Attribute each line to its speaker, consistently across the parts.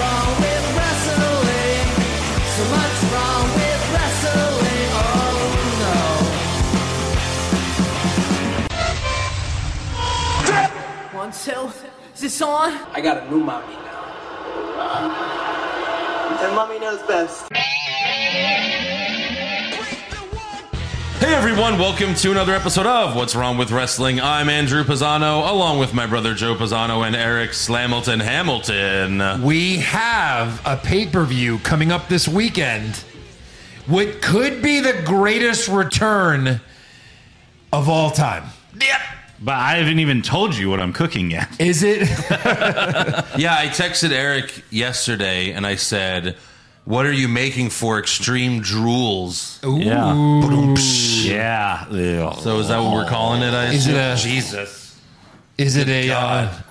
Speaker 1: Oh, this on?
Speaker 2: I got a new mommy now.
Speaker 3: And mommy knows best.
Speaker 4: Hey everyone, welcome to another episode of What's Wrong with Wrestling. I'm Andrew Pisano, along with my brother Joe Pisano and Eric Slamilton Hamilton.
Speaker 5: We have a pay per view coming up this weekend. What could be the greatest return of all time?
Speaker 6: But I haven't even told you what I'm cooking yet.
Speaker 5: Is it?
Speaker 4: Yeah, I texted Eric yesterday and I said, What are you making for extreme drools?
Speaker 5: Ooh.
Speaker 6: Yeah. Yeah.
Speaker 4: So is that what we're calling it? I
Speaker 5: Is it
Speaker 4: assume?
Speaker 5: a-
Speaker 4: Jesus.
Speaker 5: Is it a? Uh,
Speaker 4: God.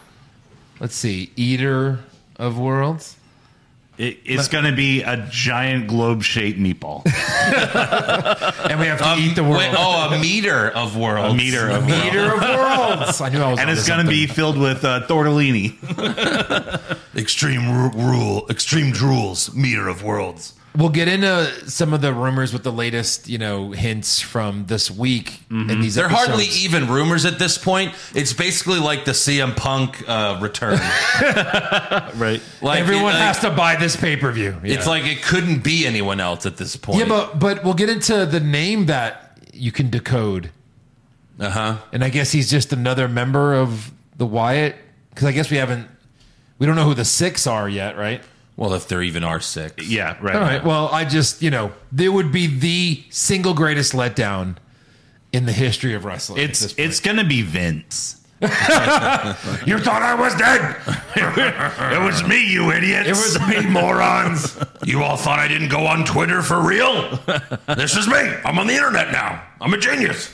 Speaker 5: let's see, eater of worlds.
Speaker 6: It, it's going to be a giant globe shaped meatball.
Speaker 5: And we have to eat the world.
Speaker 4: Wait, oh, a meter of worlds.
Speaker 6: A meter of world.
Speaker 5: Eater of worlds. I knew I was.
Speaker 6: And
Speaker 5: onto
Speaker 6: it's going to be
Speaker 5: something.
Speaker 6: filled with uh, tortellini.
Speaker 4: Extreme ru- rule. Extreme drools. Meter of worlds.
Speaker 5: We'll get into some of the rumors with the latest, you know, hints from this week. In these,
Speaker 4: Mm-hmm. They're hardly
Speaker 5: episodes.
Speaker 4: even rumors at this point. It's basically like the CM Punk uh, return.
Speaker 6: Right.
Speaker 4: Like
Speaker 5: Everyone
Speaker 4: it- like-
Speaker 5: has to buy this pay per view.
Speaker 4: It's like it couldn't be anyone else at this point.
Speaker 5: Yeah, but but we'll get into the name that you can decode,
Speaker 4: uh huh.
Speaker 5: and I guess he's just another member of the Wyatt because I guess we haven't we don't know who the six are yet, right?
Speaker 4: Well, if there even are six,
Speaker 6: Yeah, right.
Speaker 5: All right. Well, I just you know there would be the single greatest letdown in the history of wrestling. at this
Speaker 6: It's
Speaker 5: point.
Speaker 6: it's going to be Vince.
Speaker 5: you thought I was dead.
Speaker 6: It was me, you idiots.
Speaker 5: It was me, morons.
Speaker 4: you all thought I didn't go on Twitter for real. this is me. I'm on the internet now. I'm a genius.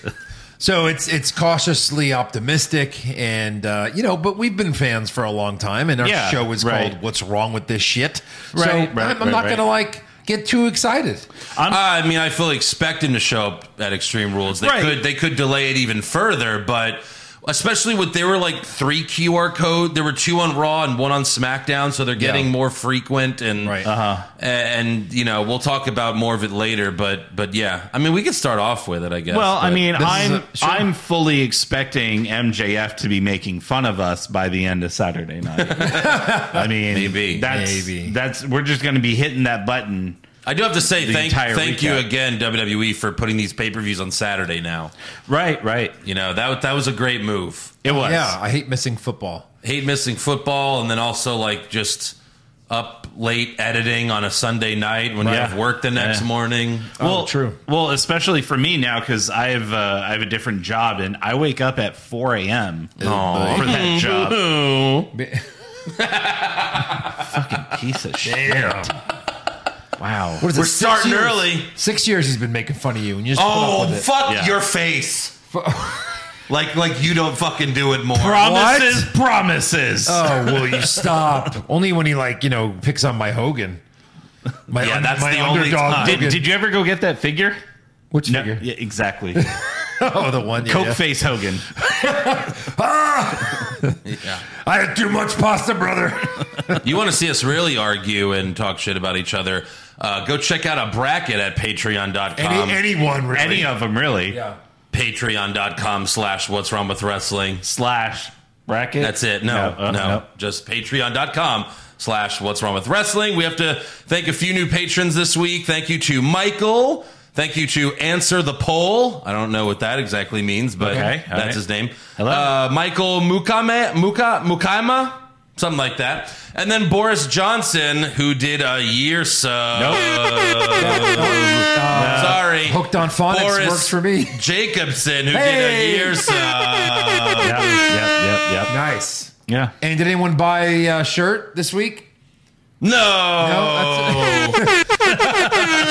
Speaker 5: So it's it's cautiously optimistic, and uh, you know, but we've been fans for a long time, and our
Speaker 6: Yeah,
Speaker 5: show is
Speaker 6: right.
Speaker 5: called "What's Wrong with This Shit." so
Speaker 6: Right,
Speaker 5: I'm,
Speaker 6: right,
Speaker 5: I'm
Speaker 6: right,
Speaker 5: not
Speaker 6: right.
Speaker 5: gonna like get too excited.
Speaker 4: I mean, I fully expect him to show up at Extreme Rules. They
Speaker 6: Right.
Speaker 4: could they could delay it even further, but especially with there were like three QR code. There were two on Raw and one on SmackDown, so they're getting
Speaker 5: Yeah.
Speaker 4: more frequent and
Speaker 5: Right. Uh-huh.
Speaker 4: uh and you know we'll talk about more of it later. But but yeah, I mean we could start off with it. I guess.
Speaker 6: Well, I
Speaker 4: but-
Speaker 6: mean,
Speaker 5: this is
Speaker 6: I'm
Speaker 5: a- sure.
Speaker 6: I'm fully expecting MJF to be making fun of us by the end of Saturday night. I mean,
Speaker 4: Maybe.
Speaker 6: that's
Speaker 5: Maybe.
Speaker 6: that's we're just going to be hitting that button.
Speaker 4: I do have to say
Speaker 6: the
Speaker 4: thank
Speaker 6: entire
Speaker 4: thank you
Speaker 6: recap.
Speaker 4: again WWE for putting these pay per views on Saturday. Now
Speaker 6: Right, right.
Speaker 4: you know that that was a great move.
Speaker 6: It was.
Speaker 5: Yeah, I hate missing football.
Speaker 4: Hate missing football and then also like just up late editing on a Sunday night when you
Speaker 6: Right.
Speaker 4: have work the next
Speaker 6: Yeah.
Speaker 4: morning.
Speaker 6: Well,
Speaker 5: true.
Speaker 6: Well, especially for me now because I have uh, I have a different job and I wake up at 4 a.m.
Speaker 5: Oh.
Speaker 6: for that job. Piece of shit. Wow.
Speaker 5: What is
Speaker 4: We're
Speaker 5: six
Speaker 4: starting
Speaker 5: years-
Speaker 4: early.
Speaker 5: Six years he's been making fun of you, and you just put
Speaker 4: Oh
Speaker 5: up with it.
Speaker 4: fuck
Speaker 6: Yeah.
Speaker 4: your face. like like you don't fucking do it more.
Speaker 6: Promises, promises.
Speaker 5: Oh, will you stop? only when he like you know picks on my Hogan. My,
Speaker 4: Yeah,
Speaker 5: un-
Speaker 4: that's
Speaker 5: my
Speaker 4: the only
Speaker 5: underdog
Speaker 4: time.
Speaker 6: did,
Speaker 5: Hogan.
Speaker 6: did you ever go get that figure?
Speaker 5: Which
Speaker 6: No,
Speaker 5: figure?
Speaker 6: yeah, exactly.
Speaker 5: Oh, the one. Yeah,
Speaker 6: Coke
Speaker 5: yeah.
Speaker 6: face Hogan.
Speaker 5: I had too much pasta, brother.
Speaker 4: You want to see us really argue and talk shit about each other? Uh, go check out a bracket at patreon.com.
Speaker 5: Any, anyone really?
Speaker 6: Any of them, really.
Speaker 5: yeah.
Speaker 4: patreon.com slash what's wrong with wrestling.
Speaker 6: Slash bracket.
Speaker 4: That's it. No, no,
Speaker 6: uh,
Speaker 4: just patreon.com slash what's wrong with wrestling. We have to thank a few new patrons this week. Thank you to Michael. Thank you to Answer the Poll. I don't know what that exactly means, but
Speaker 6: Okay, all
Speaker 4: that's
Speaker 6: right.
Speaker 4: his name.
Speaker 6: Hello.
Speaker 4: Uh, Michael Mukame, Muka, Mukaima, something like that. And then Boris Johnson, who did a year sub.
Speaker 6: Oh.
Speaker 4: Sorry.
Speaker 5: Uh, Hooked on phonics
Speaker 4: Boris
Speaker 5: works for me.
Speaker 4: Jacobson, who
Speaker 5: Hey.
Speaker 4: did a year sub.
Speaker 6: Yep, yep, yep, yep.
Speaker 5: Nice.
Speaker 6: Yeah.
Speaker 5: And did anyone buy a shirt this week?
Speaker 4: No.
Speaker 5: that's-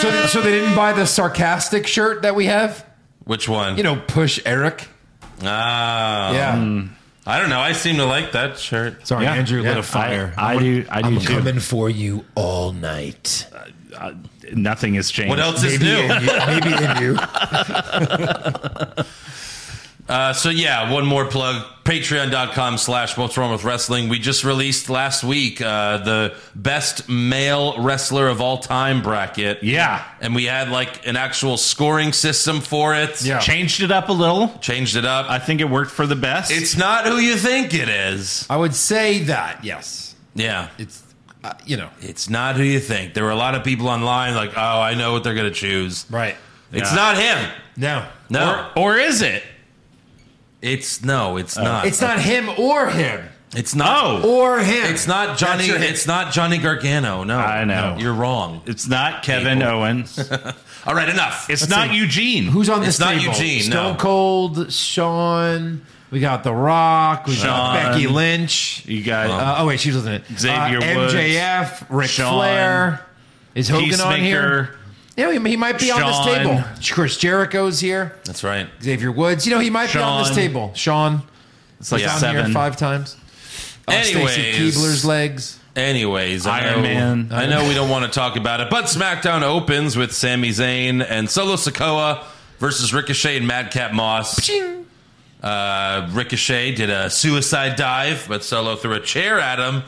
Speaker 5: So, they- so they didn't buy the sarcastic shirt that we have.
Speaker 4: Which one?
Speaker 5: You know, push Eric.
Speaker 4: Ah.
Speaker 5: Yeah. Mm.
Speaker 4: I don't know. I seem to like that shirt.
Speaker 5: Sorry,
Speaker 6: Yeah,
Speaker 5: Andrew
Speaker 6: yeah.
Speaker 5: lit a fire.
Speaker 6: I, I do. I do
Speaker 5: I'm
Speaker 6: too. Uh,
Speaker 5: coming for you all night.
Speaker 6: Nothing has changed.
Speaker 4: What else is
Speaker 5: Maybe
Speaker 4: new?
Speaker 5: in you. Maybe in you.
Speaker 4: Uh, so yeah, one more plug. Patreon.com slash what's wrong with wrestling. We just released last week uh, the best male wrestler of all time bracket.
Speaker 6: Yeah.
Speaker 4: And we had like an actual scoring system for it.
Speaker 5: Yeah.
Speaker 6: Changed it up a little.
Speaker 4: Changed it up.
Speaker 6: I think it worked for the best.
Speaker 4: it's not who you think it is.
Speaker 5: I would say that yes,
Speaker 4: Yeah.
Speaker 5: it's uh, you know
Speaker 4: It's not who you think. There were a lot of people online like, oh, I know what they're going to choose.
Speaker 5: right
Speaker 4: It's
Speaker 6: Yeah.
Speaker 4: not him.
Speaker 5: now.
Speaker 4: No.
Speaker 6: or is it?
Speaker 4: it's no, it's not.
Speaker 5: Oh. It's Oh. not him or him
Speaker 4: It's not.
Speaker 5: or him.
Speaker 4: It's not Johnny.
Speaker 5: That's your hint.
Speaker 4: It's not Johnny Gargano. No,
Speaker 6: I know.
Speaker 4: You're wrong.
Speaker 6: It's not Kevin
Speaker 4: People.
Speaker 6: Owens. It's
Speaker 4: All right, enough.
Speaker 6: not Eugene.
Speaker 5: Who's on
Speaker 4: It's
Speaker 5: this
Speaker 4: not
Speaker 5: table?
Speaker 4: Eugene,
Speaker 5: Stone
Speaker 4: no.
Speaker 5: Cold, Sean. We got The Rock. We got
Speaker 6: Shawn.
Speaker 5: Becky Lynch.
Speaker 6: you guys?
Speaker 5: Uh, oh wait, she was in it.
Speaker 6: Xavier
Speaker 5: uh,
Speaker 6: Woods,
Speaker 5: MJF, Ric
Speaker 6: Shawn,
Speaker 5: Flair. Is Hogan on here?
Speaker 6: Peacemaker.
Speaker 5: Yeah, he he might be on
Speaker 6: Shawn.
Speaker 5: this table. Chris Jericho's here.
Speaker 4: That's right.
Speaker 5: Xavier Woods. You know, he might be on this
Speaker 6: Shawn.
Speaker 5: table. Sean
Speaker 6: It's like
Speaker 4: Yeah.
Speaker 5: down
Speaker 6: seven.
Speaker 5: here five times. Uh, Stacy
Speaker 4: Anyways.
Speaker 5: Keebler's legs.
Speaker 4: Anyways, I
Speaker 6: Iron
Speaker 4: know,
Speaker 6: Man.
Speaker 4: I know we don't want to talk about it, but SmackDown opens with Sami Zayn and Solo Sokoa versus Ricochet and Madcap Moss. Uh, Ricochet did a suicide dive, but Solo threw a chair at him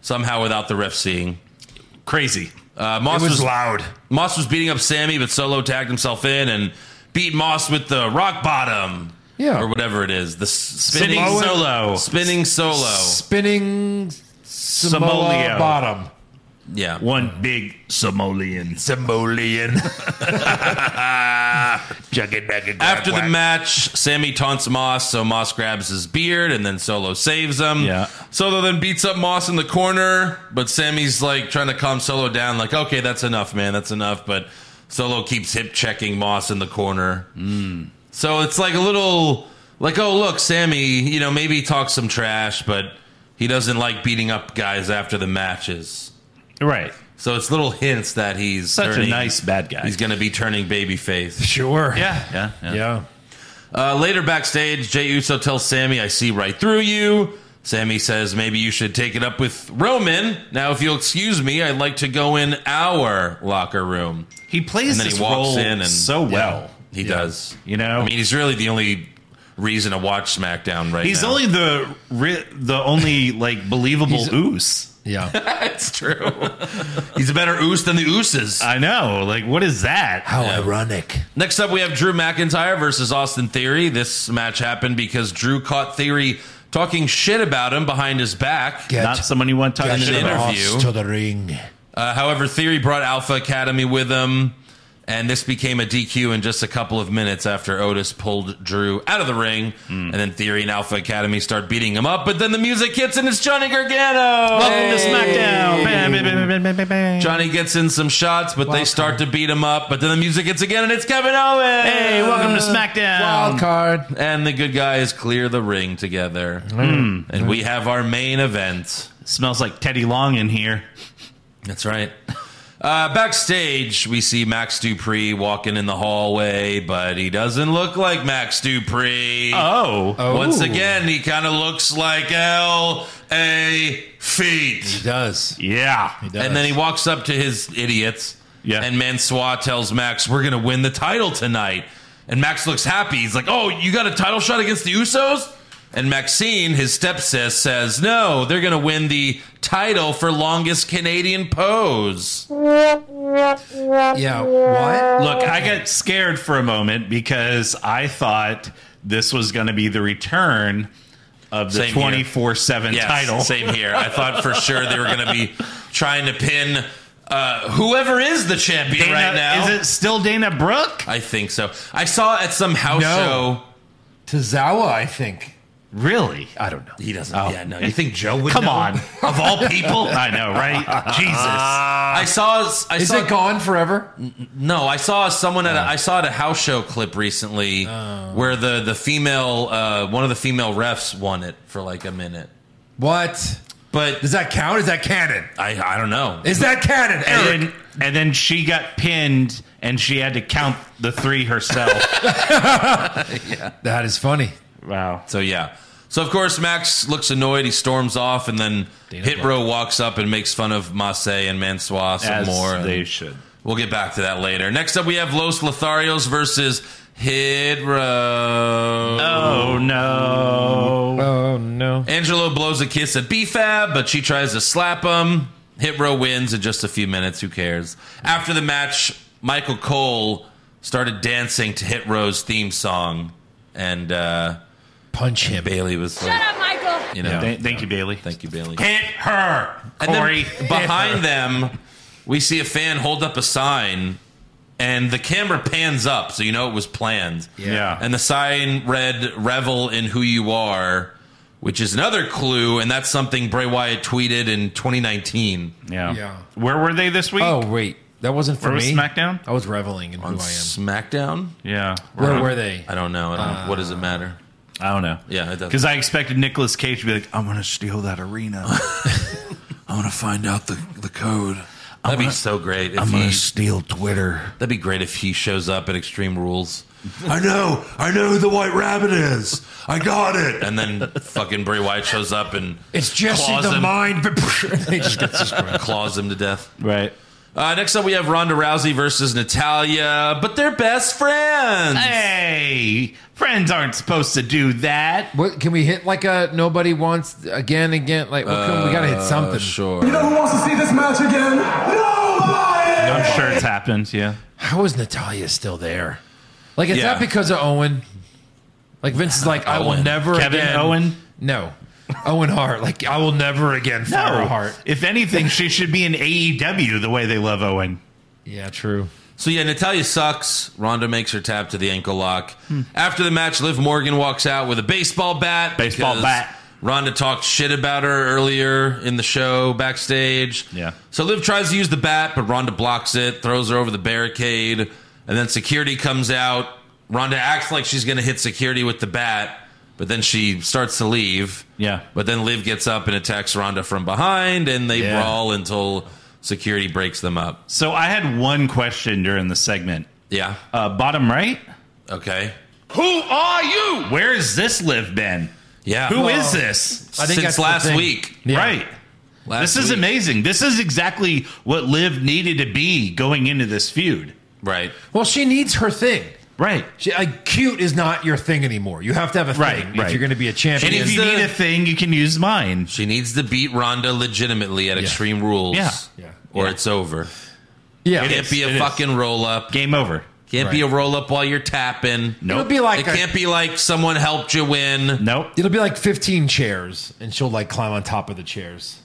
Speaker 4: somehow without the ref seeing.
Speaker 6: Crazy.
Speaker 4: Uh, Moss was,
Speaker 5: loud.
Speaker 4: Moss was beating up Sammy, but Solo tagged himself in and beat Moss with the rock bottom.
Speaker 5: Yeah.
Speaker 4: Or whatever it is. The s- spinning
Speaker 6: Samoan-
Speaker 4: solo. Oh. Spinning solo.
Speaker 5: Spinning Samoa
Speaker 6: Samoa.
Speaker 5: bottom.
Speaker 4: Yeah.
Speaker 6: One big Somalian.
Speaker 5: Simoleon. Chuck it back and
Speaker 4: After the match, Sammy taunts Moss, so Moss grabs his beard and then Solo saves him.
Speaker 6: Yeah.
Speaker 4: Solo then beats up Moss in the corner, but Sammy's like trying to calm Solo down, like, okay, that's enough, man, that's enough. But Solo keeps hip checking Moss in the corner. Hmm. So it's like a little, like, oh, look, Sammy, you know, maybe he talks some trash, but he doesn't like beating up guys after the matches.
Speaker 6: Right.
Speaker 4: So it's little hints that he's
Speaker 6: Such
Speaker 4: turning-
Speaker 6: a nice bad guy.
Speaker 4: He's going to be turning babyface.
Speaker 5: Sure.
Speaker 6: yeah, yeah, yeah.
Speaker 5: Yeah.
Speaker 4: Uh, later backstage, Jay Uso tells Sammy, I see right through you. Sammy says, maybe you should take it up with Roman. Now, if you'll excuse me, I'd like to go in our locker room.
Speaker 6: He plays
Speaker 4: And then he
Speaker 6: this
Speaker 4: walks
Speaker 6: role
Speaker 4: in and-
Speaker 6: so
Speaker 4: yeah.
Speaker 6: well.
Speaker 4: He does.
Speaker 6: You know?
Speaker 4: I mean, he's really the only reason to watch SmackDown right
Speaker 6: He's
Speaker 4: now.
Speaker 6: only the ri- the only like believable
Speaker 5: He's-
Speaker 6: oos.
Speaker 5: Yeah.
Speaker 4: That's true. he's a better Oos than the Ooses.
Speaker 6: I know. Like, what is that?
Speaker 5: How ironic.
Speaker 4: Next up, we have Drew McIntyre versus Austin Theory. This match happened because Drew caught Theory talking shit about him behind his back.
Speaker 5: Get
Speaker 6: Not someone you want to talk
Speaker 4: an
Speaker 5: get
Speaker 6: shit about.
Speaker 4: interview.
Speaker 5: lost to the ring.
Speaker 4: Uh, however, Theory brought Alpha Academy with him, and this became a DQ in just a couple of minutes after Otis pulled Drew out of the ring. And then Theory and Alpha Academy start beating him up, but then the music hits and it's Johnny Gargano.
Speaker 6: Welcome to SmackDown. Bam, bam, bam, bam, bam, bam, bam.
Speaker 4: Johnny gets in some shots, but they
Speaker 5: Welcome.
Speaker 4: start to beat him up. But then the music hits again, and it's Kevin Owens.
Speaker 6: Hey, welcome to SmackDown.
Speaker 5: Wild card.
Speaker 4: And the good guys clear the ring together, and we have our main event.
Speaker 6: Smells like Teddy Long in here.
Speaker 4: That's right. Uh, backstage, we see Max Dupree walking in the hallway, but he doesn't look like Max Dupree.
Speaker 6: Oh,
Speaker 4: Once
Speaker 5: Ooh.
Speaker 4: again, he kind of looks like L A feet.
Speaker 5: He does.
Speaker 6: yeah.
Speaker 5: He does.
Speaker 4: And then he walks up to his idiots.
Speaker 6: Yeah.
Speaker 4: And Mansois tells Max, "We're gonna win the title tonight." And Max looks happy. He's like, "Oh, you got a title shot against the Usos?" And Maxine, his stepsis, says, "No, they're gonna win the title for longest Canadian pose."
Speaker 5: Yeah. What?
Speaker 6: Look, I got scared for a moment because I thought this was going to be the return of the
Speaker 4: Same here.
Speaker 6: twenty four seven
Speaker 4: Yes,
Speaker 6: title.
Speaker 4: Same here. I thought for sure they were going to be trying to pin uh, whoever is the champion
Speaker 6: Dana-
Speaker 4: right now.
Speaker 6: is it still Dana Brooke?
Speaker 4: I think so. I saw at some house
Speaker 5: No.
Speaker 4: show.
Speaker 5: Tozawa, I think.
Speaker 6: Really?
Speaker 5: I don't know.
Speaker 4: He doesn't. Yeah, no. You think Joe would?
Speaker 6: Come
Speaker 4: know?
Speaker 6: on.
Speaker 4: Of all people, Ah.
Speaker 6: I know, right? Jesus.
Speaker 4: I saw. I
Speaker 5: Is
Speaker 4: saw.
Speaker 5: it gone forever?
Speaker 4: no, I saw someone at. A, I saw at a house show clip recently where the the female uh, one of the female refs won it for like a minute,
Speaker 5: What?
Speaker 4: but
Speaker 5: Does that count? Is that canon?
Speaker 4: I I don't know.
Speaker 5: Is that canon? Eric?
Speaker 6: And then, and then she got pinned and she had to count the three herself.
Speaker 5: That is funny.
Speaker 6: wow.
Speaker 4: So yeah. So of course Max looks annoyed. He storms off, and then Hit Row walks up and makes fun of Massey and Mansois some
Speaker 6: As
Speaker 4: more. and
Speaker 6: they should.
Speaker 4: We'll get back to that later. Next up, we have Los Lotharios versus Hidro.
Speaker 6: Oh no!
Speaker 5: Oh no.
Speaker 4: Angelo blows a kiss at BFAB, but she tries to slap him. Hit Row wins in just a few minutes. Who cares? After the match, Michael Cole started dancing to Hit Row's theme song, and uh,
Speaker 5: Punch him.
Speaker 4: Bailey was
Speaker 1: Shut
Speaker 4: like,
Speaker 1: up, Michael.
Speaker 4: you know,
Speaker 6: Th- thank you, Bailey.
Speaker 4: thank you, Bailey.
Speaker 6: Hit her,
Speaker 4: And then
Speaker 6: Corey.
Speaker 4: behind them, we see a fan hold up a sign, and the camera pans up, so you know it was planned.
Speaker 6: Yeah.
Speaker 4: And the sign read "Revel in Who You Are," which is another clue, and that's something Bray Wyatt tweeted in 2019.
Speaker 6: yeah.
Speaker 5: Yeah.
Speaker 6: Where were they this week?
Speaker 5: Oh wait, that wasn't for
Speaker 6: Where was
Speaker 5: me.
Speaker 6: SmackDown?
Speaker 5: I was reveling in who I am.
Speaker 4: SmackDown?
Speaker 6: Yeah.
Speaker 5: Where were they?
Speaker 4: I don't know. I don't, what does it
Speaker 3: Uh,
Speaker 4: matter?
Speaker 6: I don't know.
Speaker 4: Yeah, it doesn't-
Speaker 6: Because I expected Nicolas Cage to be like, "Oh I'm going to steal that arena.
Speaker 3: I'm gonna find out the, the code.
Speaker 4: That'd be so great. If
Speaker 3: I'm
Speaker 4: he,
Speaker 3: gonna steal Twitter.
Speaker 4: that'd be great if he shows up at Extreme Rules,
Speaker 3: I know, I know who the white rabbit is. I got it.
Speaker 4: and then fucking Bray Wyatt shows up and
Speaker 5: It's just in
Speaker 4: claws
Speaker 5: the
Speaker 4: him,
Speaker 5: mind. But they just get destroyed.
Speaker 4: claws him to death.
Speaker 6: right.
Speaker 4: Uh, next up, we have Ronda Rousey versus Natalia, but they're best friends.
Speaker 6: Hey, friends aren't supposed to do that.
Speaker 5: What can we hit? Like a nobody wants again, again. Like what can, we
Speaker 4: Uh,
Speaker 5: gotta hit something.
Speaker 4: Sure.
Speaker 7: You know who wants to see this match again? Nobody!
Speaker 6: I'm sure it's happened. Yeah.
Speaker 5: How is Natalia still there? Like is
Speaker 4: Yeah.
Speaker 5: that because of Owen? Like Vince is like, I will
Speaker 4: Owen.
Speaker 5: never
Speaker 6: Kevin
Speaker 5: again.
Speaker 6: Owen?
Speaker 5: No, Owen Hart. Like I will never again fire a heart.
Speaker 6: If anything, she should be in AEW the way they love Owen.
Speaker 5: Yeah, true.
Speaker 4: So yeah, Natalia sucks. Ronda makes her tap to the ankle lock.
Speaker 6: Hmm.
Speaker 4: After the match, Liv Morgan walks out with a baseball bat.
Speaker 6: Baseball
Speaker 4: because
Speaker 6: bat.
Speaker 4: Ronda talked shit about her earlier in the show backstage.
Speaker 6: Yeah.
Speaker 4: So Liv tries to use the bat, but Ronda blocks it, throws her over the barricade, and then security comes out. Ronda acts like she's going to hit security with the bat, but then she starts to leave.
Speaker 6: Yeah.
Speaker 4: But then Liv gets up and attacks Ronda from behind, and they
Speaker 6: Yeah.
Speaker 4: brawl until security breaks them up.
Speaker 6: So I had one question during the segment.
Speaker 4: Yeah.
Speaker 6: Uh, bottom right?
Speaker 4: Okay.
Speaker 6: Who are you? Where has this live been?
Speaker 4: Yeah.
Speaker 6: Who is
Speaker 5: Well,
Speaker 6: this?
Speaker 5: I think
Speaker 4: since
Speaker 5: that's the
Speaker 4: last
Speaker 5: thing.
Speaker 4: week.
Speaker 5: Yeah.
Speaker 6: Right.
Speaker 4: Last
Speaker 6: This is
Speaker 4: week.
Speaker 6: amazing. This is exactly what Liv needed to be going into this feud.
Speaker 4: Right.
Speaker 5: Well, she needs her thing.
Speaker 6: Right.
Speaker 5: She, like cute is not your thing anymore. You have to have a thing
Speaker 6: Right,
Speaker 5: if
Speaker 6: right.
Speaker 5: you're going to be a champion.
Speaker 6: And if
Speaker 4: is
Speaker 6: you
Speaker 4: the-
Speaker 6: need a thing, you can use mine.
Speaker 4: She needs to beat Ronda legitimately at Extreme Rules.
Speaker 6: Yeah.
Speaker 5: Yeah.
Speaker 4: Or it's over.
Speaker 5: yeah,
Speaker 4: It can't be
Speaker 6: it
Speaker 4: a
Speaker 6: is.
Speaker 4: fucking roll up.
Speaker 6: Game over.
Speaker 4: Can't be a
Speaker 5: Right.
Speaker 4: roll up while you're tapping.
Speaker 5: it'll
Speaker 6: Nope.
Speaker 5: be like
Speaker 4: It
Speaker 5: a-
Speaker 4: can't be like someone helped you win.
Speaker 6: Nope.
Speaker 5: It'll be like 15 chairs, and she'll like climb on top of the chairs.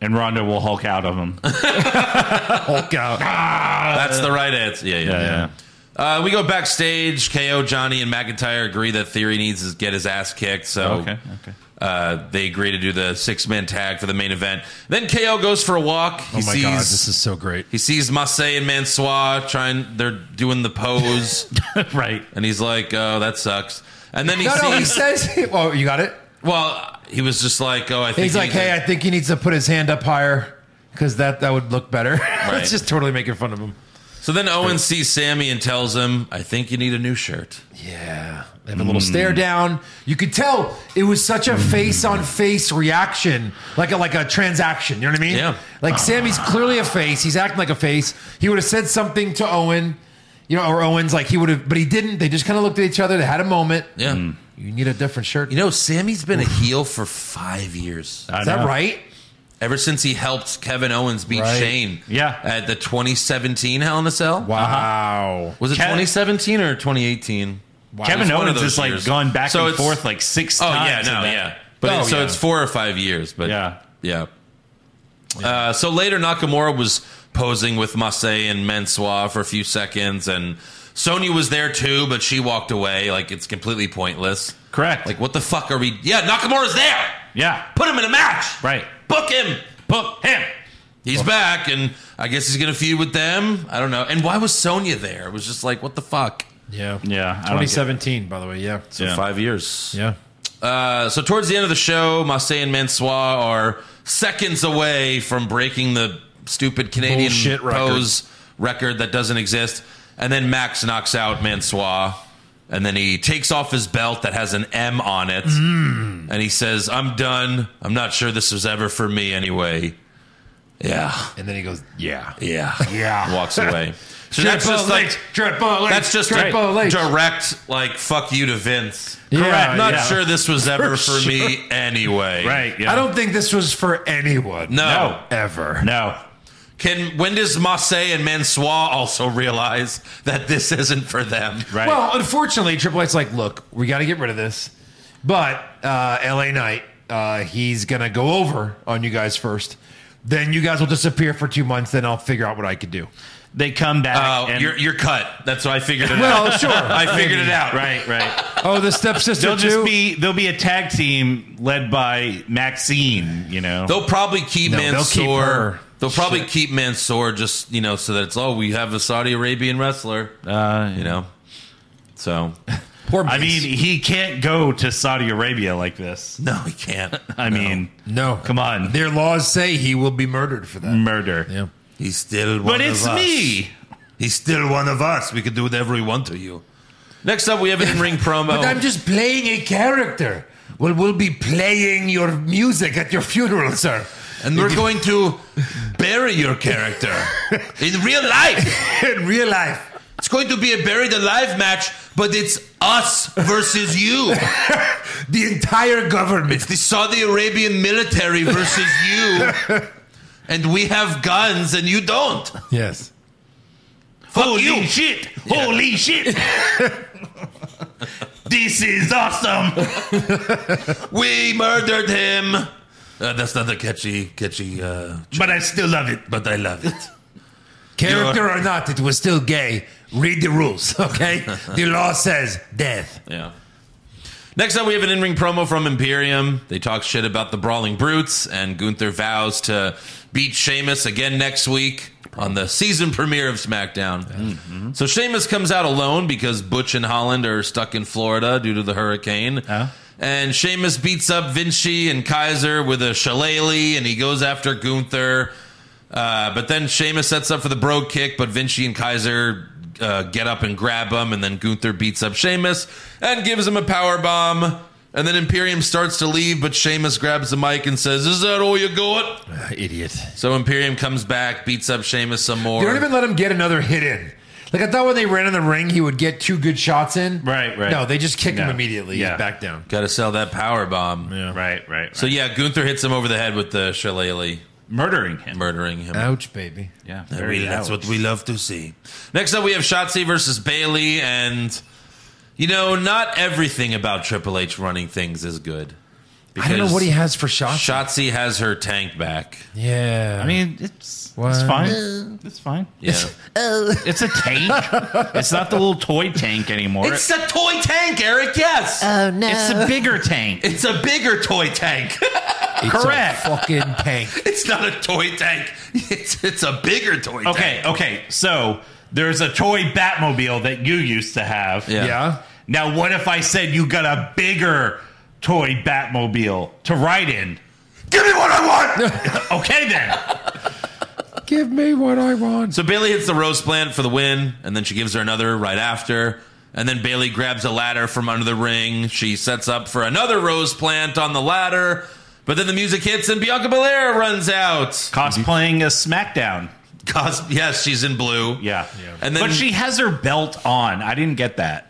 Speaker 6: And Ronda will Hulk out of him.
Speaker 5: Hulk out.
Speaker 4: That's the right answer. Yeah, yeah. yeah. Uh, we go backstage. KO, Johnny, and McIntyre agree that Theory needs to get his ass kicked. So
Speaker 6: Okay. Okay.
Speaker 4: uh, they agree to do the six man tag for the main event. Then KO goes for a walk. He
Speaker 5: Oh my
Speaker 4: sees
Speaker 5: god, this is so great.
Speaker 4: he sees Massey and Mansois trying. They're doing the pose.
Speaker 6: right.
Speaker 4: And he's like, "Oh, that sucks." And then he
Speaker 5: No,
Speaker 4: sees.
Speaker 5: no, he says. Oh, you got it.
Speaker 4: well, he was just like, "Oh, I think."
Speaker 5: He's like,
Speaker 4: he-
Speaker 5: hey, I think he needs to put his hand up higher because that that would look better.
Speaker 4: Right.
Speaker 5: it's just totally making fun of him.
Speaker 4: So then Owen sees Sammy and tells him, "I think you need a new shirt."
Speaker 5: Yeah, they have a
Speaker 4: Hmm.
Speaker 5: little stare down. You could tell it was such a face on face reaction, like a, like a transaction. You know what I mean?
Speaker 4: Yeah.
Speaker 5: Like Sammy's clearly a face. He's acting like a face. He would have said something to Owen, you know, or Owen's like he would have, but he didn't. They just kind of looked at each other. They had a moment.
Speaker 4: Yeah.
Speaker 6: Hmm.
Speaker 5: You need a different shirt.
Speaker 4: You know, Sammy's been a heel for five years.
Speaker 6: I
Speaker 5: Is that
Speaker 6: know.
Speaker 5: right?
Speaker 4: Ever since he helped Kevin Owens beat
Speaker 5: Right.
Speaker 4: Shane,
Speaker 6: Yeah.
Speaker 4: at the 2017 Hell in a Cell.
Speaker 5: Wow.
Speaker 4: Was it
Speaker 6: Kev-
Speaker 4: 2017 or 2018?
Speaker 6: Kevin
Speaker 4: It's one of
Speaker 6: Owens
Speaker 4: those
Speaker 6: has like
Speaker 4: years.
Speaker 6: gone back
Speaker 4: So
Speaker 6: and
Speaker 4: it's-
Speaker 6: forth like six
Speaker 4: Oh yeah,
Speaker 6: times.
Speaker 4: no,
Speaker 6: in that.
Speaker 4: yeah. But
Speaker 5: Oh,
Speaker 4: it, so
Speaker 5: yeah.
Speaker 4: it's four or five years. But
Speaker 6: Yeah.
Speaker 4: yeah. Uh, so later, Nakamura was posing with Massey and Mansois for a few seconds, and Sonya was there too, but she walked away. Like it's completely pointless.
Speaker 6: Correct.
Speaker 4: Like what the fuck are we? Yeah, Nakamura's there.
Speaker 6: yeah.
Speaker 4: Put him in a match.
Speaker 6: Right.
Speaker 4: Book him. Book him. He's back, and I guess he's gonna feud with them. I don't know. And why was Sonya there? It was just like what the fuck.
Speaker 5: Yeah.
Speaker 6: Yeah, I don't get it.
Speaker 5: 2017, by the way. Yeah.
Speaker 4: So
Speaker 6: Yeah.
Speaker 4: five years.
Speaker 5: Yeah.
Speaker 4: Uh, so towards the end of the show, Masse and Mansois are seconds away from breaking the stupid Canadian
Speaker 5: Bullshit record.
Speaker 4: pose record that doesn't exist. And then Max knocks out Mansois. And then he takes off his belt that has an M on it.
Speaker 5: Mm.
Speaker 4: And he says, I'm done. I'm not sure this was ever for me anyway. Yeah.
Speaker 5: And then he goes, yeah.
Speaker 4: Yeah.
Speaker 5: Yeah.
Speaker 4: Walks away. So that's
Speaker 5: Triple
Speaker 4: just like
Speaker 5: H, Triple H,
Speaker 4: that's just
Speaker 5: Triple
Speaker 4: a
Speaker 5: H.
Speaker 4: direct like fuck you to Vince.
Speaker 5: Yeah,
Speaker 4: I'm not
Speaker 6: yeah.
Speaker 4: sure this was ever for, me anyway.
Speaker 6: Right. Yeah.
Speaker 5: I don't think this was for anyone.
Speaker 4: No.
Speaker 5: Ever.
Speaker 6: No.
Speaker 4: Can when does Marseille and Mansois also realize that this isn't for them?
Speaker 6: Right.
Speaker 5: Well, unfortunately, Triple H's like, look, we got to get rid of this. But uh, LA Knight, uh, he's going to go over on you guys first. Then you guys will disappear for two months. Then I'll figure out what I could do.
Speaker 6: they come back.
Speaker 4: Oh,
Speaker 6: and,
Speaker 4: you're you're cut. That's what I figured it out.
Speaker 5: Well, sure.
Speaker 4: I figured it out.
Speaker 6: right. Right.
Speaker 5: Oh, the stepsister
Speaker 6: They'll
Speaker 5: too.
Speaker 6: just be. They'll be a tag team led by Maxine. You know.
Speaker 4: They'll probably keep
Speaker 5: No, they'll
Speaker 4: Mansoor.
Speaker 5: keep
Speaker 4: They'll,
Speaker 5: her.
Speaker 4: probably keep Mansoor just you know so that it's oh we have a Saudi Arabian wrestler
Speaker 6: uh,
Speaker 4: you know. So
Speaker 5: Poor
Speaker 6: I mean,
Speaker 5: Mace.
Speaker 6: he can't go to Saudi Arabia like this.
Speaker 4: no, we can't.
Speaker 6: I mean,
Speaker 5: no,
Speaker 6: come on.
Speaker 5: Their laws say he will be murdered for that.
Speaker 6: murder.
Speaker 5: Yeah.
Speaker 4: He's still one
Speaker 6: But
Speaker 4: of
Speaker 6: it's
Speaker 4: us.
Speaker 6: me.
Speaker 4: He's still one of us. We could do whatever we want to you. Next up, we have an in-ring promo.
Speaker 5: But I'm just playing a character. Well, we'll be playing your music at your funeral, sir.
Speaker 4: and we're going to bury your character in real life.
Speaker 5: In real life.
Speaker 4: It's going to be a buried alive match, but it's us versus you.
Speaker 5: The entire
Speaker 4: It's
Speaker 5: government.
Speaker 4: the Saudi Arabian military versus you. And we have guns and you don't.
Speaker 5: Yes.
Speaker 4: Fuck
Speaker 6: Holy
Speaker 4: you.
Speaker 6: shit! Holy shit! this is awesome.
Speaker 4: We murdered him. Uh, that's not a catchy, catchy, uh,
Speaker 6: But I still love it.
Speaker 4: but I love it.
Speaker 5: Character or not, it was still gay. Read the rules, okay? the law says death.
Speaker 4: Yeah. Next up, we have an in ring promo from Imperium. They talk shit about the Brawling Brutes, and Gunther vows to beat Sheamus again next week on the season premiere of SmackDown. So Sheamus comes out alone because Butch and Holland are stuck in Florida due to the hurricane. And Sheamus beats up Vinci and Kaiser with a shillelagh, and he goes after Gunther. Uh, but then Sheamus sets up for the brogue kick, but Vinci and Kaiser uh, get up and grab him, and then Gunther beats up Sheamus and gives him a power bomb. And then Imperium starts to leave, but Sheamus grabs the mic and says, "Is that all you got?"
Speaker 5: idiot.
Speaker 4: So Imperium comes back, beats up Sheamus some more.
Speaker 5: You don't even let him get another hit in. Like, I thought when they ran in the ring, he would get two good shots in.
Speaker 6: Right, right.
Speaker 5: No, they just kick him
Speaker 6: No.
Speaker 5: immediately.
Speaker 6: Yeah.
Speaker 5: He's back down.
Speaker 4: Got to sell that power bomb.
Speaker 6: Right, right. right.
Speaker 4: So yeah, Gunther hits him over the head with the shillelagh,
Speaker 6: murdering him.
Speaker 4: murdering him.
Speaker 5: Ouch, baby.
Speaker 6: yeah,
Speaker 4: That
Speaker 6: very
Speaker 4: we- that's
Speaker 6: ouch.
Speaker 4: what we love to see. Next up, we have Shotzi versus Bailey, and you know, not everything about Triple H running things is good.
Speaker 5: I don't know what he has for shots.
Speaker 4: Shotzi has her tank back.
Speaker 5: yeah.
Speaker 6: I mean, it's it's
Speaker 5: What?
Speaker 6: fine. It's fine.
Speaker 4: Yeah.
Speaker 6: It's a tank. it's not the little toy tank anymore.
Speaker 4: it's a toy tank, Eric. Yes,
Speaker 6: It's a bigger tank.
Speaker 4: it's a bigger toy tank.
Speaker 6: correct.
Speaker 5: It's a fucking tank.
Speaker 4: it's not a toy tank. It's it's a bigger toy.
Speaker 6: Okay,
Speaker 4: tank.
Speaker 6: okay. So there's a toy Batmobile that you used to have.
Speaker 4: Yeah.
Speaker 5: yeah.
Speaker 6: Now, what if I said you got a bigger toy Batmobile to ride in?
Speaker 4: give me what I want.
Speaker 6: Okay, then.
Speaker 5: Give me what I want.
Speaker 4: So Bailey hits the rose plant for the win, and then she gives her another right after. And then Bailey grabs a ladder from under the ring. She sets up for another rose plant on the ladder, but then the music hits and Bianca Belair runs out.
Speaker 6: Cosplaying a SmackDown.
Speaker 4: Cos- yes, she's in blue.
Speaker 6: Yeah.
Speaker 4: And then-
Speaker 6: but she has her belt on. I didn't get that.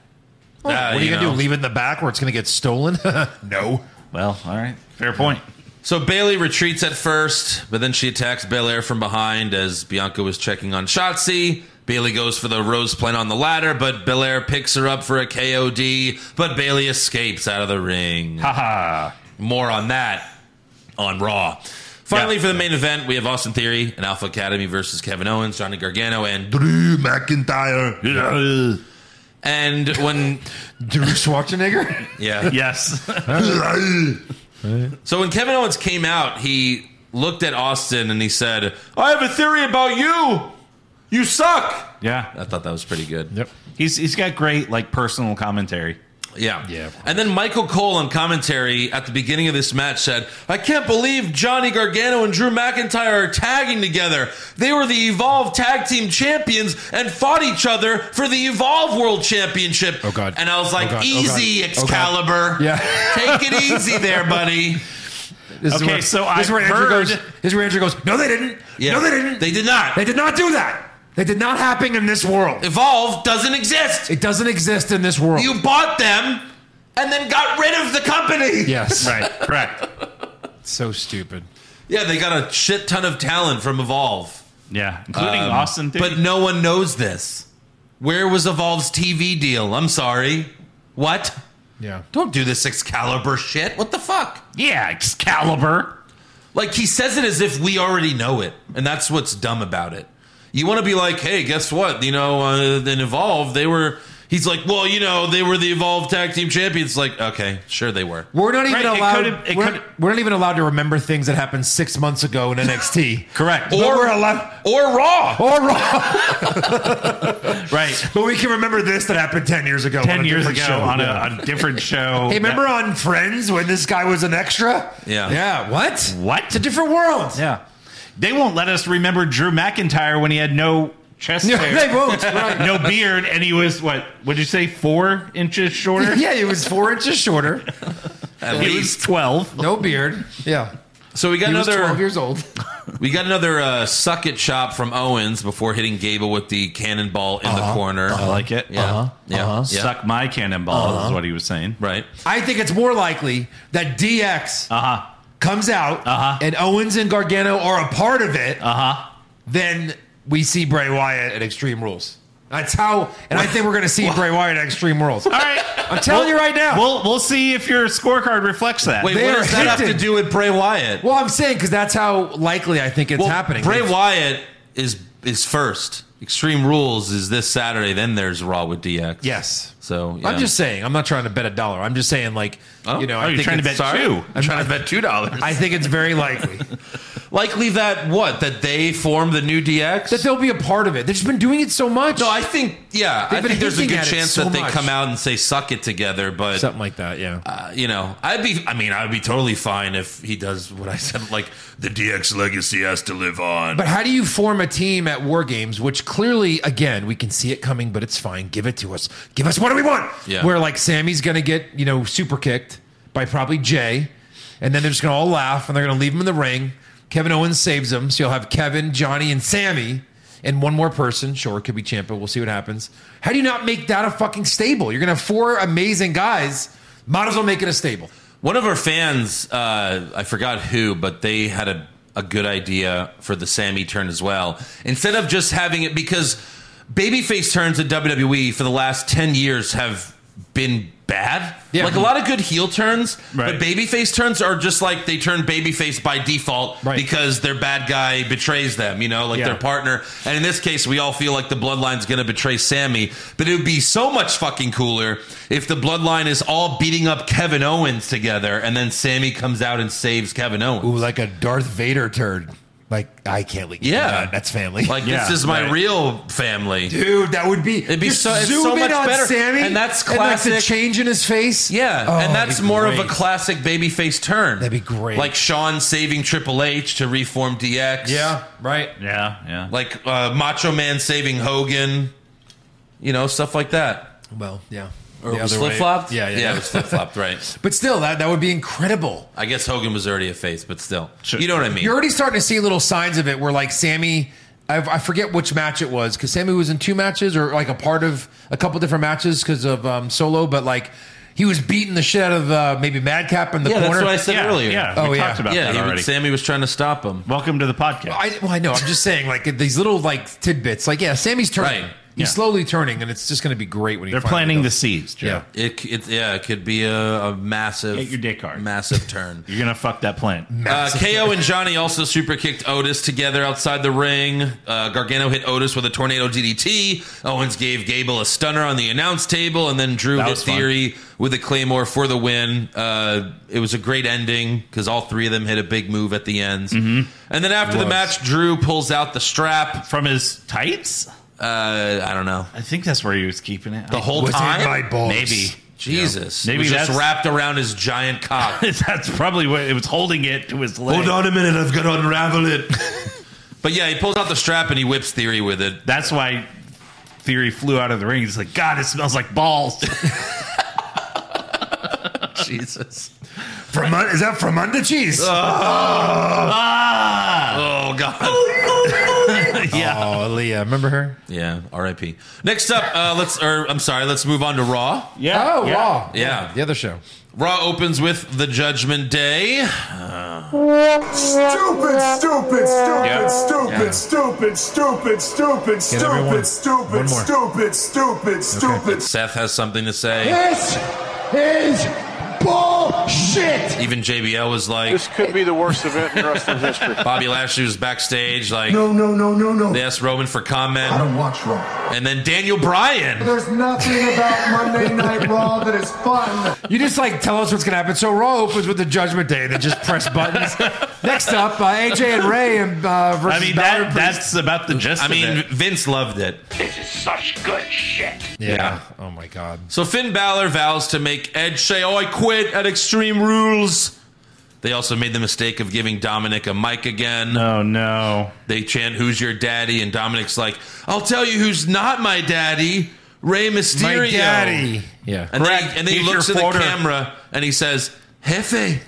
Speaker 4: Uh,
Speaker 5: what are you,
Speaker 4: you
Speaker 5: going to
Speaker 4: know.
Speaker 5: do? Leave it in the back where it's going to get stolen? no.
Speaker 6: Well, all right. Fair point.
Speaker 4: So Bailey retreats at first, but then she attacks Belair from behind as Bianca was checking on Shotzi. Bailey goes for the rose plant on the ladder, but Belair picks her up for a KOD, but Bailey escapes out of the ring.
Speaker 6: Haha.
Speaker 4: More on that on Raw. Finally,
Speaker 6: Yeah.
Speaker 4: for the main event, we have Austin Theory and Alpha Academy versus Kevin Owens, Johnny Gargano, and
Speaker 3: Drew McIntyre.
Speaker 4: and when
Speaker 5: Drew Schwarzenegger?
Speaker 4: yeah
Speaker 6: yes.
Speaker 4: So when Kevin Owens came out, he looked at Austin and he said, "I have a theory about you. You suck."
Speaker 6: yeah.
Speaker 4: I thought that was pretty good.
Speaker 5: yep.
Speaker 6: He's he's got great like personal commentary.
Speaker 4: Yeah.
Speaker 5: Yeah, of course.
Speaker 4: And then Michael Cole on commentary at the beginning of this match said, I can't believe Johnny Gargano and Drew McIntyre are tagging together. They were the Evolve Tag Team Champions and fought each other for the Evolve World Championship.
Speaker 5: Oh, God.
Speaker 4: And I was
Speaker 5: Oh,
Speaker 4: like,
Speaker 5: God. Oh,
Speaker 4: easy,
Speaker 5: God. Oh, God.
Speaker 4: Excalibur.
Speaker 5: Yeah.
Speaker 4: Take it easy there, buddy.
Speaker 5: This is
Speaker 6: Okay,
Speaker 5: where,
Speaker 6: so
Speaker 5: this
Speaker 6: I've
Speaker 5: is where Andrew
Speaker 6: heard-
Speaker 5: goes. This is where Andrew goes. No, they didn't. No, they didn't.
Speaker 4: They did not.
Speaker 5: They did not do that. They did not happen in this world.
Speaker 4: Evolve doesn't exist.
Speaker 5: It doesn't exist in this world.
Speaker 4: You bought them and then got rid of the company.
Speaker 5: yes.
Speaker 6: Right, correct.
Speaker 5: So stupid.
Speaker 4: Yeah, they got a shit ton of talent from Evolve.
Speaker 6: Yeah, including
Speaker 4: Um,
Speaker 6: Austin. Theory.
Speaker 4: But no one knows this. Where was Evolve's TV deal? I'm sorry. What?
Speaker 5: Yeah.
Speaker 4: Don't do this Excalibur shit. What the fuck?
Speaker 6: yeah, Excalibur.
Speaker 4: Like he says it as if we already know it, and that's what's dumb about it. You want to be like, hey, guess what? You know, uh, in Evolve, they were. He's like, well, you know, they were the Evolve Tag Team Champions. Like, okay, sure they were.
Speaker 5: We're not even
Speaker 6: Right, it
Speaker 5: allowed.
Speaker 6: could've- it
Speaker 5: we're,
Speaker 6: could've-
Speaker 5: we're not even allowed to remember things that happened six months ago in NXT.
Speaker 6: Correct.
Speaker 5: But we're allowed.
Speaker 4: or Raw.
Speaker 5: Or wrong.
Speaker 6: right.
Speaker 5: But we can remember this that happened ten years ago. on
Speaker 6: Ten
Speaker 5: a
Speaker 6: years
Speaker 5: different
Speaker 6: ago
Speaker 5: show.
Speaker 6: on a,
Speaker 5: Yeah.
Speaker 6: on a different show.
Speaker 5: Hey, remember uh, on Friends when this guy was an extra?
Speaker 4: Yeah.
Speaker 5: Yeah. What?
Speaker 6: What?
Speaker 5: It's a different world.
Speaker 6: Yeah, they won't let us remember Drew McIntyre when he had no chest
Speaker 5: No,
Speaker 6: hair,
Speaker 5: they won't. Right.
Speaker 6: no beard, and he was what? Would you say four inches shorter?
Speaker 5: Yeah, he was four inches shorter.
Speaker 4: At
Speaker 6: he was twelve.
Speaker 5: No beard. Yeah.
Speaker 4: So we got
Speaker 5: He was
Speaker 4: another.
Speaker 5: 12 years old.
Speaker 4: We got another uh, suck it shot from Owens before hitting Gable with the cannonball in
Speaker 5: Uh-huh.
Speaker 4: the corner.
Speaker 6: I like it. Uh-huh.
Speaker 4: Yeah. Yeah. Yeah.
Speaker 6: Suck my cannonball
Speaker 5: Uh-huh.
Speaker 6: is what he was saying.
Speaker 4: Right.
Speaker 5: I think it's more likely that DX
Speaker 6: Uh huh.
Speaker 5: comes out
Speaker 6: Uh-huh.
Speaker 5: and Owens and Gargano are a part of it.
Speaker 6: Uh huh.
Speaker 5: Then we see Bray Wyatt at Extreme Rules. That's how, and I think we're going to see Bray Wyatt at Extreme Rules.
Speaker 6: All right.
Speaker 5: I'm telling you right now.
Speaker 6: We'll we'll see if your scorecard reflects that.
Speaker 4: Wait,
Speaker 5: They
Speaker 4: what
Speaker 5: are
Speaker 4: does that have to
Speaker 5: hinted.
Speaker 4: do with Bray Wyatt?
Speaker 5: Well, I'm saying because that's how likely I think it's
Speaker 4: Well,
Speaker 5: happening.
Speaker 4: Bray
Speaker 5: It's-
Speaker 4: Wyatt is is first. Extreme Rules is this Saturday. Then there's Raw with DX.
Speaker 5: Yes.
Speaker 4: So yeah.
Speaker 5: I'm just saying. I'm not trying to bet a dollar. I'm just saying, like,
Speaker 4: Oh.
Speaker 5: you know,
Speaker 4: Oh,
Speaker 5: I
Speaker 6: you're
Speaker 5: think
Speaker 6: trying to
Speaker 5: it's-
Speaker 6: bet two.
Speaker 4: I'm trying to bet two dollars.
Speaker 5: I think it's very likely
Speaker 4: Likely that what that they form the new DX.
Speaker 5: that they'll be a part of it. They've just been doing it so much.
Speaker 4: no, I think yeah.
Speaker 5: They've
Speaker 4: I
Speaker 5: been
Speaker 4: think there's a
Speaker 5: hinting
Speaker 4: good
Speaker 5: at it
Speaker 4: chance
Speaker 5: so
Speaker 4: that they
Speaker 5: much.
Speaker 4: come out and say "suck it" together. But
Speaker 5: something like that. Yeah.
Speaker 4: uh, you know, I'd be. I mean, I'd be totally fine if he does what I said. Like
Speaker 3: The DX legacy has to live on.
Speaker 5: But how do you form a team at War Games, which clearly, again, we can see it coming, but it's fine. Give it to us. Give us what do we want?
Speaker 4: Yeah.
Speaker 5: Where like Sammy's gonna get you know super kicked by probably Jay, and then they're just gonna all laugh and they're gonna leave him in the ring. Kevin Owens saves him, so you'll have Kevin, Johnny, and Sammy, and one more person. Sure, it could be Champa. We'll see what happens. How do you not make that a fucking stable? You're gonna have four amazing guys. Might as well make it a stable.
Speaker 4: One of our fans, uh, I forgot who, but they had a, a good idea for the Sammy turn as well. Instead of just having it, because babyface turns in WWE for the last 10 years have been bad.
Speaker 5: Yeah.
Speaker 4: Like a lot of good heel turns,
Speaker 6: Right.
Speaker 4: but babyface turns are just like they turn babyface by default
Speaker 5: Right.
Speaker 4: because their bad guy betrays them, you know, like
Speaker 6: Yeah.
Speaker 4: their partner. And in this case, we all feel like the bloodline's going to betray Sammy, but it would be so much fucking cooler if the bloodline is all beating up Kevin Owens together and then Sammy comes out and saves Kevin Owens.
Speaker 5: Ooh, like a Darth Vader turd. Like I can't leave.
Speaker 4: Yeah.
Speaker 5: That- that's family.
Speaker 4: Like
Speaker 6: Yeah,
Speaker 4: this is my
Speaker 6: right.
Speaker 4: real family.
Speaker 5: Dude, that would be
Speaker 4: It'd be
Speaker 5: you
Speaker 4: so- it's
Speaker 5: zoom
Speaker 4: so
Speaker 5: in
Speaker 4: much
Speaker 5: on
Speaker 4: better.
Speaker 5: Sammy,
Speaker 4: And that's
Speaker 5: like
Speaker 4: classic-
Speaker 5: the change in his face.
Speaker 4: Yeah,
Speaker 5: Oh,
Speaker 4: and that's
Speaker 5: that'd be
Speaker 4: more of
Speaker 5: great.
Speaker 4: a classic babyface turn.
Speaker 5: That'd be great.
Speaker 4: Like Sean saving Triple H to reform DX.
Speaker 5: Yeah, right.
Speaker 6: Yeah, yeah.
Speaker 4: Like uh, Macho Man saving Hogan. You know, stuff like that.
Speaker 5: Well, yeah.
Speaker 4: Or
Speaker 5: The
Speaker 4: it was
Speaker 5: other way.
Speaker 4: flip flopped?
Speaker 5: Yeah, yeah.
Speaker 4: Yeah, it was flip flopped, right.
Speaker 5: But still, that that would be incredible.
Speaker 4: I guess Hogan was already a face, but still.
Speaker 6: Sure.
Speaker 4: You know what I mean?
Speaker 5: You're already starting to see little signs of it where like Sammy I, I forget which match it was because Sammy was in two matches or like a part of a couple different matches because of um, solo, but like he was beating the shit out of uh, maybe Madcap in the
Speaker 4: yeah,
Speaker 5: corner.
Speaker 4: that's what I said
Speaker 6: yeah,
Speaker 4: earlier.
Speaker 6: yeah.
Speaker 5: Oh,
Speaker 6: we
Speaker 5: yeah.
Speaker 6: talked about
Speaker 4: Yeah,
Speaker 6: that
Speaker 4: he would-
Speaker 6: already.
Speaker 4: Sammy was trying to stop him.
Speaker 6: Welcome to the podcast.
Speaker 5: I, well, I know. I'm just saying, like these little like tidbits. Like, yeah, Sammy's turning.
Speaker 4: Right.
Speaker 5: He's
Speaker 6: Yeah.
Speaker 5: slowly turning, and it's just going to be great when he.
Speaker 6: They're
Speaker 5: finally
Speaker 6: planting the
Speaker 5: does.
Speaker 6: seeds. Joe.
Speaker 5: Yeah.
Speaker 4: It, c- it yeah, it could be a, a massive
Speaker 6: Get your dick hard.
Speaker 4: massive turn.
Speaker 6: You're gonna fuck that plant.
Speaker 4: Uh, KO and Johnny also super kicked Otis together outside the ring. Uh, Gargano hit Otis with a tornado DDT. Owens gave Gable a stunner on the announce table, and then Drew
Speaker 6: That
Speaker 4: hit
Speaker 6: was fun.
Speaker 4: Theory with a claymore for the win. Uh, it was a great ending because all three of them hit a big move at the ends.
Speaker 6: Mm-hmm.
Speaker 4: And then after the match, Drew pulls out the strap.
Speaker 6: From his tights?
Speaker 4: Uh, I don't know
Speaker 6: I think that's where he was keeping it.
Speaker 4: the whole
Speaker 5: Within
Speaker 4: time.
Speaker 5: my balls.
Speaker 6: Maybe.
Speaker 4: Jesus,
Speaker 6: Yeah.
Speaker 4: maybe
Speaker 6: Maybe
Speaker 4: it was just
Speaker 6: that's-
Speaker 4: wrapped around his giant cock.
Speaker 6: that's probably what it was holding it to his leg.
Speaker 3: Hold on a minute, I've got to unravel it.
Speaker 4: but yeah, he pulls out the strap and he whips Theory with it.
Speaker 6: That's why Theory flew out of the ring. He's like, God, it smells like balls.
Speaker 4: Jesus.
Speaker 5: From is that from under cheese?
Speaker 6: Uh.
Speaker 4: Ah! Oh God! yeah,
Speaker 5: Oh, Leah, remember her?
Speaker 4: yeah. R.I.P. Next up, uh, let's. Or I'm sorry. Let's move on to Raw.
Speaker 6: Yeah.
Speaker 5: Oh, wow.
Speaker 4: Yeah.
Speaker 5: The other show.
Speaker 4: Raw opens with the Judgment Day.
Speaker 7: Stupid, stupid,
Speaker 6: Yeah.
Speaker 7: stupid, stupid,
Speaker 5: Yeah.
Speaker 7: stupid, stupid, stupid,
Speaker 5: Get everyone.
Speaker 7: stupid,
Speaker 5: One
Speaker 7: stupid, stupid,
Speaker 5: more.
Speaker 7: stupid, stupid.
Speaker 4: Seth has something to say.
Speaker 1: This is bullshit.
Speaker 4: Even JBL was like,
Speaker 8: This could be the worst event in wrestling history.
Speaker 4: Bobby Lashley was backstage, like
Speaker 1: No, no, no, no, no.
Speaker 4: they asked Roman for
Speaker 1: I
Speaker 4: comment,
Speaker 1: don't watch Raw.
Speaker 4: and then Daniel Bryan.
Speaker 1: There's nothing about Monday Night Raw that is fun.
Speaker 5: You just like tell us what's gonna happen. So Raw opens with the Judgment Day, and then just press buttons. Next up, uh, AJ and Ray and uh,
Speaker 6: I
Speaker 5: versus
Speaker 6: mean
Speaker 5: Balor
Speaker 6: that
Speaker 5: and Priest.
Speaker 6: that's about the gist.
Speaker 4: I
Speaker 6: of
Speaker 4: mean,
Speaker 6: it.
Speaker 4: Vince loved it.
Speaker 5: yeah. Oh my God.
Speaker 4: So Finn Balor vows to make Edge say, "Oh, I quit at Extreme Rules." They also made the mistake of giving Dominic a mic again.
Speaker 6: oh no.
Speaker 4: They chant, "Who's your daddy?" And Dominic's like, "I'll tell you who's not my daddy, Ray Mysterio."
Speaker 5: My daddy. Yeah.
Speaker 4: And then,
Speaker 6: Correct.
Speaker 4: he, and then he
Speaker 6: He's your
Speaker 4: looks at the
Speaker 6: floater.
Speaker 4: camera and he says, Hefe,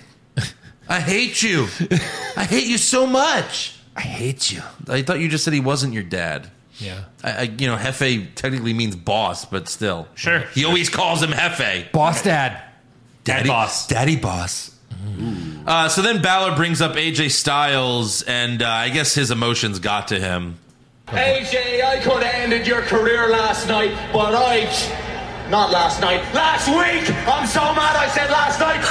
Speaker 4: I hate you. I hate you so much.
Speaker 5: I hate you.
Speaker 4: I thought you just said he wasn't your dad.
Speaker 5: Yeah.
Speaker 4: I, I you know, Hefe technically means boss, but still.
Speaker 6: Sure.
Speaker 4: He always calls him Hefe.
Speaker 5: Boss Dad.
Speaker 4: Daddy
Speaker 6: boss.
Speaker 4: Daddy boss. Uh, so then Balor brings up AJ Styles, and uh, I guess his emotions got to him.
Speaker 9: AJ, I could have ended your career last night, but I. Not last night, last week! I'm so mad I said last night!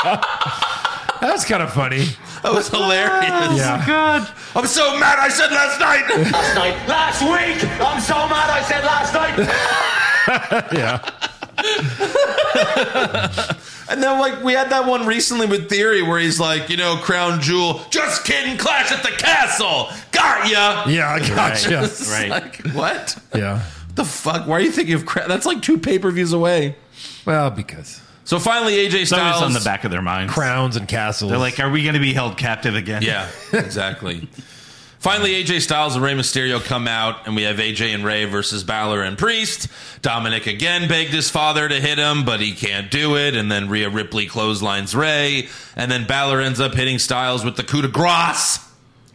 Speaker 5: That was kind of funny.
Speaker 4: That was hilarious.
Speaker 5: Yeah.
Speaker 4: I'm so mad I said last night.
Speaker 9: Last night, last week! I'm so mad I said last night!
Speaker 5: Yeah.
Speaker 4: And then, like, we had that one recently with Theory where he's like, you know, Crown Jewel, just kidding, Clash at the Castle. Got ya.
Speaker 5: Yeah. I gotcha.
Speaker 4: It's
Speaker 6: Right.
Speaker 4: Like, what?
Speaker 5: Yeah.
Speaker 4: The fuck? Why are you thinking of Crown? That's like two pay per views away.
Speaker 5: Well, because
Speaker 4: So finally, AJ
Speaker 6: Something's
Speaker 4: Styles.
Speaker 6: on the back of their minds.
Speaker 5: crowns and castles.
Speaker 6: They're like, are we going to be held captive again?
Speaker 4: Yeah, exactly. Finally, AJ Styles and Rey Mysterio come out, and we have AJ and Rey versus Balor and Priest. Dominic again begged his father to hit him, but he can't do it. And then Rhea Ripley clotheslines Rey, and then Balor ends up hitting Styles with the coup de grace.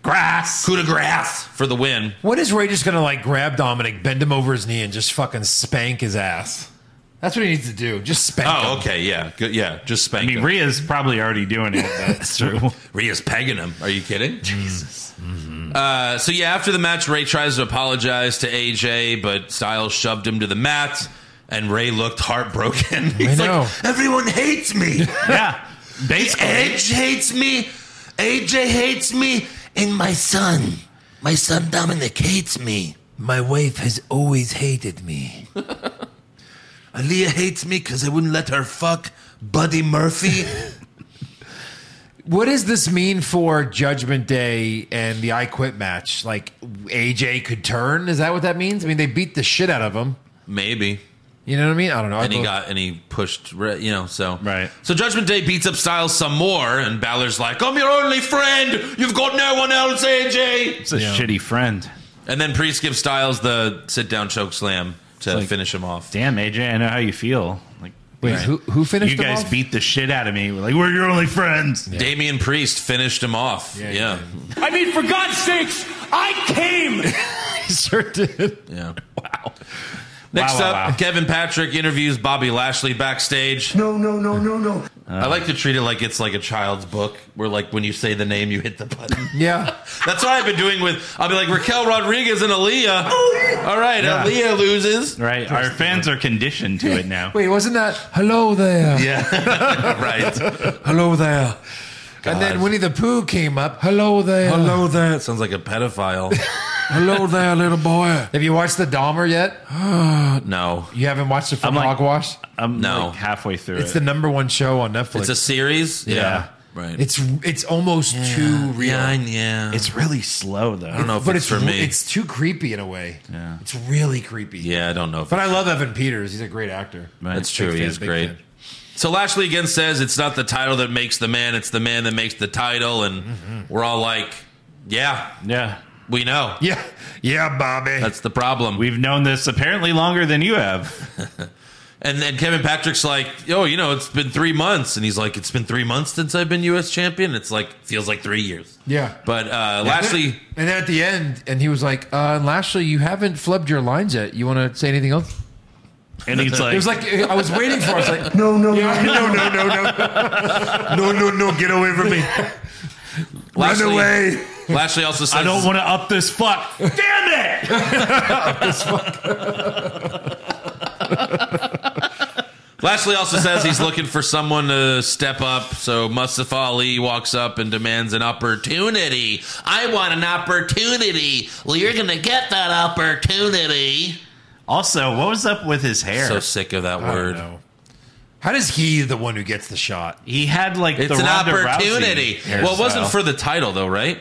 Speaker 4: Grass. Coup de grace for the win.
Speaker 5: what is Ray just gonna like grab Dominic, bend him over his knee, and just fucking spank his ass? That's what he needs to do. Just spank him.
Speaker 4: Oh, okay, yeah. Good, yeah, just spank
Speaker 6: I mean,
Speaker 4: him.
Speaker 6: Rhea's probably already doing it. That's true.
Speaker 4: Rhea's pegging him. Are you kidding? Jesus. Mm-hmm. Uh, so yeah, after the match, Ray tries to apologize to AJ, but Styles shoved him to the mat, and Ray looked heartbroken. He's
Speaker 5: know.
Speaker 4: like, everyone hates me.
Speaker 6: yeah. Basically.
Speaker 4: Edge hates me. AJ hates me, and my son, my son Dominic hates me.
Speaker 5: My wife has always hated me.
Speaker 4: Aaliyah hates me because I wouldn't let her fuck Buddy Murphy.
Speaker 5: What does this mean for Judgment Day and the I Quit match? Like AJ could turn? Is that what that means? I mean, they beat the shit out of him.
Speaker 4: Maybe.
Speaker 5: You know what I mean? I don't know.
Speaker 4: and
Speaker 5: I
Speaker 4: he
Speaker 5: thought-
Speaker 4: got and he pushed re- you know so
Speaker 6: Uh-huh. Right.
Speaker 4: so judgment day beats up styles some more and balor's like i'm your only friend you've got no one else aj
Speaker 6: It's a shitty friend.
Speaker 4: and then priest gives styles the sit down choke slam to finish him off
Speaker 6: Damn, AJ, I know how you feel. Like,
Speaker 5: Wait, who, who finished?
Speaker 6: you
Speaker 5: him
Speaker 6: guys
Speaker 5: off?
Speaker 6: beat the shit out of me. We're like, we're your only friends.
Speaker 4: Damian Priest finished him off. Yeah, yeah.
Speaker 9: I mean, for God's sakes, I came!
Speaker 5: sure did.
Speaker 4: Wow. Next
Speaker 6: Wow, wow,
Speaker 4: up,
Speaker 6: wow.
Speaker 4: Kevin Patrick interviews Bobby Lashley backstage.
Speaker 1: No, no, no, no, no.
Speaker 6: Uh.
Speaker 4: I like to treat it like it's like a child's book, where like when you say the name, you hit the button.
Speaker 5: Yeah.
Speaker 4: That's what I've been doing with. I'll be like Raquel Rodriguez and Aaliyah.
Speaker 5: Oh,
Speaker 4: All right, Aaliyah loses.
Speaker 6: Right? Our fans are conditioned to it now.
Speaker 5: Wait, wasn't that hello there?
Speaker 4: Yeah, right.
Speaker 5: Hello there. And then Winnie the Pooh came up. Hello there.
Speaker 3: Hello there.
Speaker 4: Sounds like a pedophile.
Speaker 3: Hello there, little boy.
Speaker 5: Have you watched the Dahmer yet?
Speaker 4: No,
Speaker 5: You haven't watched it from
Speaker 6: I'm like-
Speaker 5: Hogwash?
Speaker 6: I'm
Speaker 4: No.
Speaker 6: like halfway through
Speaker 5: It's
Speaker 6: it.
Speaker 5: the number one show on
Speaker 4: it's
Speaker 5: Netflix.
Speaker 4: a series.
Speaker 6: Yeah.
Speaker 4: right.
Speaker 5: it's it's almost too real.
Speaker 4: yeah, I- yeah.
Speaker 6: it's really slow, though.
Speaker 4: I don't know if
Speaker 5: but
Speaker 4: it's,
Speaker 5: it's
Speaker 4: for me.
Speaker 5: It's too creepy in a way. Yeah. It's really creepy.
Speaker 4: yeah, I don't know if
Speaker 5: But I love Evan Peters. He's a great actor.
Speaker 4: that's true.
Speaker 5: Big
Speaker 4: He
Speaker 5: fan,
Speaker 4: is
Speaker 5: big
Speaker 4: great.
Speaker 5: fan.
Speaker 4: So Lashley again says it's not the title that makes the man; it's the man that makes the title, and
Speaker 5: Mm-hmm.
Speaker 4: we're all like, "Yeah,
Speaker 6: Yeah.
Speaker 4: we know."
Speaker 5: Yeah. Yeah, Bobby.
Speaker 4: That's the problem.
Speaker 6: We've known this apparently longer than you have.
Speaker 4: And then Kevin Patrick's like, "Yo, you know, it's been three months," and he's like, "It's been three months since I've been U.S. champion. It's like feels like three years."
Speaker 5: Yeah.
Speaker 4: But uh, Lashley,
Speaker 5: And then at the end, and he was like, uh, and Lashley, you haven't flubbed your lines yet. You want to say anything else?
Speaker 6: And he's like,
Speaker 5: It was like, I was waiting for it. I was like,
Speaker 1: No, no, no.
Speaker 3: No, no, no, no. No, no, no. Get away from me. Run
Speaker 4: Lashley,
Speaker 3: away.
Speaker 4: Lashley also says,
Speaker 6: I don't want to up this fuck. Damn it!
Speaker 4: Lashley also says he's looking for someone to step up. So Mustafa Ali walks up and demands an opportunity. I want an opportunity. Well, you're gonna get that opportunity.
Speaker 6: Also, what was up with his hair?
Speaker 4: So sick of that
Speaker 5: I don't
Speaker 4: word.
Speaker 5: know. How does he, the one who gets the shot?
Speaker 6: he had like
Speaker 4: It's
Speaker 6: the
Speaker 4: an
Speaker 6: Ronda Rousey
Speaker 4: opportunity.
Speaker 6: hairstyle.
Speaker 4: Well, it wasn't for the title though, right?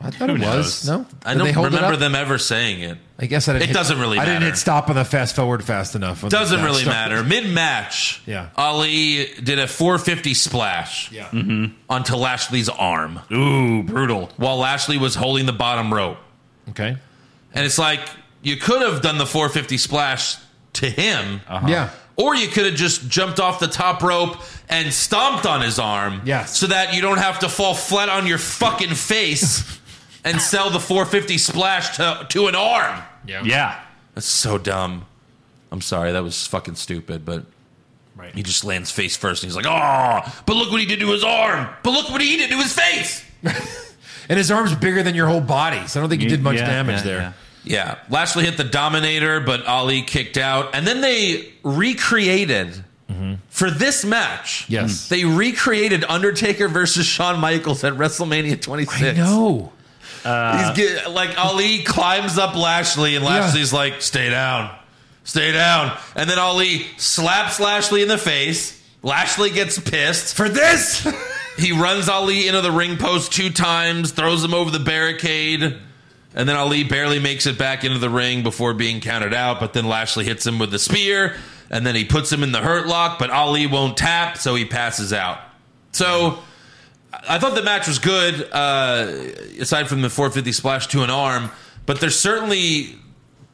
Speaker 5: I thought
Speaker 6: Who
Speaker 5: it
Speaker 6: knows?
Speaker 5: was. No,
Speaker 4: I
Speaker 5: Did they
Speaker 4: don't
Speaker 5: hold it
Speaker 4: remember
Speaker 5: up?
Speaker 4: them ever saying it.
Speaker 5: I guess I didn't.
Speaker 4: It
Speaker 5: hit-
Speaker 4: doesn't really
Speaker 5: I didn't
Speaker 4: matter.
Speaker 5: hit stop on the fast forward fast enough. on the
Speaker 4: Doesn't
Speaker 5: fast
Speaker 4: really
Speaker 5: stop.
Speaker 4: matter. Mid match,
Speaker 5: Yeah.
Speaker 4: Ali did a 450 splash
Speaker 5: Yeah.
Speaker 4: onto Lashley's arm
Speaker 6: Ooh, brutal.
Speaker 4: while Lashley was holding the bottom rope.
Speaker 5: Okay.
Speaker 4: And it's like you could have done the 450 splash to him,
Speaker 5: Yeah.
Speaker 4: or you could have just jumped off the top rope and stomped on his arm,
Speaker 5: Yes.
Speaker 4: so that you don't have to fall flat on your fucking face and sell the 450 splash to to an arm.
Speaker 6: Yeah.
Speaker 4: That's so dumb. I'm sorry, that was fucking stupid, but
Speaker 5: Right.
Speaker 4: he just lands face first and he's like, oh, but look what he did to his arm. But look what he did to his face.
Speaker 5: And his arm's bigger than your whole body, so I don't think he did much
Speaker 6: Yeah,
Speaker 5: damage
Speaker 6: yeah,
Speaker 5: there.
Speaker 6: yeah.
Speaker 4: Yeah. Lashley hit the Dominator, but Ali kicked out. And then they recreated for this match.
Speaker 5: Mm-hmm. Yes.
Speaker 4: They recreated Undertaker versus Shawn Michaels at WrestleMania 26.
Speaker 5: I know.
Speaker 4: He's get, like Ali climbs up Lashley, and Lashley's like, "Stay down, stay down." And then Ali slaps Lashley in the face. Lashley gets pissed for this. he runs Ali into the ring post two times, throws him over the barricade, and then Ali barely makes it back into the ring before being counted out. But then Lashley hits him with the spear, and then he puts him in the hurt lock. But Ali won't tap, so he passes out. So. I thought the match was good, uh, aside from the 450 splash to an arm. But there's certainly,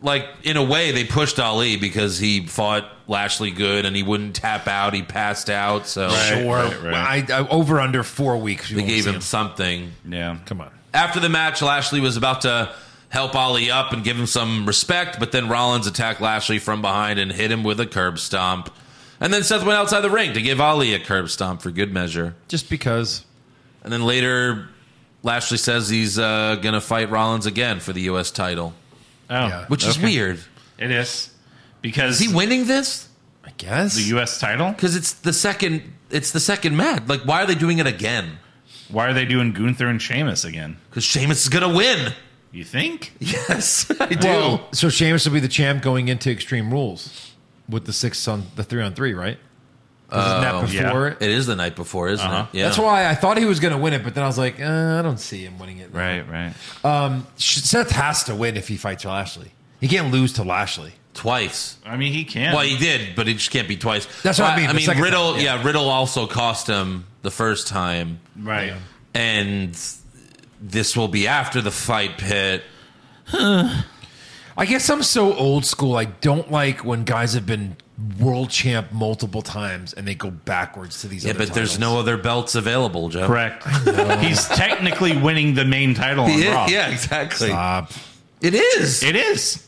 Speaker 4: like, in a way, they pushed Ali because he fought Lashley good and he wouldn't tap out. He passed out, so
Speaker 5: Sure.
Speaker 6: right, right.
Speaker 5: I, I over under four weeks.
Speaker 4: they gave him something.
Speaker 6: Yeah.
Speaker 5: Come on.
Speaker 4: After the match, Lashley was about to help Ali up and give him some respect, but then Rollins attacked Lashley from behind and hit him with a curb stomp. And then Seth went outside the ring to give Ali a curb stomp for good measure.
Speaker 5: Just because.
Speaker 4: And then later, Lashley says he's uh, going to fight Rollins again for the U.S. title,
Speaker 6: Oh,
Speaker 5: Yeah.
Speaker 4: which is
Speaker 6: okay.
Speaker 4: weird.
Speaker 6: It is because
Speaker 4: Is he winning this?
Speaker 5: I guess.
Speaker 6: the U.S. title.
Speaker 4: Because it's the second. It's the second match. Like, why are they doing it again?
Speaker 6: Why are they doing Gunther and Sheamus again?
Speaker 4: Because Sheamus is going to win.
Speaker 6: You think?
Speaker 4: Yes, I do.
Speaker 5: Well, so Sheamus will be the champ going into Extreme Rules with the six on the three on three, right? Isn't that before it?
Speaker 4: Oh, it is the night before, isn't
Speaker 6: Uh-huh.
Speaker 4: it? Yeah.
Speaker 5: That's why I thought he was going to win it, but then I was like, uh, I don't see him winning it.
Speaker 6: Right, right.
Speaker 5: Sh- Seth has to win if he fights Lashley. He can't lose to Lashley.
Speaker 4: twice.
Speaker 6: I mean, he can.
Speaker 4: Well, he did, but it just can't be twice.
Speaker 5: That's what I mean,
Speaker 4: I
Speaker 5: the
Speaker 4: mean,
Speaker 5: second
Speaker 4: Riddle.
Speaker 5: time,
Speaker 4: yeah. Riddle also cost him the first time,
Speaker 6: right.
Speaker 4: and this will be after the fight pit.
Speaker 5: I guess I'm so old school. I don't like when guys have been world champ multiple times and they go backwards to these.
Speaker 4: Yeah,
Speaker 5: other
Speaker 4: but there's no
Speaker 5: titles.
Speaker 4: other belts available, Jeff.
Speaker 6: Correct. He's technically winning the main title on
Speaker 4: Yeah,
Speaker 6: Raw.
Speaker 4: yeah, exactly.
Speaker 5: Stop.
Speaker 4: It is.
Speaker 6: It is.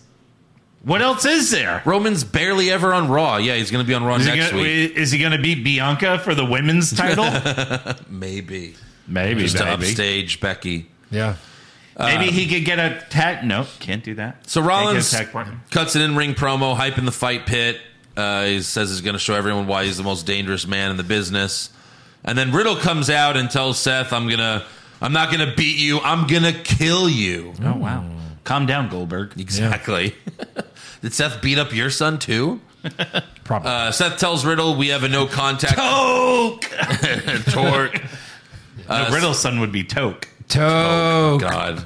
Speaker 6: What else is there?
Speaker 4: Roman's barely ever on Raw. Yeah, he's going to be on Raw
Speaker 6: Is he,
Speaker 4: next
Speaker 6: gonna,
Speaker 4: week.
Speaker 6: is he gonna beat Bianca for the women's title?
Speaker 4: Maybe.
Speaker 6: maybe,
Speaker 4: Just to
Speaker 6: maybe.
Speaker 4: upstage Becky.
Speaker 5: Yeah.
Speaker 6: Maybe he could get a tag. No, can't do that.
Speaker 4: So
Speaker 6: Can't get a
Speaker 4: Rollins
Speaker 6: tag partner.
Speaker 4: cuts an in ring promo, hyping the fight pit. Uh, he says he's going to show everyone why he's the most dangerous man in the business. And then Riddle comes out and tells Seth, I'm going to. I'm not going to beat you. I'm going to kill you.
Speaker 6: Oh wow. Calm down, Goldberg.
Speaker 4: Exactly. Did Seth beat up your son too?
Speaker 5: Probably.
Speaker 4: Uh, Seth tells Riddle, "We have a no contact
Speaker 6: Toke.
Speaker 4: torque." Uh,
Speaker 6: no, Riddle's son would be Toke.
Speaker 5: Toke.
Speaker 4: God.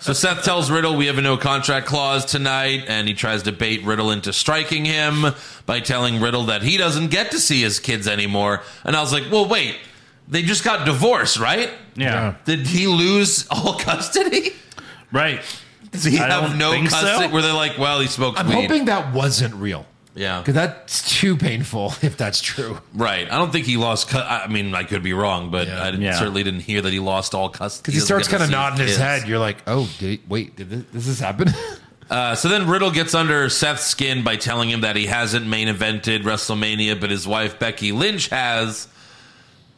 Speaker 4: So Seth tells Riddle we have a no contract clause tonight, and he tries to bait Riddle into striking him by telling Riddle that he doesn't get to see his kids anymore. And I was like, well, wait, they just got divorced, right?
Speaker 6: Yeah.
Speaker 4: Did he lose all custody?
Speaker 6: Right.
Speaker 4: Does he
Speaker 6: I
Speaker 4: have
Speaker 6: don't
Speaker 4: no
Speaker 6: think
Speaker 4: custody?
Speaker 6: so.
Speaker 4: Where they're like, well, he smokes
Speaker 5: I'm
Speaker 4: weed.
Speaker 5: hoping that wasn't real.
Speaker 4: Yeah.
Speaker 5: Because that's too painful if that's true.
Speaker 4: Right. I don't think he lost. Cu- I mean, I could be wrong, but I didn't,
Speaker 6: Yeah.
Speaker 4: certainly didn't hear that he lost all custody.
Speaker 5: Because he
Speaker 4: doesn't
Speaker 5: starts
Speaker 4: get to
Speaker 5: kind of
Speaker 4: see
Speaker 5: nodding his
Speaker 4: kids.
Speaker 5: head. You're like, oh, did he, wait, did this, does this happen?
Speaker 4: Uh, so then Riddle gets under Seth's skin by telling him that he hasn't main evented WrestleMania, but his wife Becky Lynch has.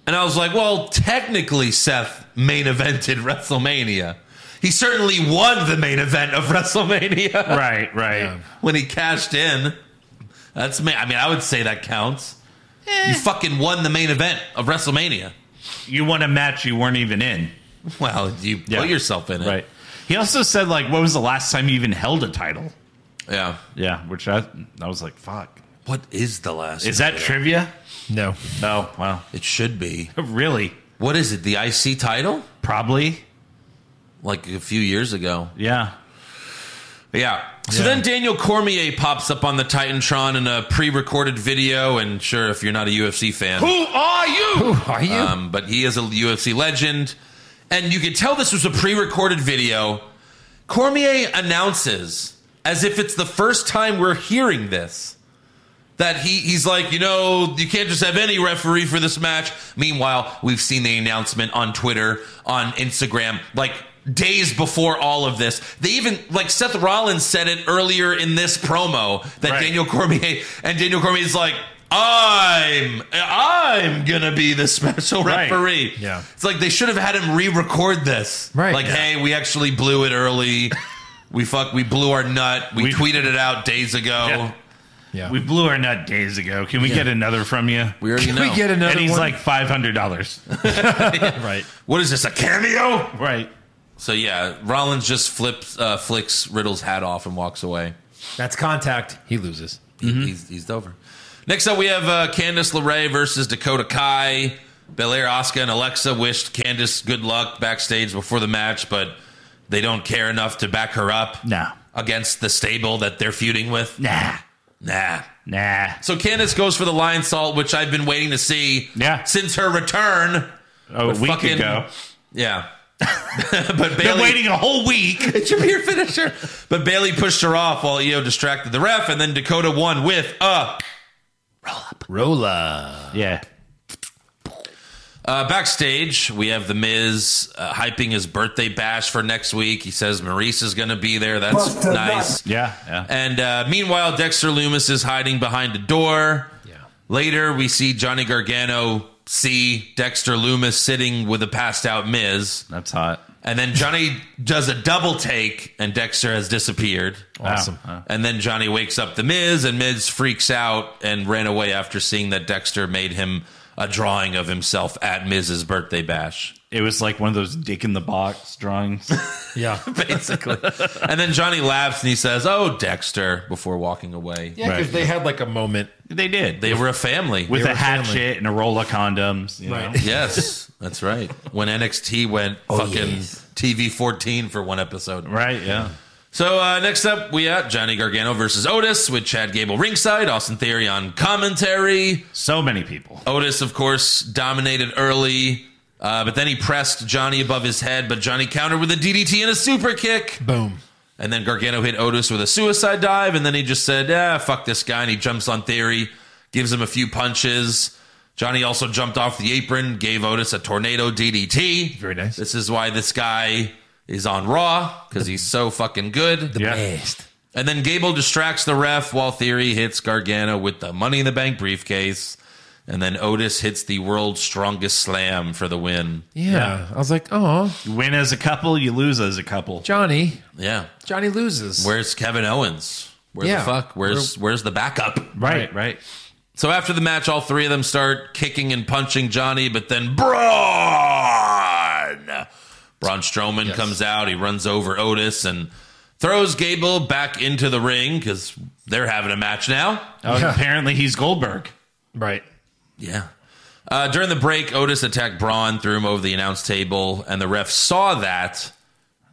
Speaker 4: And I was like, well, technically, Seth main evented WrestleMania. He certainly won the main event of WrestleMania
Speaker 6: Right, right.
Speaker 4: when he cashed in. That's ma- I mean, I would say that counts. You fucking won the main event of WrestleMania.
Speaker 6: You won a match you weren't even in.
Speaker 4: Well, you
Speaker 6: Yeah.
Speaker 4: put yourself in it.
Speaker 6: Right. He also said like, "What was the last time you even held a title?"
Speaker 4: Yeah.
Speaker 6: Yeah, which I I was like, "Fuck."
Speaker 4: What is the last?
Speaker 6: Is that trivia?
Speaker 5: no.
Speaker 6: No. Oh, Wow.
Speaker 4: It should be.
Speaker 6: really?
Speaker 4: What is it? The IC title?
Speaker 6: Probably.
Speaker 4: Like a few years ago.
Speaker 6: Yeah.
Speaker 4: Yeah. So then Daniel Cormier pops up on the Titantron in a pre-recorded video, and sure, if you're not a UFC fan,
Speaker 6: Who are you?
Speaker 5: Who are you?
Speaker 4: um, but he is a UFC legend, and you could tell this was a pre-recorded video. Cormier announces, as if it's the first time we're hearing this, that he he's like, you know, you can't just have any referee for this match. Meanwhile, we've seen the announcement on Twitter, on Instagram, like days before all of this. They even like Seth Rollins said it earlier in this promo that
Speaker 6: Right.
Speaker 4: Daniel Cormier and Daniel Cormier is like, I'm I'm gonna be the special
Speaker 6: Right.
Speaker 4: referee.
Speaker 5: Yeah.
Speaker 4: It's like they should have had him re-record this.
Speaker 5: Right.
Speaker 4: Like,
Speaker 5: Yeah.
Speaker 4: hey, we actually blew it early. We fuck. We blew our nut. We,
Speaker 6: We-
Speaker 4: tweeted it out days ago.
Speaker 6: Yeah.
Speaker 5: yeah.
Speaker 6: We blew our nut days ago. Can we get another from you?
Speaker 4: We already
Speaker 5: Can
Speaker 4: know.
Speaker 5: we get another
Speaker 6: and he's
Speaker 5: one?
Speaker 6: like five hundred dollars. Right.
Speaker 4: what is this? A cameo?
Speaker 6: Right.
Speaker 4: So yeah, Rollins just flips, uh, flicks Riddle's hat off and walks away.
Speaker 5: that's contact. He loses.
Speaker 4: He- He's he's over. Next up, we have uh, Candice LeRae versus Dakota Kai. Belair, Asuka, and Alexa wished Candice good luck backstage before the match, but they don't care enough to back her up
Speaker 6: No.
Speaker 4: against the stable that they're feuding with.
Speaker 6: Nah.
Speaker 4: Nah.
Speaker 6: Nah.
Speaker 4: So Candice goes for the lion salt, which I've been waiting to see
Speaker 6: Yeah.
Speaker 4: since her return.
Speaker 6: Oh, a
Speaker 4: But
Speaker 6: week
Speaker 4: fucking-
Speaker 6: ago.
Speaker 4: Yeah. but
Speaker 6: Been
Speaker 4: Bailey,
Speaker 6: waiting a whole week.
Speaker 4: It should be your finisher. But Bailey pushed her off while EO distracted the ref, and then Dakota won with a.
Speaker 5: Rolla.
Speaker 6: Yeah.
Speaker 4: Uh, backstage, we have The Miz uh, hyping his birthday bash for next week. He says Maurice is going to be there. That's
Speaker 1: Busta
Speaker 4: nice.
Speaker 6: Yeah. Yeah.
Speaker 4: And uh, meanwhile, Dexter Loomis is hiding behind a door.
Speaker 5: Yeah.
Speaker 4: Later, we see Johnny Gargano see Dexter Loomis sitting with a passed out Miz.
Speaker 6: That's hot.
Speaker 4: And then Johnny does a double take, and Dexter has disappeared.
Speaker 5: Awesome.
Speaker 6: Wow.
Speaker 4: And then Johnny wakes up the Miz, and Miz freaks out and ran away after seeing that Dexter made him a drawing of himself at Miz's birthday bash,
Speaker 6: It was like one of those dick in the box drawings.
Speaker 5: Yeah.
Speaker 4: basically. and then Johnny laughs and he says, Oh, Dexter, before walking away.
Speaker 5: Yeah, because
Speaker 6: Right.
Speaker 5: they had like a moment.
Speaker 6: they did.
Speaker 4: They were a family.
Speaker 6: with
Speaker 5: They
Speaker 6: a
Speaker 5: were
Speaker 6: hatchet
Speaker 5: family.
Speaker 6: and a roll of condoms. You
Speaker 5: Right.
Speaker 6: Know?
Speaker 4: yes, that's right. When NXT went fucking TV 14 for one episode.
Speaker 6: Right. Yeah.
Speaker 4: So uh, next up, we got Johnny Gargano versus Otis with Chad Gable ringside, Austin Theory on commentary.
Speaker 6: So many people.
Speaker 4: Otis, of course, dominated early, uh, but then he pressed Johnny above his head, but Johnny countered with a DDT and a super kick.
Speaker 5: Boom.
Speaker 4: And then Gargano hit Otis with a suicide dive, and then he just said, ah, fuck this guy, and he jumps on Theory, gives him a few punches. Johnny also jumped off the apron, gave Otis a tornado DDT.
Speaker 5: Very nice.
Speaker 4: This is why this guy is on Raw, because he's so fucking good.
Speaker 6: Yeah.
Speaker 5: Best.
Speaker 4: And then Gable distracts the ref while Theory hits Gargano with the Money in the Bank briefcase. And then Otis hits the world's strongest slam for the win.
Speaker 5: Yeah. I was like, oh,
Speaker 6: You win as a couple, you lose as a couple.
Speaker 5: Johnny.
Speaker 4: Yeah.
Speaker 5: Johnny loses.
Speaker 4: Where's Kevin Owens? Where
Speaker 5: Yeah.
Speaker 4: the fuck? Where's where's the backup?
Speaker 6: Right. Right.
Speaker 4: So after the match, all three of them start kicking and punching Johnny, but then Braun Braun Strowman comes out. He runs over Otis and throws Gable back into the ring because they're having a match now.
Speaker 6: Oh,
Speaker 5: Yeah.
Speaker 6: Apparently, he's Goldberg.
Speaker 5: Right.
Speaker 4: Yeah. Uh, during the break, Otis attacked Braun, threw him over the announce table, and the ref saw that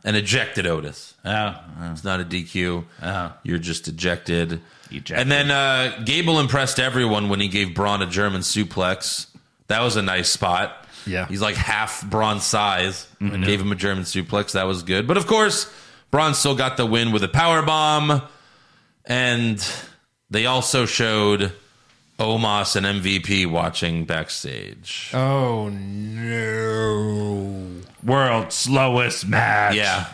Speaker 4: and ejected Otis.
Speaker 6: Oh, oh.
Speaker 4: It's not a DQ.
Speaker 6: Oh.
Speaker 4: You're just ejected.
Speaker 6: Ejected.
Speaker 4: And then uh, Gable impressed everyone when he gave Braun a German suplex. That was a nice spot.
Speaker 5: Yeah.
Speaker 4: He's like half Braun's size.
Speaker 6: Mm-hmm.
Speaker 4: Gave him a German suplex. That was good. But of course, Braun still got the win with a power bomb. And they also showed Omos and MVP watching backstage.
Speaker 5: Oh no!
Speaker 6: World's slowest match.
Speaker 4: yeah.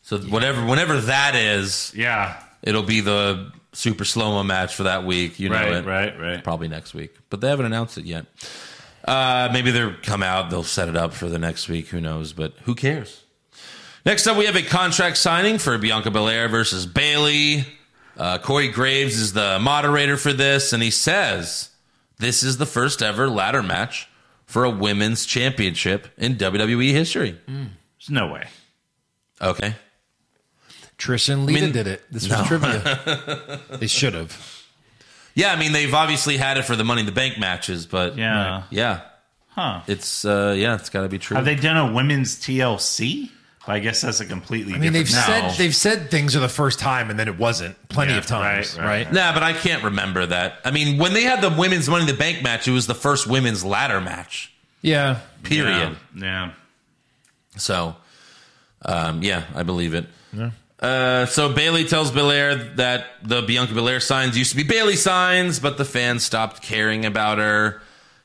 Speaker 4: So whatever, whenever that is,
Speaker 6: Yeah.
Speaker 4: it'll be the super slow mo match for that week. You know
Speaker 6: Right,
Speaker 4: it,
Speaker 6: right, right.
Speaker 4: Probably next week, but they haven't announced it yet. Uh, maybe they'll come out. They'll set it up for the next week. Who knows? But who cares? Next up, we have a contract signing for Bianca Belair versus Bailey. Uh, Corey Graves is the moderator for this, and he says this is the first ever ladder match for a women's championship in WWE history.
Speaker 6: There's no way.
Speaker 4: Okay.
Speaker 5: Trish and Lita
Speaker 4: mean-
Speaker 5: did it. This was
Speaker 4: No.
Speaker 5: trivia. they should have.
Speaker 4: Yeah, I mean they've obviously had it for the Money in the Bank matches, but
Speaker 6: Yeah.
Speaker 4: yeah,
Speaker 6: Huh.
Speaker 4: it's uh, yeah, it's got to be true.
Speaker 6: Have they done a women's TLC? I guess that's a completely.
Speaker 5: I mean, they've
Speaker 6: different
Speaker 5: said
Speaker 6: No.
Speaker 5: they've said things are the first time, and then it wasn't plenty
Speaker 6: Yeah,
Speaker 5: of times,
Speaker 6: right,
Speaker 5: right?
Speaker 6: right.
Speaker 4: nah, but I can't remember that. I mean, when they had the women's Money in the Bank match, it was the first women's ladder match.
Speaker 5: Yeah,
Speaker 4: Period.
Speaker 6: Yeah. yeah.
Speaker 4: So, um, yeah, I believe it. Uh, so Bailey tells Belair that the Bianca Belair signs used to be Bailey signs, but the fans stopped caring about her.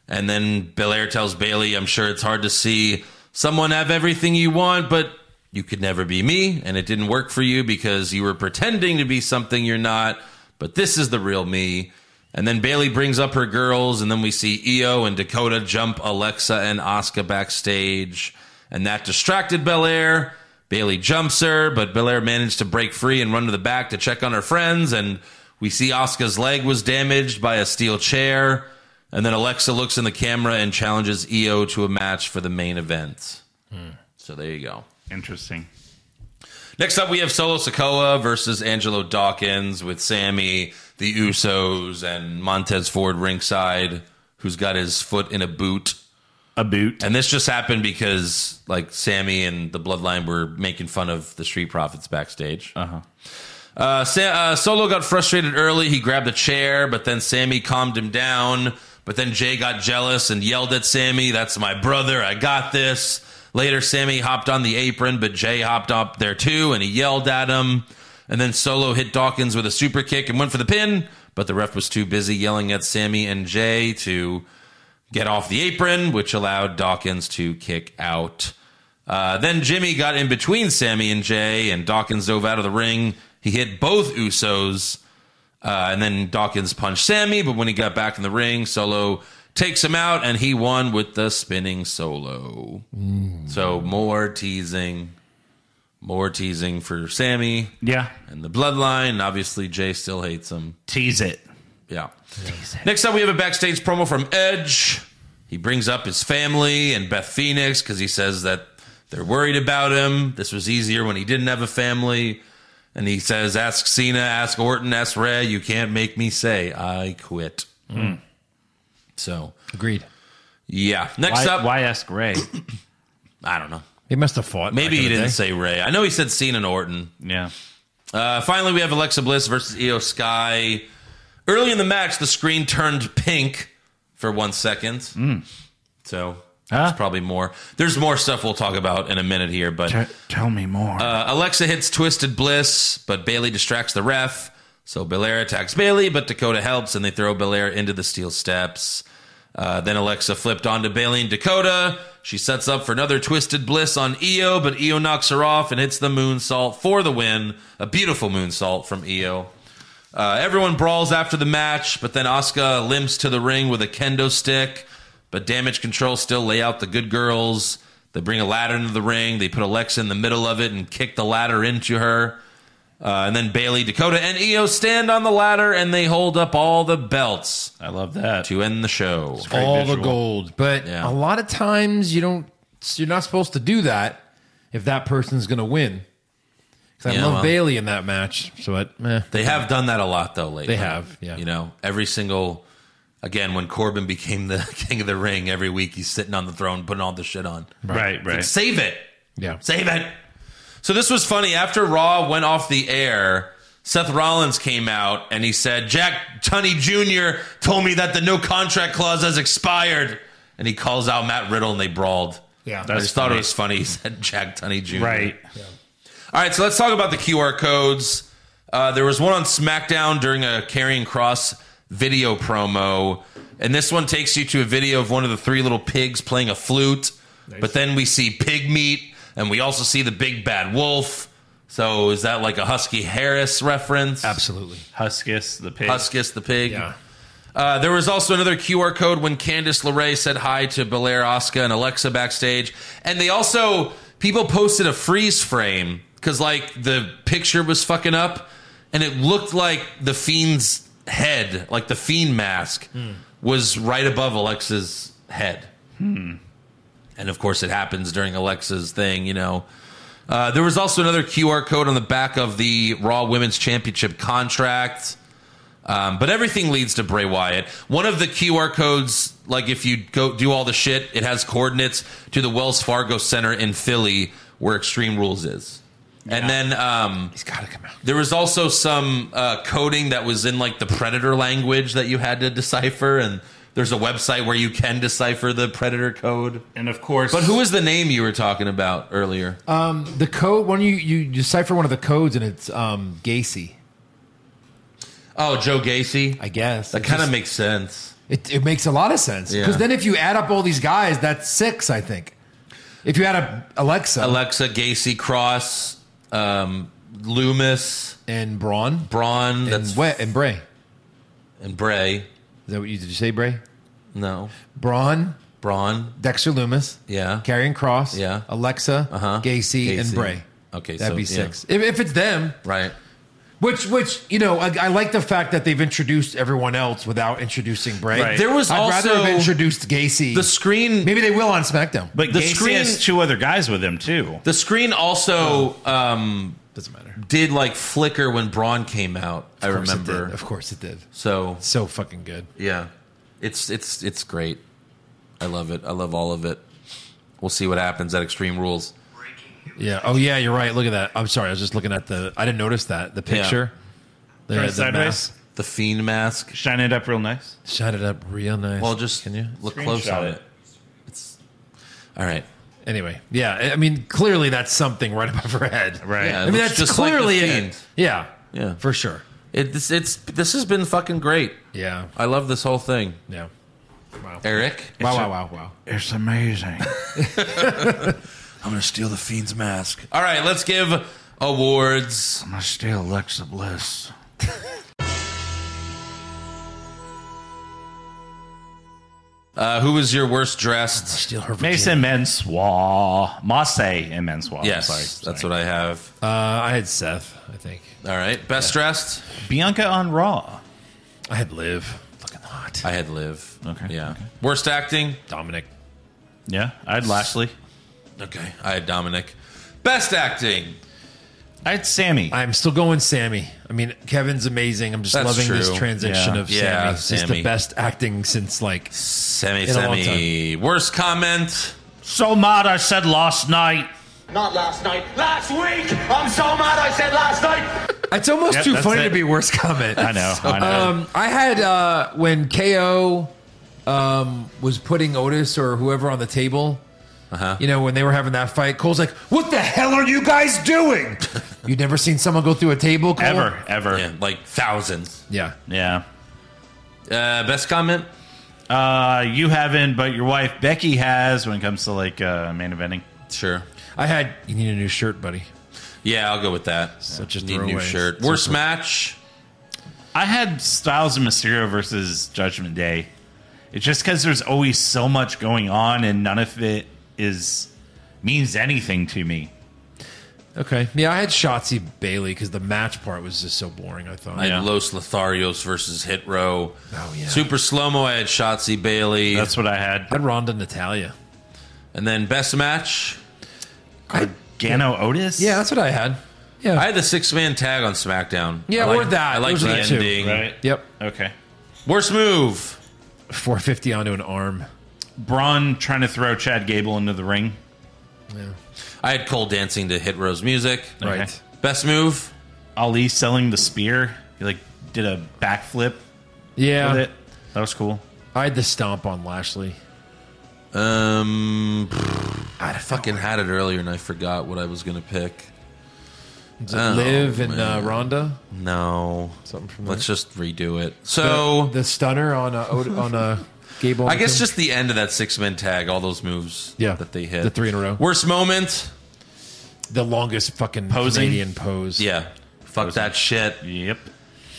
Speaker 4: And then Belair tells Bailey, "I'm sure it's hard to see someone have everything you want, but you could never be me, and it didn't work for you because you were pretending to be something you're not. But this is the real me." And then Bailey brings up her girls, and then we see Io and Dakota jump Alexa and Asuka backstage. And that distracted Belair. Bailey jumps her, but Belair managed to break free and run to the back to check on her friends. And we see Asuka's leg was damaged by a steel chair. And then Alexa looks in the camera and challenges Io to a match for the main event. So there you go.
Speaker 6: Interesting.
Speaker 4: Next up, we have Solo Sokoa versus Angelo Dawkins with Sammy, the Usos, and Montez Ford ringside, who's got his foot in a boot.
Speaker 6: A boot.
Speaker 4: And this just happened because like Sammy and the Bloodline were making fun of the Street Profits backstage. Uh-huh. Uh, Sa- uh, Solo got frustrated early. He grabbed a chair, but then Sammy calmed him down. But then Jay got jealous and yelled at Sammy, "That's my brother. I got this." Later, Sammy hopped on the apron, but Jay hopped up there too, and he yelled at him. And then Solo hit Dawkins with a super kick and went for the pin, but the ref was too busy yelling at Sammy and Jay to get off the apron, which allowed Dawkins to kick out. Uh, then Jimmy got in between Sammy and Jay, and Dawkins dove out of the ring. He hit both Usos, uh, and then Dawkins punched Sammy. But when he got back in the ring, Solo takes him out, and he won with the spinning solo. So more teasing, more teasing for Sammy
Speaker 6: Yeah.
Speaker 4: and the Bloodline. Obviously, Jay still hates him.
Speaker 6: Tease it.
Speaker 4: Yeah. Next up, we have a backstage promo from Edge. He brings up his family and Beth Phoenix because he says that they're worried about him. This was easier when he didn't have a family. And he says, Ask Cena, ask Orton, ask Ray. You can't make me say, I quit.
Speaker 6: Hmm.
Speaker 4: So,
Speaker 5: agreed.
Speaker 4: yeah. Next
Speaker 6: Why,
Speaker 4: up,
Speaker 6: why ask Ray?
Speaker 4: I don't know.
Speaker 5: They must have fought. back
Speaker 4: Maybe
Speaker 5: in
Speaker 4: he
Speaker 5: the
Speaker 4: didn't
Speaker 5: day.
Speaker 4: say Ray. I know he said Cena and Orton.
Speaker 6: yeah.
Speaker 4: Uh, finally, we have Alexa Bliss versus Io Sky. Early in the match, the screen turned pink for one second. So
Speaker 6: Huh?
Speaker 4: that's probably more. There's more stuff we'll talk about in a minute here, but
Speaker 6: T- tell me more.
Speaker 4: uh, Alexa hits Twisted Bliss, but Bailey distracts the ref. So Belair attacks Bailey, but Dakota helps, and they throw Belair into the steel steps. Uh, then Alexa flipped onto Bailey and Dakota. She sets up for another Twisted Bliss on Io, but Io knocks her off and hits the moonsault for the win. A beautiful moonsault from Io. Uh, everyone brawls after the match, but then Asuka limps to the ring with a kendo stick. But damage control still lay out the good girls. They bring a ladder into the ring. They put Alexa in the middle of it and kick the ladder into her. Uh, and then Bailey, Dakota, and Io stand on the ladder and they hold up all the belts
Speaker 6: I love that.
Speaker 4: to end the show.
Speaker 5: all the
Speaker 6: visual.
Speaker 5: gold. But
Speaker 4: Yeah.
Speaker 5: a lot of times you don't. You're not supposed to do that if that person's going to win. 'Cause I
Speaker 4: Yeah,
Speaker 5: love
Speaker 4: well.
Speaker 5: Bailey in that match. So it, eh.
Speaker 4: They have done that a lot though lately.
Speaker 5: They have, yeah.
Speaker 4: You know, every single again when Corbin became the king of the ring, every week he's sitting on the throne putting all the shit on.
Speaker 6: Right, right.
Speaker 4: Save it.
Speaker 5: yeah.
Speaker 4: Save it. So this was funny. After Raw went off the air, Seth Rollins came out and he said, Jack Tunney Jr. told me that the no contract clause has expired. And he calls out Matt Riddle and they brawled.
Speaker 5: Yeah.
Speaker 4: I just thought it was funny. He said Jack Tunney Jr.
Speaker 6: Right.
Speaker 4: All right, so let's talk about the QR codes. Uh, there was one on SmackDown during a Carrying Cross video promo, and this one takes you to a video of one of the three little pigs playing a flute. But then we see pig meat, and we also see the big bad wolf. So is that like a Husky Harris reference?
Speaker 5: Absolutely.
Speaker 6: Huskus, the pig.
Speaker 4: Huskus the pig. Uh, there was also another QR code when Candice LeRae said hi to Belair, Asuka, and Alexa backstage. And they also, people posted a freeze frame because, like, the picture was fucking up and it looked like the Fiend's head, like the Fiend mask, was right above Alexa's head. And of course, it happens during Alexa's thing, you know. Uh, there was also another QR code on the back of the Raw Women's Championship contract. Um, but everything leads to Bray Wyatt. One of the QR codes, like if you go do all the shit, it has coordinates to the Wells Fargo Center in Philly, where Extreme Rules is. And then um,
Speaker 5: He's got to come out.
Speaker 4: there was also some uh, coding that was in like the Predator language that you had to decipher, and there's a website where you can decipher the Predator code.
Speaker 6: And of course,
Speaker 4: But who is the name you were talking about earlier?
Speaker 5: Um, The code, one you, you decipher one of the codes and it's um, Gacy,
Speaker 4: oh, Joe Gacy.
Speaker 5: I guess.
Speaker 4: that
Speaker 5: It
Speaker 4: kind of
Speaker 5: just-
Speaker 4: makes sense.
Speaker 5: it, it makes a lot of sense.
Speaker 4: Yeah.
Speaker 5: Because then if you add up all these guys, that's six, I think. If you add up Alexa
Speaker 4: Alexa Gacy Cross, um, Loomis.
Speaker 5: and Braun
Speaker 4: Braun
Speaker 5: and,
Speaker 4: that's
Speaker 5: Wet and Bray. Is
Speaker 4: and Bray.
Speaker 5: that what you did you say, Bray?
Speaker 4: No.
Speaker 5: Braun,
Speaker 4: Braun.
Speaker 5: Dexter Loomis,
Speaker 4: Yeah.
Speaker 5: Karrion Cross,
Speaker 4: Yeah.
Speaker 5: Alexa,
Speaker 4: Uh-huh.
Speaker 5: Gacy,
Speaker 4: Gacy.
Speaker 5: and Bray.
Speaker 4: Okay,
Speaker 5: that'd
Speaker 4: so,
Speaker 5: be
Speaker 4: yeah.
Speaker 5: six. If, if it's them,
Speaker 4: Right.
Speaker 5: which which you know, I, I like the fact that they've introduced everyone else without introducing Bray.
Speaker 6: Right.
Speaker 4: There was
Speaker 5: I'd rather
Speaker 4: also-
Speaker 5: have introduced Gacy.
Speaker 4: The screen
Speaker 5: Maybe they will on SmackDown.
Speaker 6: but
Speaker 4: the
Speaker 6: Gacy
Speaker 4: screen-
Speaker 6: has two other guys with him too.
Speaker 4: the screen
Speaker 5: Oh.
Speaker 4: also um
Speaker 5: doesn't matter.
Speaker 4: did like flicker when Braun came out, I
Speaker 5: Of course it did.
Speaker 4: remember.
Speaker 5: Of course it did.
Speaker 4: So
Speaker 5: So fucking good.
Speaker 4: yeah. It's it's it's great. I love it. I love all of it. We'll see what happens at Extreme Rules.
Speaker 5: Yeah. Oh yeah, you're right. Look at that. I'm sorry. I was just looking at the. I didn't notice that the
Speaker 4: Yeah.
Speaker 5: picture. The-
Speaker 6: Turn it
Speaker 5: the
Speaker 6: sideways.
Speaker 5: mask.
Speaker 4: The Fiend mask.
Speaker 6: Shine it up real nice.
Speaker 5: Shut it up real nice.
Speaker 4: Well, just
Speaker 5: can you?
Speaker 4: look close
Speaker 6: Screenshot
Speaker 4: on
Speaker 6: it.
Speaker 4: it. It's all right.
Speaker 5: Anyway, yeah. I- I mean, clearly that's something right above her head.
Speaker 6: Right.
Speaker 4: Yeah,
Speaker 5: I
Speaker 4: it
Speaker 5: mean,
Speaker 4: looks
Speaker 5: that's
Speaker 4: just like The
Speaker 5: clearly it.
Speaker 4: Fiend.
Speaker 5: Yeah.
Speaker 4: Yeah.
Speaker 5: For sure.
Speaker 4: It, it's, it's this has been fucking great.
Speaker 5: Yeah.
Speaker 4: I love this whole thing.
Speaker 5: Yeah.
Speaker 4: Eric,
Speaker 5: Wow. Wow. Wow. Wow.
Speaker 6: It's amazing.
Speaker 4: I'm gonna steal the fiend's mask. All right, let's give awards.
Speaker 6: I'm gonna steal Alexa Bliss.
Speaker 4: Uh, who was your worst dressed?
Speaker 5: Steal her.
Speaker 6: Mason Menswa. Masse and Menswa.
Speaker 4: Yes,
Speaker 6: sorry.
Speaker 4: that's what I have.
Speaker 5: Uh, I had Seth. I think
Speaker 4: All right, best dressed.
Speaker 6: Bianca on Raw.
Speaker 5: I had Liv. Fucking hot.
Speaker 4: I had Liv.
Speaker 6: Okay,
Speaker 4: Yeah.
Speaker 6: okay.
Speaker 4: Worst acting.
Speaker 5: Dominic.
Speaker 6: Yeah, I'd Lashley.
Speaker 4: Okay. I had Dominic. Best acting.
Speaker 6: I'd Sammy.
Speaker 5: I'm still going Sammy. I mean, Kevin's amazing. I'm just
Speaker 4: That's
Speaker 5: loving this
Speaker 4: true.
Speaker 5: transition
Speaker 6: Yeah.
Speaker 5: of
Speaker 4: Yeah,
Speaker 5: Sammy. It's just
Speaker 4: Sammy.
Speaker 5: the best acting since like
Speaker 4: Semi
Speaker 5: In a long
Speaker 4: semi. Worst comment.
Speaker 6: so mad I said last night.
Speaker 9: Not last night, last week! I'm so mad I said last night!
Speaker 5: It's almost
Speaker 6: Yep,
Speaker 5: too
Speaker 6: that's
Speaker 5: funny
Speaker 6: it.
Speaker 5: to be worst comment.
Speaker 6: I know. I know.
Speaker 5: Um, I had uh, when KO um, was putting Otis or whoever on the table. Uh-huh. You know when they were having that fight, Cole's like, "What the hell are you guys doing? You've never seen someone go through a table, Cole?
Speaker 6: ever, ever.
Speaker 4: Yeah,
Speaker 6: Yeah.
Speaker 4: like thousands.
Speaker 5: Yeah,
Speaker 4: Uh, best comment.
Speaker 6: Uh, you haven't, but your wife Becky has when it comes to like uh, main eventing.
Speaker 4: Sure.
Speaker 5: I had. You need a new shirt, buddy.
Speaker 4: Yeah, I'll go with that.
Speaker 5: Such a
Speaker 4: Need new
Speaker 5: throwaway.
Speaker 4: shirt.
Speaker 5: Such
Speaker 4: Worst match.
Speaker 6: I had Styles and Mysterio versus Judgment Day. It's just because there's always so much going on, and none of it is means anything to me.
Speaker 5: Okay. Yeah, I had Shotzi Bailey because the match part was just so boring. I thought.
Speaker 4: I had
Speaker 6: Yeah.
Speaker 4: Los Lotharios versus Hit Row.
Speaker 5: Oh, yeah.
Speaker 4: Super slow mo. I had Shotzi Bailey.
Speaker 6: That's what I had.
Speaker 5: I had Ronda Natalia.
Speaker 4: and then best match.
Speaker 6: Gano Otis.
Speaker 5: Yeah, that's what I had. Yeah.
Speaker 4: I had the six man tag on SmackDown.
Speaker 5: Yeah,
Speaker 4: I
Speaker 5: or
Speaker 4: liked-
Speaker 5: that.
Speaker 4: I like
Speaker 5: Those
Speaker 4: the
Speaker 5: are the two.
Speaker 4: ending.
Speaker 6: Right.
Speaker 5: yep.
Speaker 6: Okay.
Speaker 4: Worst move.
Speaker 5: 450 onto an arm.
Speaker 6: Braun trying to throw Chad Gable into the ring.
Speaker 4: I had Cole dancing to Hit Row's music.
Speaker 6: Okay.
Speaker 5: Right.
Speaker 4: Best move.
Speaker 6: Ali selling the spear. He like did a backflip
Speaker 5: Yeah.
Speaker 6: with it. That was cool.
Speaker 5: I had the stomp on Lashley.
Speaker 4: Um, I fucking had it earlier and I forgot what I was gonna pick.
Speaker 5: Is it Liv and uh, Ronda?
Speaker 4: No.
Speaker 5: Something from
Speaker 4: Let's just redo it.
Speaker 5: The-
Speaker 4: So
Speaker 5: the, stunner on a, Od- on a Gable.
Speaker 4: I guess just the end of that six man tag, all those moves
Speaker 5: Yeah.
Speaker 4: that they hit.
Speaker 5: The three in a row.
Speaker 4: Worst moment?
Speaker 5: the longest fucking
Speaker 6: Posing?
Speaker 5: Canadian pose.
Speaker 4: Yeah. Fuck that shit.
Speaker 6: Yep.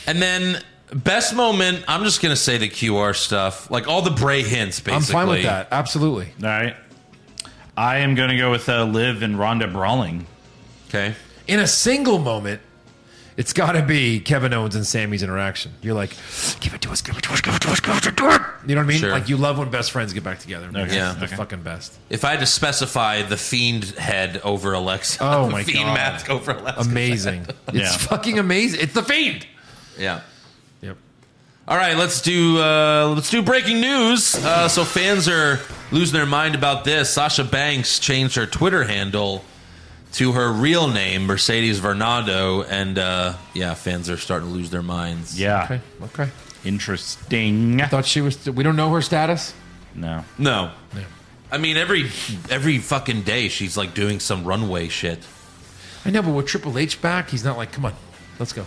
Speaker 4: And then best moment, I'm just gonna say the QR stuff. Like all the Bray hints basically.
Speaker 5: I'm fine with that. Absolutely.
Speaker 6: All right. I am going to go with uh, Liv and Ronda brawling.
Speaker 4: Okay.
Speaker 5: In a single moment, it's got to be Kevin Owens and Sammy's interaction. You're like, give it to us, give it to us, give it to us, give it to us. You know what I mean?
Speaker 4: Sure.
Speaker 5: Like you love when best friends get back together.
Speaker 6: Okay.
Speaker 4: Yeah.
Speaker 5: It's the
Speaker 6: Okay.
Speaker 5: fucking best.
Speaker 4: If I had to specify the fiend head over Alexa,
Speaker 5: Oh
Speaker 4: the
Speaker 5: my
Speaker 4: fiend
Speaker 5: God.
Speaker 4: mask over Alexa.
Speaker 5: Amazing. it's
Speaker 6: Yeah.
Speaker 5: fucking amazing. It's the fiend.
Speaker 4: Yeah.
Speaker 5: Yep.
Speaker 4: All right, let's do uh, let's do breaking news. Uh, so fans are losing their mind about this. Sasha Banks changed her Twitter handle to her real name, Mercedes Vernado, and uh, yeah, fans are starting to lose their minds.
Speaker 6: Yeah.
Speaker 5: Okay. Okay.
Speaker 6: Interesting.
Speaker 5: Thought she was. we don't know her status.
Speaker 6: No.
Speaker 4: No. I mean, every every fucking day she's like doing some runway shit.
Speaker 5: I know, but with Triple H back, he's not like, come on, let's go.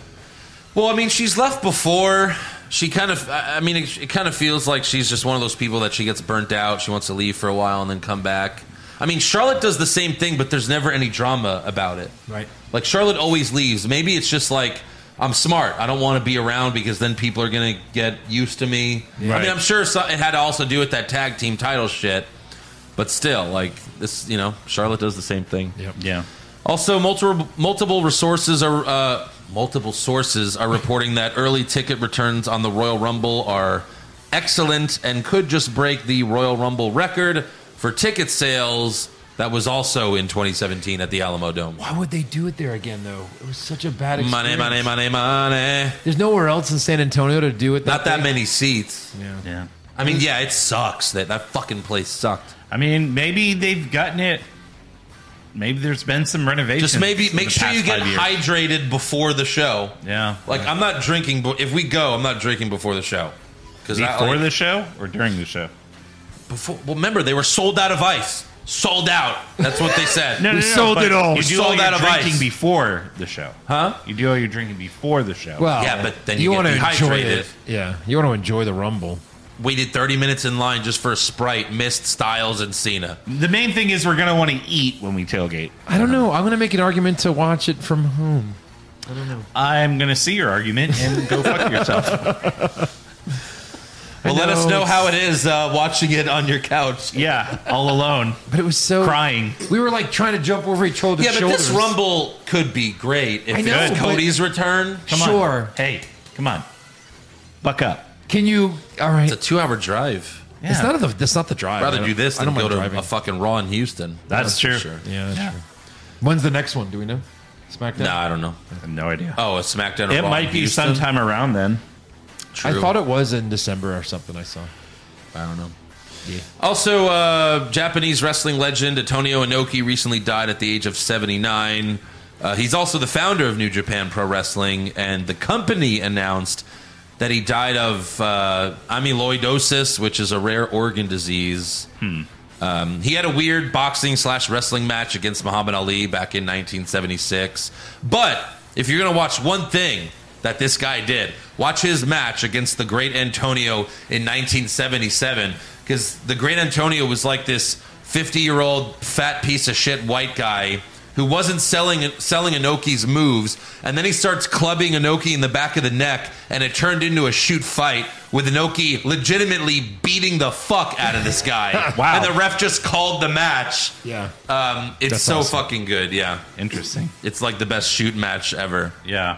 Speaker 4: Well, I mean, she's left before. She kind of, I I mean, it, it kind of feels like she's just one of those people that she gets burnt out. She wants to leave for a while and then come back. I mean, Charlotte does the same thing, but there's never any drama about it.
Speaker 5: Right.
Speaker 4: Like, Charlotte always leaves. Maybe it's just like, I'm smart. I don't want to be around because then people are going to get used to me. I
Speaker 6: Right.
Speaker 4: mean, I'm sure so- it had to also do with that tag team title shit, but still, like, this, you know, Charlotte does the same thing.
Speaker 6: Yeah.
Speaker 4: Also, multiple multiple resources are uh, multiple sources are reporting that early ticket returns on the Royal Rumble are excellent and could just break the Royal Rumble record for ticket sales that was also in 2017 at the Alamo Dome.
Speaker 5: Why would they do it there again, though? It was such a bad
Speaker 4: Money,
Speaker 5: experience.
Speaker 4: money, money, money.
Speaker 5: There's nowhere else in San Antonio to do it.
Speaker 4: Not that
Speaker 5: big.
Speaker 4: many seats.
Speaker 6: Yeah.
Speaker 4: I mean, yeah, it sucks that that fucking place sucked.
Speaker 6: I mean, maybe they've gotten it. Maybe there's been some renovations.
Speaker 4: Just maybe
Speaker 6: in
Speaker 4: make
Speaker 6: the
Speaker 4: sure
Speaker 6: past
Speaker 4: you get
Speaker 6: five years.
Speaker 4: hydrated before the show.
Speaker 6: Yeah.
Speaker 4: Like I'm not drinking. But if we go, I'm not drinking before the show. Because
Speaker 6: before the show or during the show?
Speaker 4: Before, well, remember they were sold out of ice. Sold out. That's what they said.
Speaker 5: no, no, sold but it all.
Speaker 6: You do
Speaker 4: Sold
Speaker 6: all your
Speaker 4: out of ice.
Speaker 6: drinking before the show,
Speaker 4: Huh?
Speaker 6: You do all your drinking before the show.
Speaker 5: Well,
Speaker 4: Yeah, but then you get
Speaker 5: wanna
Speaker 4: dehydrated.
Speaker 5: Yeah, you want to enjoy the rumble.
Speaker 4: Waited 30 minutes in line just for a Sprite, missed Styles and Cena.
Speaker 6: the main thing is we're gonna want to eat when we tailgate.
Speaker 5: I don't know. I'm going to make an argument to watch it from home.
Speaker 6: I'm gonna see your argument and go fuck yourself.
Speaker 4: Well, let us
Speaker 5: know,
Speaker 4: know how it is uh, watching it on your couch.
Speaker 6: Yeah, all alone,
Speaker 5: But it was so
Speaker 6: crying.
Speaker 5: We were like trying to jump over each other.
Speaker 4: Yeah, but
Speaker 5: shoulders.
Speaker 4: this Rumble could be great if
Speaker 5: I know,
Speaker 4: it's
Speaker 5: but-
Speaker 4: Cody's return.
Speaker 6: Come
Speaker 5: Sure.
Speaker 6: on, hey, come on, buck up.
Speaker 5: Can you? All right.
Speaker 4: It's a two-hour drive.
Speaker 5: It's
Speaker 6: Yeah.
Speaker 5: not the. That's not the drive.
Speaker 4: I'd
Speaker 5: I
Speaker 4: rather
Speaker 5: don't-
Speaker 4: do this
Speaker 5: I
Speaker 4: than
Speaker 5: don't
Speaker 4: go
Speaker 5: mind
Speaker 4: to
Speaker 5: driving.
Speaker 4: a fucking Raw in Houston.
Speaker 6: That's
Speaker 4: for
Speaker 6: true.
Speaker 4: sure.
Speaker 5: yeah, that's
Speaker 6: Yeah.
Speaker 5: true. When's the next one? Do we know? SmackDown.
Speaker 4: No, I don't know.
Speaker 6: I have no idea.
Speaker 4: Oh, a SmackDown. Or
Speaker 6: Uh, it
Speaker 4: Raw
Speaker 6: might
Speaker 4: in
Speaker 6: be
Speaker 4: Houston?
Speaker 6: sometime around then.
Speaker 4: True.
Speaker 5: I thought it was in December or something. I saw.
Speaker 4: I don't know. Also, uh, Japanese wrestling legend Antonio Inoki recently died at the age of 79. Uh, he's also the founder of New Japan Pro Wrestling, and the company announced that he died of uh, amyloidosis, which is a rare organ disease. Um, he had a weird boxing slash wrestling match against Muhammad Ali back in 1976. But if you're going to watch one thing that this guy did, watch his match against the great Antonio in 1977. Because the great Antonio was like this 50 year old fat piece of shit white guy who wasn't selling selling Inoki's moves, and then he starts clubbing Inoki in the back of the neck, and it turned into a shoot fight with Inoki legitimately beating the fuck out of this guy.
Speaker 6: Wow.
Speaker 4: And the ref just called the match.
Speaker 5: Yeah.
Speaker 4: Um, it's
Speaker 5: That's
Speaker 4: so
Speaker 5: awesome.
Speaker 4: fucking good. Yeah,
Speaker 6: Interesting.
Speaker 4: it's like the best shoot match ever.
Speaker 6: Yeah.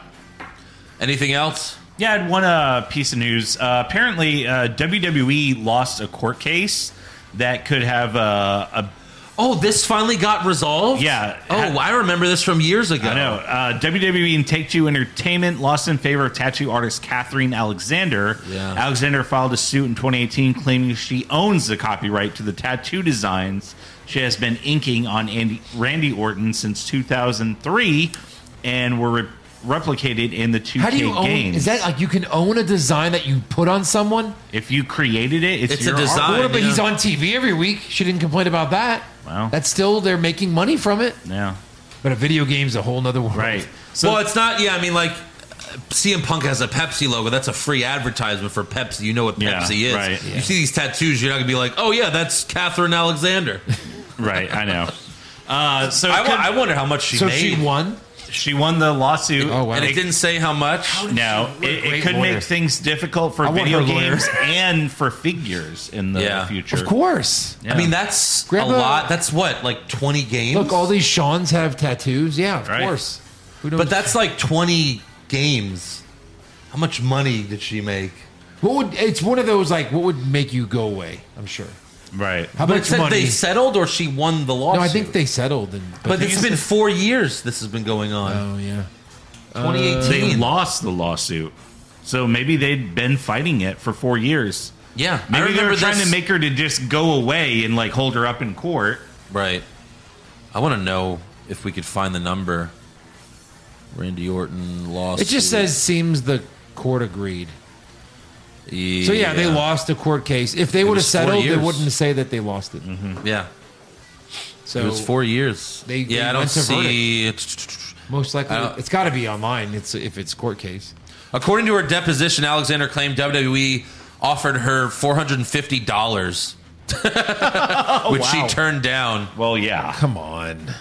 Speaker 4: Anything else?
Speaker 6: Yeah, I had one uh, piece of news. Uh, apparently, uh, WWE lost a court case that could have uh, a.
Speaker 4: Oh, this finally got resolved.
Speaker 6: Yeah.
Speaker 4: Oh, I remember this from years ago.
Speaker 6: I know. Uh, WWE and Take Two Entertainment lost in favor of tattoo artist Catherine Alexander.
Speaker 4: Yeah.
Speaker 6: Alexander filed a suit in 2018 claiming she owns the copyright to the tattoo designs she has been inking on Andy, Randy Orton since 2003 and were re- replicated in the 2K
Speaker 5: How do you own?
Speaker 6: games.
Speaker 5: Is that like you can own a design that you put on someone?
Speaker 6: if you created it, it's,
Speaker 4: It's a
Speaker 6: your
Speaker 4: design.
Speaker 6: artwork.
Speaker 5: Well, but
Speaker 4: yeah.
Speaker 5: he's on TV every week. She didn't complain about that.
Speaker 6: Wow.
Speaker 5: That's still they're making money from it.
Speaker 6: Yeah.
Speaker 5: But a video game's a whole nother world.
Speaker 6: Right. So-
Speaker 4: well, it's not. Yeah, I mean, like CM Punk has a Pepsi logo. That's a free advertisement for Pepsi. You know what
Speaker 6: Yeah,
Speaker 4: Pepsi is.
Speaker 6: right.
Speaker 4: You see these tattoos, you're not gonna be like, oh yeah, that's Catherine Alexander.
Speaker 6: Right, I know. Uh, so
Speaker 4: I,
Speaker 6: it could-
Speaker 4: wa- I wonder how much she
Speaker 5: So
Speaker 4: made.
Speaker 5: she won.
Speaker 6: she won the lawsuit.
Speaker 5: Oh, wow.
Speaker 4: and it didn't say how much.
Speaker 6: Now it, it
Speaker 5: Great
Speaker 6: could
Speaker 5: lawyer.
Speaker 6: make things difficult for
Speaker 5: I want
Speaker 6: video
Speaker 5: her lawyer.
Speaker 6: games and for figures in the
Speaker 4: Yeah.
Speaker 6: future.
Speaker 5: Of course.
Speaker 4: I mean,
Speaker 6: that
Speaker 4: that's
Speaker 5: Grab
Speaker 4: a
Speaker 5: a-
Speaker 4: lot. That's what, like 20 games?
Speaker 5: Look, all these Sean's have tattoos. Yeah, of
Speaker 6: Right.
Speaker 5: course. Who knows?
Speaker 4: but that's like 20 games. How much money did she make?
Speaker 5: what would it's one of those like what would make you go away? I'm sure.
Speaker 6: right.
Speaker 5: How
Speaker 4: But it
Speaker 5: much
Speaker 4: said
Speaker 5: money?
Speaker 4: they settled or she won the lawsuit?
Speaker 5: no, I think they settled. And,
Speaker 4: But it's been four years this has been going on.
Speaker 5: oh yeah.
Speaker 4: 2018.
Speaker 6: They lost the lawsuit, so maybe they'd been fighting it for four years.
Speaker 4: yeah. I
Speaker 6: Maybe they
Speaker 4: remember
Speaker 6: were trying
Speaker 4: this-
Speaker 6: to make her to just go away and like hold her up in court.
Speaker 4: Right. I want to know if we could find the number. Randy Orton lost.
Speaker 5: It just says seems the court agreed.
Speaker 4: Yeah.
Speaker 5: So yeah, they lost the court case. If they would have
Speaker 4: was four
Speaker 5: settled, they
Speaker 4: years.
Speaker 5: wouldn't say that they lost it.
Speaker 4: Yeah.
Speaker 5: So
Speaker 4: it was four years.
Speaker 5: They-
Speaker 4: yeah,
Speaker 5: they
Speaker 4: I don't
Speaker 5: went to
Speaker 4: see.
Speaker 5: most likely,
Speaker 4: I don't-
Speaker 5: it's got to be online. It's if it's court case.
Speaker 4: According to her deposition, Alexander claimed WWE offered her four hundred and fifty dollars, which she turned down.
Speaker 6: Well, yeah.
Speaker 5: Come on,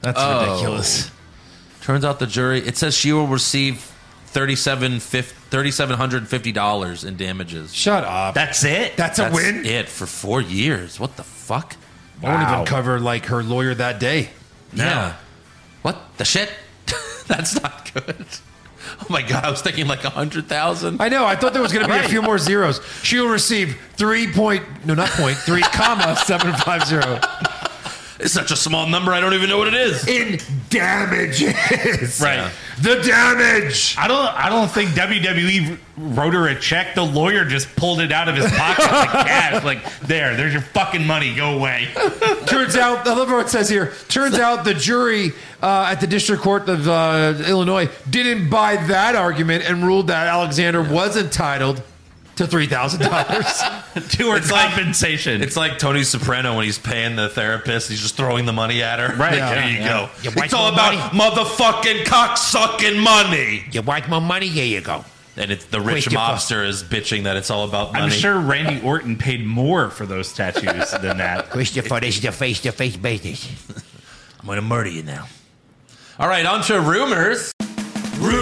Speaker 5: that's
Speaker 4: Oh.
Speaker 5: ridiculous.
Speaker 4: Turns out the jury. It says she will receive thirty-seven thirty-seven hundred fifty dollars in damages.
Speaker 5: Shut up.
Speaker 6: That's it.
Speaker 5: that's a
Speaker 4: That's
Speaker 5: win.
Speaker 4: It for four years. What the fuck?
Speaker 5: I won't
Speaker 6: Wow.
Speaker 5: even cover like her lawyer that day.
Speaker 4: Yeah. What the shit? That's not good. Oh my god! I was thinking like a hundred thousand.
Speaker 5: I know. I thought there was going to be a few more zeros. She will receive three point no, not point three comma seven five zero
Speaker 4: It's such a small number. I don't even know what it is.
Speaker 5: in damages.
Speaker 6: Right.
Speaker 5: The damage.
Speaker 6: I don't. I don't think WWE wrote her a check. The lawyer just pulled it out of his pocket like cash. Like there, there's your fucking money. Go away.
Speaker 5: Turns out, I love what it says here. Turns out the jury uh, at the district court of uh, Illinois didn't buy that argument and ruled that Alexander was entitled to three thousand dollars.
Speaker 6: To her
Speaker 4: It's like-
Speaker 6: compensation.
Speaker 4: It's like Tony Soprano when he's paying the therapist. He's just throwing the money at her.
Speaker 6: Right.
Speaker 4: There
Speaker 6: Yeah,
Speaker 4: you
Speaker 6: yeah.
Speaker 4: go.
Speaker 5: You
Speaker 4: it's
Speaker 5: wipe
Speaker 4: all
Speaker 5: your
Speaker 4: about motherfucking cocksucking money.
Speaker 5: you want more money? Here you go.
Speaker 4: And it's the rich
Speaker 5: Wait, you
Speaker 4: mobster is bitching that it's all about money.
Speaker 6: I'm sure Randy Orton paid more for those tattoos than that.
Speaker 5: Question for this the face to face business.
Speaker 4: I'm going to murder you now. All right, on to rumors.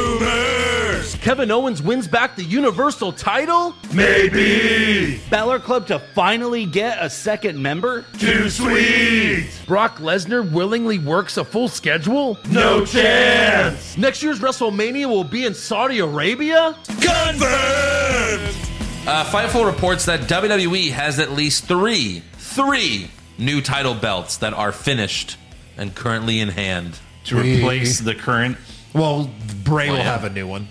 Speaker 4: Rumors.
Speaker 10: Kevin Owens wins back the Universal title?
Speaker 7: Maybe
Speaker 10: Balor Club to finally get a second member?
Speaker 7: too sweet.
Speaker 10: Brock Lesnar willingly works a full schedule?
Speaker 7: No chance.
Speaker 10: Next year's WrestleMania will be in Saudi Arabia?
Speaker 4: Uh, Fightful reports that WWE has at least three, three new title belts that are finished and currently in hand.
Speaker 6: to replace the current.
Speaker 5: Well, Bray will
Speaker 4: yeah.
Speaker 5: have a new one.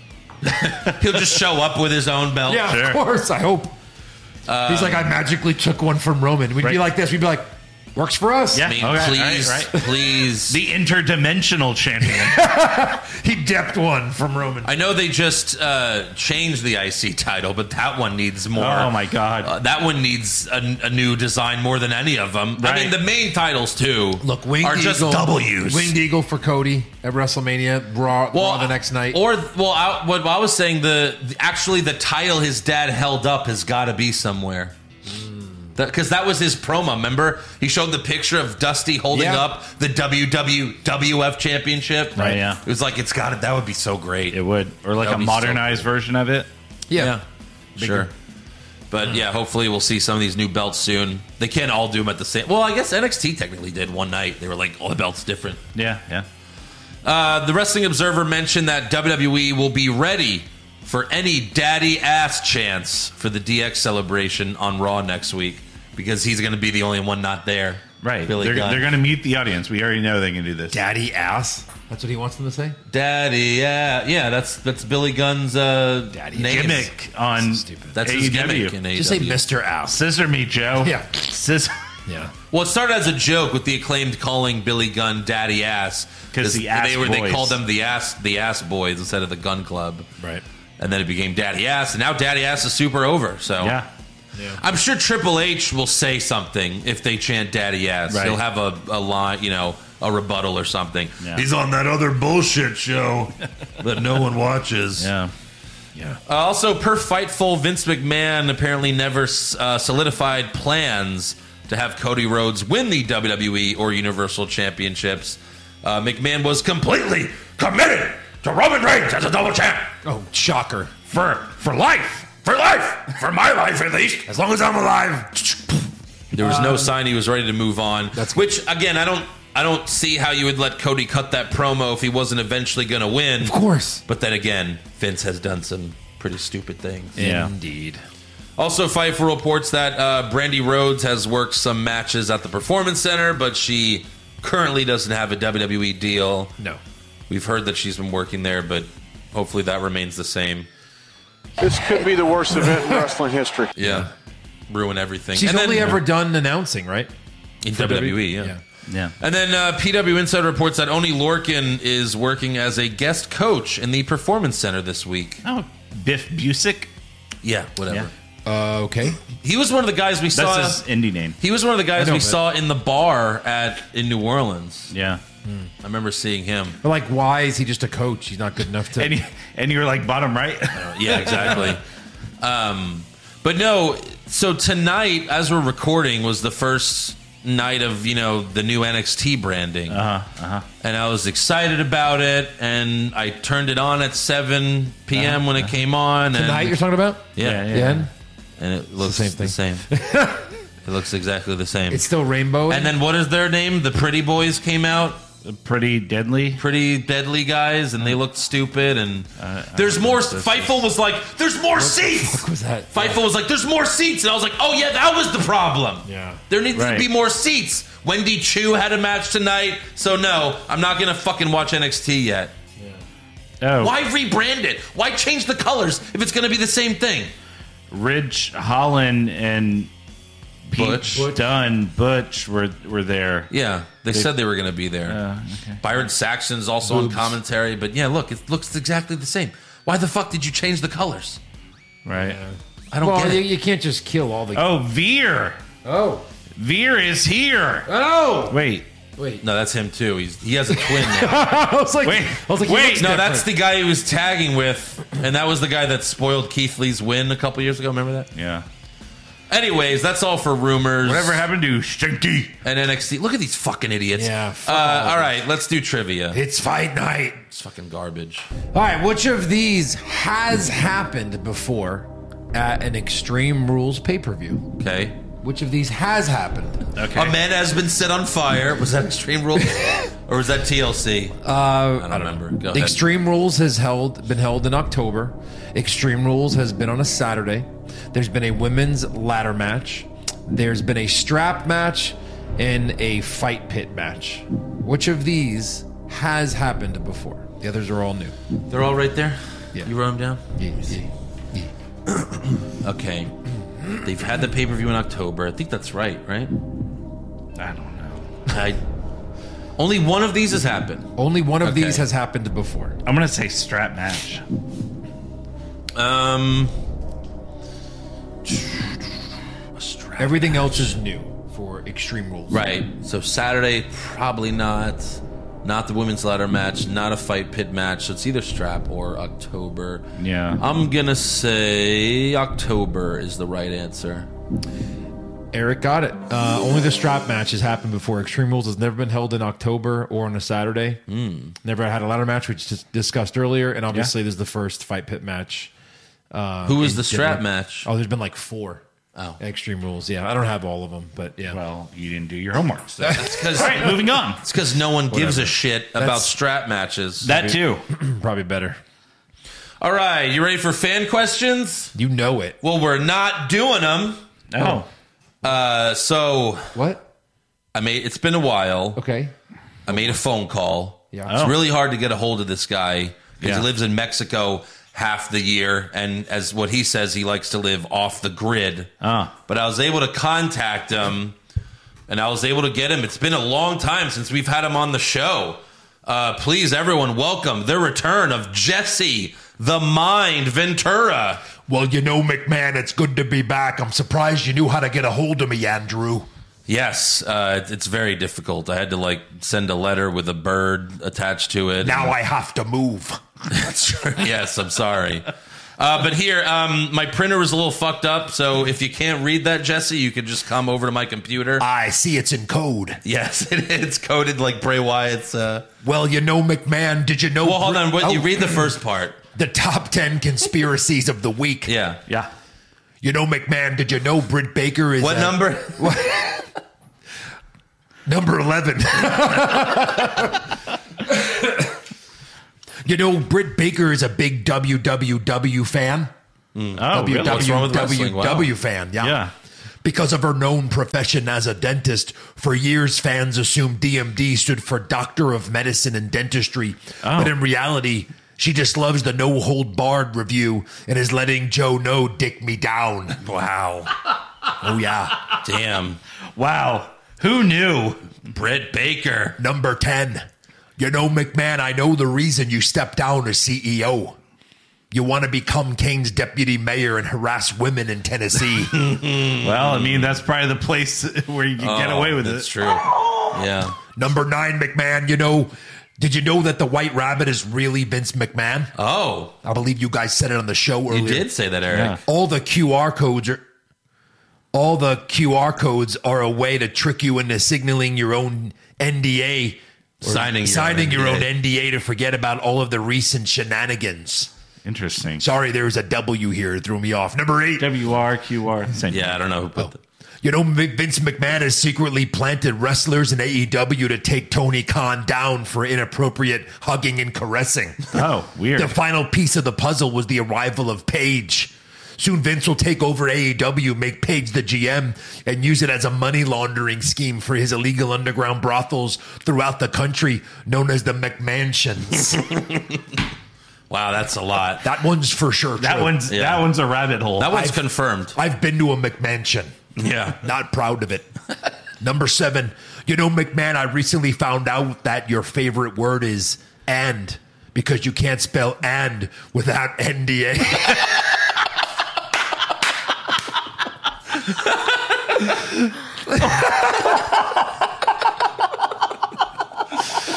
Speaker 4: He'll just show up with his own belt.
Speaker 5: Yeah, of course. I hope. He's like, I magically took one from Roman. We'd be
Speaker 6: Right.
Speaker 5: like this. We'd be like, works for us.
Speaker 4: I
Speaker 6: Yeah.
Speaker 4: mean,
Speaker 6: Okay, all right,
Speaker 4: please,
Speaker 6: right.
Speaker 4: please.
Speaker 6: The interdimensional champion.
Speaker 5: He depped one from Roman.
Speaker 4: I know they just uh, changed the IC title, but that one needs more.
Speaker 6: Oh, my God.
Speaker 4: Uh, that one needs a, a new design more than any of them. I
Speaker 6: Right.
Speaker 4: mean, the main titles too.
Speaker 5: Look, Winged
Speaker 4: are just
Speaker 5: Eagle,
Speaker 4: W's.
Speaker 5: Winged Eagle for Cody at WrestleMania, Raw, Raw the next night.
Speaker 4: or well, I, what I was saying, the, the- actually the title his dad held up has got to be somewhere.
Speaker 5: Hmm.
Speaker 4: Because that was his promo. Remember, he showed the picture of Dusty holding
Speaker 5: Yeah.
Speaker 4: up the WWWF Championship.
Speaker 6: Right, yeah.
Speaker 4: It was like it's got it. That would be so great.
Speaker 6: it would, or like
Speaker 4: That'd
Speaker 6: a
Speaker 4: be so
Speaker 6: modernized version of it.
Speaker 5: yeah.
Speaker 4: Sure. But yeah, hopefully we'll see some of these new belts soon. They can't all do them at the same. Well, I guess NXT technically did one night. They were like, all the belts different.
Speaker 6: Yeah, yeah.
Speaker 4: Uh, the Wrestling Observer mentioned that WWE will be ready for any daddy ass chance for the DX celebration on Raw next week because he's going to be the only one not there.
Speaker 6: Right.
Speaker 4: Billy
Speaker 6: they're
Speaker 4: Gunn.
Speaker 6: they're going to mute the audience. We already know they can do this.
Speaker 5: Daddy ass. That's what he wants them to say.
Speaker 4: daddy. Yeah, yeah. That's that's Billy Gunn's uh, daddy name.
Speaker 6: Gimmick on E
Speaker 4: That's
Speaker 6: AEW.
Speaker 4: his gimmick. In E
Speaker 5: Just say
Speaker 4: AEW.
Speaker 5: Mr. Ass.
Speaker 6: Scissor me, Joe.
Speaker 5: Yeah.
Speaker 6: Scissor.
Speaker 5: Yeah.
Speaker 4: Well, it started as a joke with the acclaimed calling Billy Gunn "Daddy Ass"
Speaker 6: 'Cause the Ass
Speaker 4: they were they
Speaker 6: Boys.
Speaker 4: called them the ass the ass boys instead of the Gun Club,
Speaker 6: Right.
Speaker 4: and then it became Daddy Ass, and now Daddy Ass is super over. So
Speaker 6: Yeah.
Speaker 4: I'm sure Triple H will say something if they chant Daddy Ass.
Speaker 6: Right.
Speaker 4: He'll have a, a line, you know, a rebuttal or something.
Speaker 6: Yeah.
Speaker 3: He's on that other bullshit show that no one watches.
Speaker 6: Yeah.
Speaker 4: Uh, also, per Fightful, Vince McMahon apparently never uh, solidified plans to have Cody Rhodes win the WWE or Universal Championships. Uh, McMahon was completely committed to Roman Reigns as a double champ
Speaker 5: Oh, shocker.
Speaker 3: For for life. For life. For my life at least. As long as I'm alive.
Speaker 4: There was
Speaker 5: Um,
Speaker 4: no sign he was ready to move on. That's which again, I don't I don't see how you would let Cody cut that promo if he wasn't eventually going to win. Of
Speaker 5: course.
Speaker 4: But then again, Vince has done some pretty stupid things.
Speaker 6: Yeah.
Speaker 5: Indeed.
Speaker 4: Also, Fightful reports that uh, Brandy Rhodes has worked some matches at the Performance Center, but she currently doesn't have a WWE deal.
Speaker 5: No.
Speaker 4: We've heard that she's been working there, but hopefully that remains the same.
Speaker 8: This could be the worst event in wrestling history.
Speaker 4: Yeah. Ruin everything.
Speaker 5: She's
Speaker 4: And then-
Speaker 5: only ever done announcing, right?
Speaker 4: in WWE, yeah.
Speaker 5: E, yeah.
Speaker 6: Yeah.
Speaker 4: And then uh, PW Insider reports that Oni Lorkin is working as a guest coach in the Performance Center this week.
Speaker 6: Oh, Biff Busick.
Speaker 4: Yeah, whatever.
Speaker 6: Yeah.
Speaker 5: Uh, okay.
Speaker 4: He was one of the guys we saw.
Speaker 6: That's his indie name.
Speaker 4: he was one of the guys
Speaker 5: I know,
Speaker 4: we
Speaker 5: but-
Speaker 4: saw in the bar at in New Orleans.
Speaker 6: Yeah.
Speaker 4: I remember seeing him.
Speaker 5: But like, why is he just a coach? He's not good enough to.
Speaker 6: And you, and you were like bottom right.
Speaker 4: Yeah, exactly. um, but no, so tonight, as we're recording, was the first night of you know the new NXT branding, uh-huh, and I was excited about it. And I turned it on at seven p.m. when it came on.
Speaker 5: Tonight
Speaker 4: and,
Speaker 5: you're talking about?
Speaker 4: yeah,
Speaker 6: Yeah,
Speaker 5: Yeah.
Speaker 4: and it looks
Speaker 5: same
Speaker 4: the same. it looks exactly the same.
Speaker 5: It's still rainbow.
Speaker 4: and then what is their name? The Pretty Boys came out.
Speaker 6: Pretty deadly.
Speaker 4: pretty deadly guys and they looked stupid and there's more Fightful was like there's more seats
Speaker 5: was that?
Speaker 4: Fightful was like there's more seats and I was like oh yeah that was the problem
Speaker 5: Yeah.
Speaker 4: there needs
Speaker 6: Right.
Speaker 4: to be more seats Wendy Chu had a match tonight so no I'm not gonna fucking watch NXT yet
Speaker 6: Oh,
Speaker 4: why rebrand it why change the colors if it's gonna be the same thing
Speaker 6: Ridge Holland and Pete
Speaker 4: Butch.
Speaker 6: Dunn Butch were were there.
Speaker 4: yeah they, said they were gonna be there Byron Saxon's also on commentary but yeah look it looks exactly the same why the fuck did you change the colors
Speaker 6: Right.
Speaker 4: I don't
Speaker 5: Well,
Speaker 4: get
Speaker 5: you,
Speaker 4: it
Speaker 5: you can't just kill all the.
Speaker 6: Oh, Veer.
Speaker 5: Oh.
Speaker 6: Veer is here.
Speaker 5: Oh.
Speaker 6: Wait.
Speaker 5: Wait.
Speaker 4: no that's him too He's, he has a twin now
Speaker 5: I was like,
Speaker 6: Wait.
Speaker 5: I was like, he
Speaker 6: Wait,
Speaker 5: looks
Speaker 4: No,
Speaker 5: different.
Speaker 4: that's the guy he was tagging with, and that was the guy that spoiled Keith Lee's win a couple years ago. Remember that?
Speaker 6: Yeah.
Speaker 4: Anyways, that's all for rumors.
Speaker 6: Whatever happened to Stinky?
Speaker 4: And NXT. Look at these fucking idiots.
Speaker 5: Yeah,
Speaker 4: uh,
Speaker 5: fuck all
Speaker 4: all right, let's do trivia.
Speaker 5: It's fight night.
Speaker 4: It's fucking garbage.
Speaker 5: All right, which of these has happened before at an Extreme Rules pay per view?
Speaker 4: Okay.
Speaker 5: Which of these has happened?
Speaker 6: Okay.
Speaker 4: A man has been set on fire. Was that Extreme Rules or was that TLC? Uh, I don't remember. Go ahead.
Speaker 5: Extreme Rules has held been held in October. Extreme Rules has been on a Saturday. There's been a women's ladder match. There's been a strap match and a fight pit match. Which of these has happened before? The others are all new.
Speaker 4: They're all right there.
Speaker 5: Yeah.
Speaker 4: You wrote them down. Okay. They've had the pay per view in October. I think that's right. Right.
Speaker 6: I don't know.
Speaker 4: I. Only one of these has happened.
Speaker 5: Only one of
Speaker 4: Okay.
Speaker 5: these has happened before.
Speaker 6: I'm gonna say strap match.
Speaker 4: Um. Oh
Speaker 5: Everything else is new for Extreme Rules.
Speaker 4: Right. So Saturday, probably not. Not the women's ladder match, not a fight pit match. So it's either strap or October.
Speaker 6: Yeah.
Speaker 4: I'm going to say October is the right answer.
Speaker 5: Eric got it. Uh, only the strap match has happened before. Extreme Rules has never been held in October or on a Saturday. Never had a ladder match, which is discussed earlier. And obviously, this is the first fight pit match.
Speaker 4: Who was
Speaker 5: in
Speaker 4: the strap
Speaker 5: Denver.
Speaker 4: match?
Speaker 5: Oh, there's been like four
Speaker 4: Oh.
Speaker 5: Extreme Rules. Yeah, I don't have all of them, but yeah.
Speaker 6: Well, you didn't do your homework. So.
Speaker 4: It's because
Speaker 6: All right, moving on.
Speaker 4: no one gives a shit about
Speaker 5: That's-
Speaker 4: strap matches.
Speaker 6: That too.
Speaker 5: Probably better.
Speaker 4: All right. You ready for fan questions?
Speaker 5: You know it.
Speaker 4: Well, we're not doing them.
Speaker 6: Oh,
Speaker 4: Uh, so
Speaker 5: What?
Speaker 4: I made, it's been a while.
Speaker 5: Okay.
Speaker 4: I made a phone call.
Speaker 5: Yeah.
Speaker 4: It's
Speaker 6: Oh.
Speaker 4: really hard to get a hold of this guy because
Speaker 6: Yeah.
Speaker 4: he lives in Mexico half the year. And as what he says, he likes to live off the grid.
Speaker 6: Ah.
Speaker 4: But I was able to contact him and I was able to get him. It's been a long time since we've had him on the show. Uh, please, everyone, welcome the return of Jesse the Mind Ventura.
Speaker 3: Well, you know, McMahon, it's good to be back. I'm surprised you knew how to get a hold of me, Andrew.
Speaker 4: Yes, uh, it- it's very difficult. I had to like send a letter with a bird attached to it.
Speaker 5: Now I have to move.
Speaker 4: That's true. yes, I'm sorry. Uh, but here, um, my printer was a little fucked up, so if you can't read that, Jesse, you could just come over to my computer.
Speaker 3: Uh,
Speaker 5: I see it's in code.
Speaker 4: yes, it, it's coded like Bray Wyatt's. Uh...
Speaker 5: Well, you know, McMahon, did you know?
Speaker 4: Well, hold on. What, You
Speaker 5: Oh,
Speaker 4: read the first part.
Speaker 5: the top 10 conspiracies of the week.
Speaker 4: Yeah.
Speaker 6: Yeah.
Speaker 5: You know, McMahon, did you know Britt Baker is.
Speaker 4: What
Speaker 5: uh,
Speaker 4: number?
Speaker 5: Number 11. you know, Britt Baker is a big WWW fan.
Speaker 6: Oh, really?
Speaker 4: What's wrong with wrestling?
Speaker 5: WWW
Speaker 4: Wow.
Speaker 5: fan, yeah.
Speaker 6: Yeah.
Speaker 5: Because of her known profession as a dentist, for years fans assumed DMD stood for Doctor of Medicine and Dentistry.
Speaker 4: Oh.
Speaker 5: But in reality, she just loves the no hold barred review and is letting Joe know dick me down.
Speaker 4: Wow.
Speaker 5: Oh, yeah.
Speaker 4: Damn.
Speaker 6: Wow. Who knew?
Speaker 4: Britt Baker.
Speaker 5: Number 10. You know, McMahon, I know the reason you stepped down as CEO. You want to become Kane's deputy mayor and harass women in Tennessee.
Speaker 6: Well, I mean, that's probably the place where you can get away with
Speaker 4: Oh, That's
Speaker 6: it.
Speaker 4: true. Yeah.
Speaker 5: Number nine, McMahon, you know, did you know that the White Rabbit is really Vince McMahon?
Speaker 4: Oh,
Speaker 5: I believe you guys said it on the show earlier.
Speaker 4: you did say that, Eric.
Speaker 6: Yeah.
Speaker 5: All the QR codes are. All the QR codes are a way to trick you into signaling your own NDA, or
Speaker 4: Signing your
Speaker 5: signing your own
Speaker 4: NDA.
Speaker 5: NDA to forget about all of the recent shenanigans.
Speaker 6: Interesting.
Speaker 5: Sorry, there was a W here. It threw me off. Number eight.
Speaker 6: WRQR. Same thing.
Speaker 4: Yeah, I don't know who put the-
Speaker 5: You know, Mc- Vince McMahon has secretly planted wrestlers in AEW to take Tony Khan down for inappropriate hugging and caressing.
Speaker 6: Oh, weird.
Speaker 5: The final piece of the puzzle was the arrival of Paige. Soon Vince will take over AEW, make Paige the GM, and use it as a money laundering scheme for his illegal underground brothels throughout the country known as the McMansions.
Speaker 4: Wow, that's a lot. That,
Speaker 5: that one's for sure.
Speaker 6: that
Speaker 5: true.
Speaker 6: one's
Speaker 4: Yeah.
Speaker 6: that one's a rabbit hole.
Speaker 4: one's confirmed.
Speaker 5: I've been to a McMansion.
Speaker 4: Yeah.
Speaker 5: Not proud of it. Number seven. You know, McMahon, I recently found out that your favorite word is and because you can't spell and without NDA.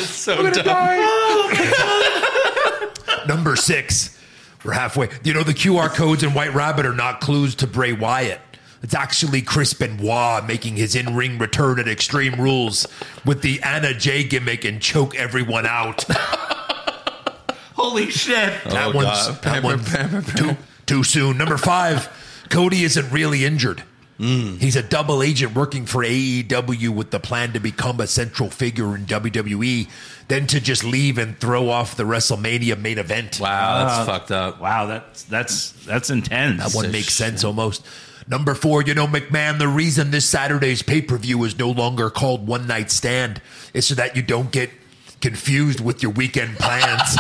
Speaker 4: So dumb.
Speaker 5: Number six. We're halfway. You know, the QR codes in White Rabbit are not clues to Bray Wyatt. It's actually Chris Benoit making his in ring return at Extreme Rules with the Anna J gimmick and choke everyone out.
Speaker 6: Holy shit.
Speaker 5: That
Speaker 4: Oh,
Speaker 5: one's,
Speaker 4: God.
Speaker 5: that one's too, too soon. Number five, Cody isn't really injured. He's a double agent working for AEW with the plan to become a central figure in WWE, then to just leave and throw off the WrestleMania main event.
Speaker 4: Wow, that's fucked up.
Speaker 6: Wow, that's that's that's intense.
Speaker 5: That
Speaker 4: So
Speaker 5: one makes
Speaker 4: sh-
Speaker 5: sense almost. Number four, you know, McMahon, the reason this Saturday's pay per view is no longer called One Night Stand is so that you don't get confused with your weekend plans.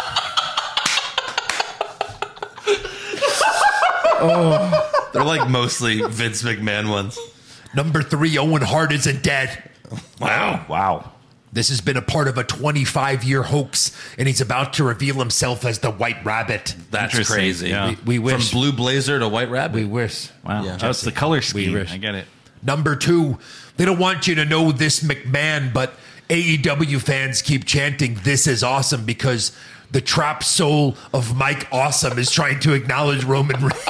Speaker 4: They're like mostly Vince McMahon ones.
Speaker 5: Number three, Owen Hart isn't dead.
Speaker 4: Wow.
Speaker 6: Wow.
Speaker 5: This has been a part of a 25 year hoax, and he's about to reveal himself as the White Rabbit.
Speaker 4: That's
Speaker 6: Interesting,
Speaker 4: crazy.
Speaker 6: yeah.
Speaker 5: We- we wish-
Speaker 4: From Blue Blazer to White Rabbit.
Speaker 5: wish.
Speaker 6: Wow.
Speaker 4: Yeah.
Speaker 6: That's the color scheme.
Speaker 5: wish.
Speaker 6: I get it.
Speaker 5: Number two, they don't want you to know this McMahon, but AEW fans keep chanting, This is awesome, because the trap soul of Mike Awesome is trying to acknowledge Roman Reigns.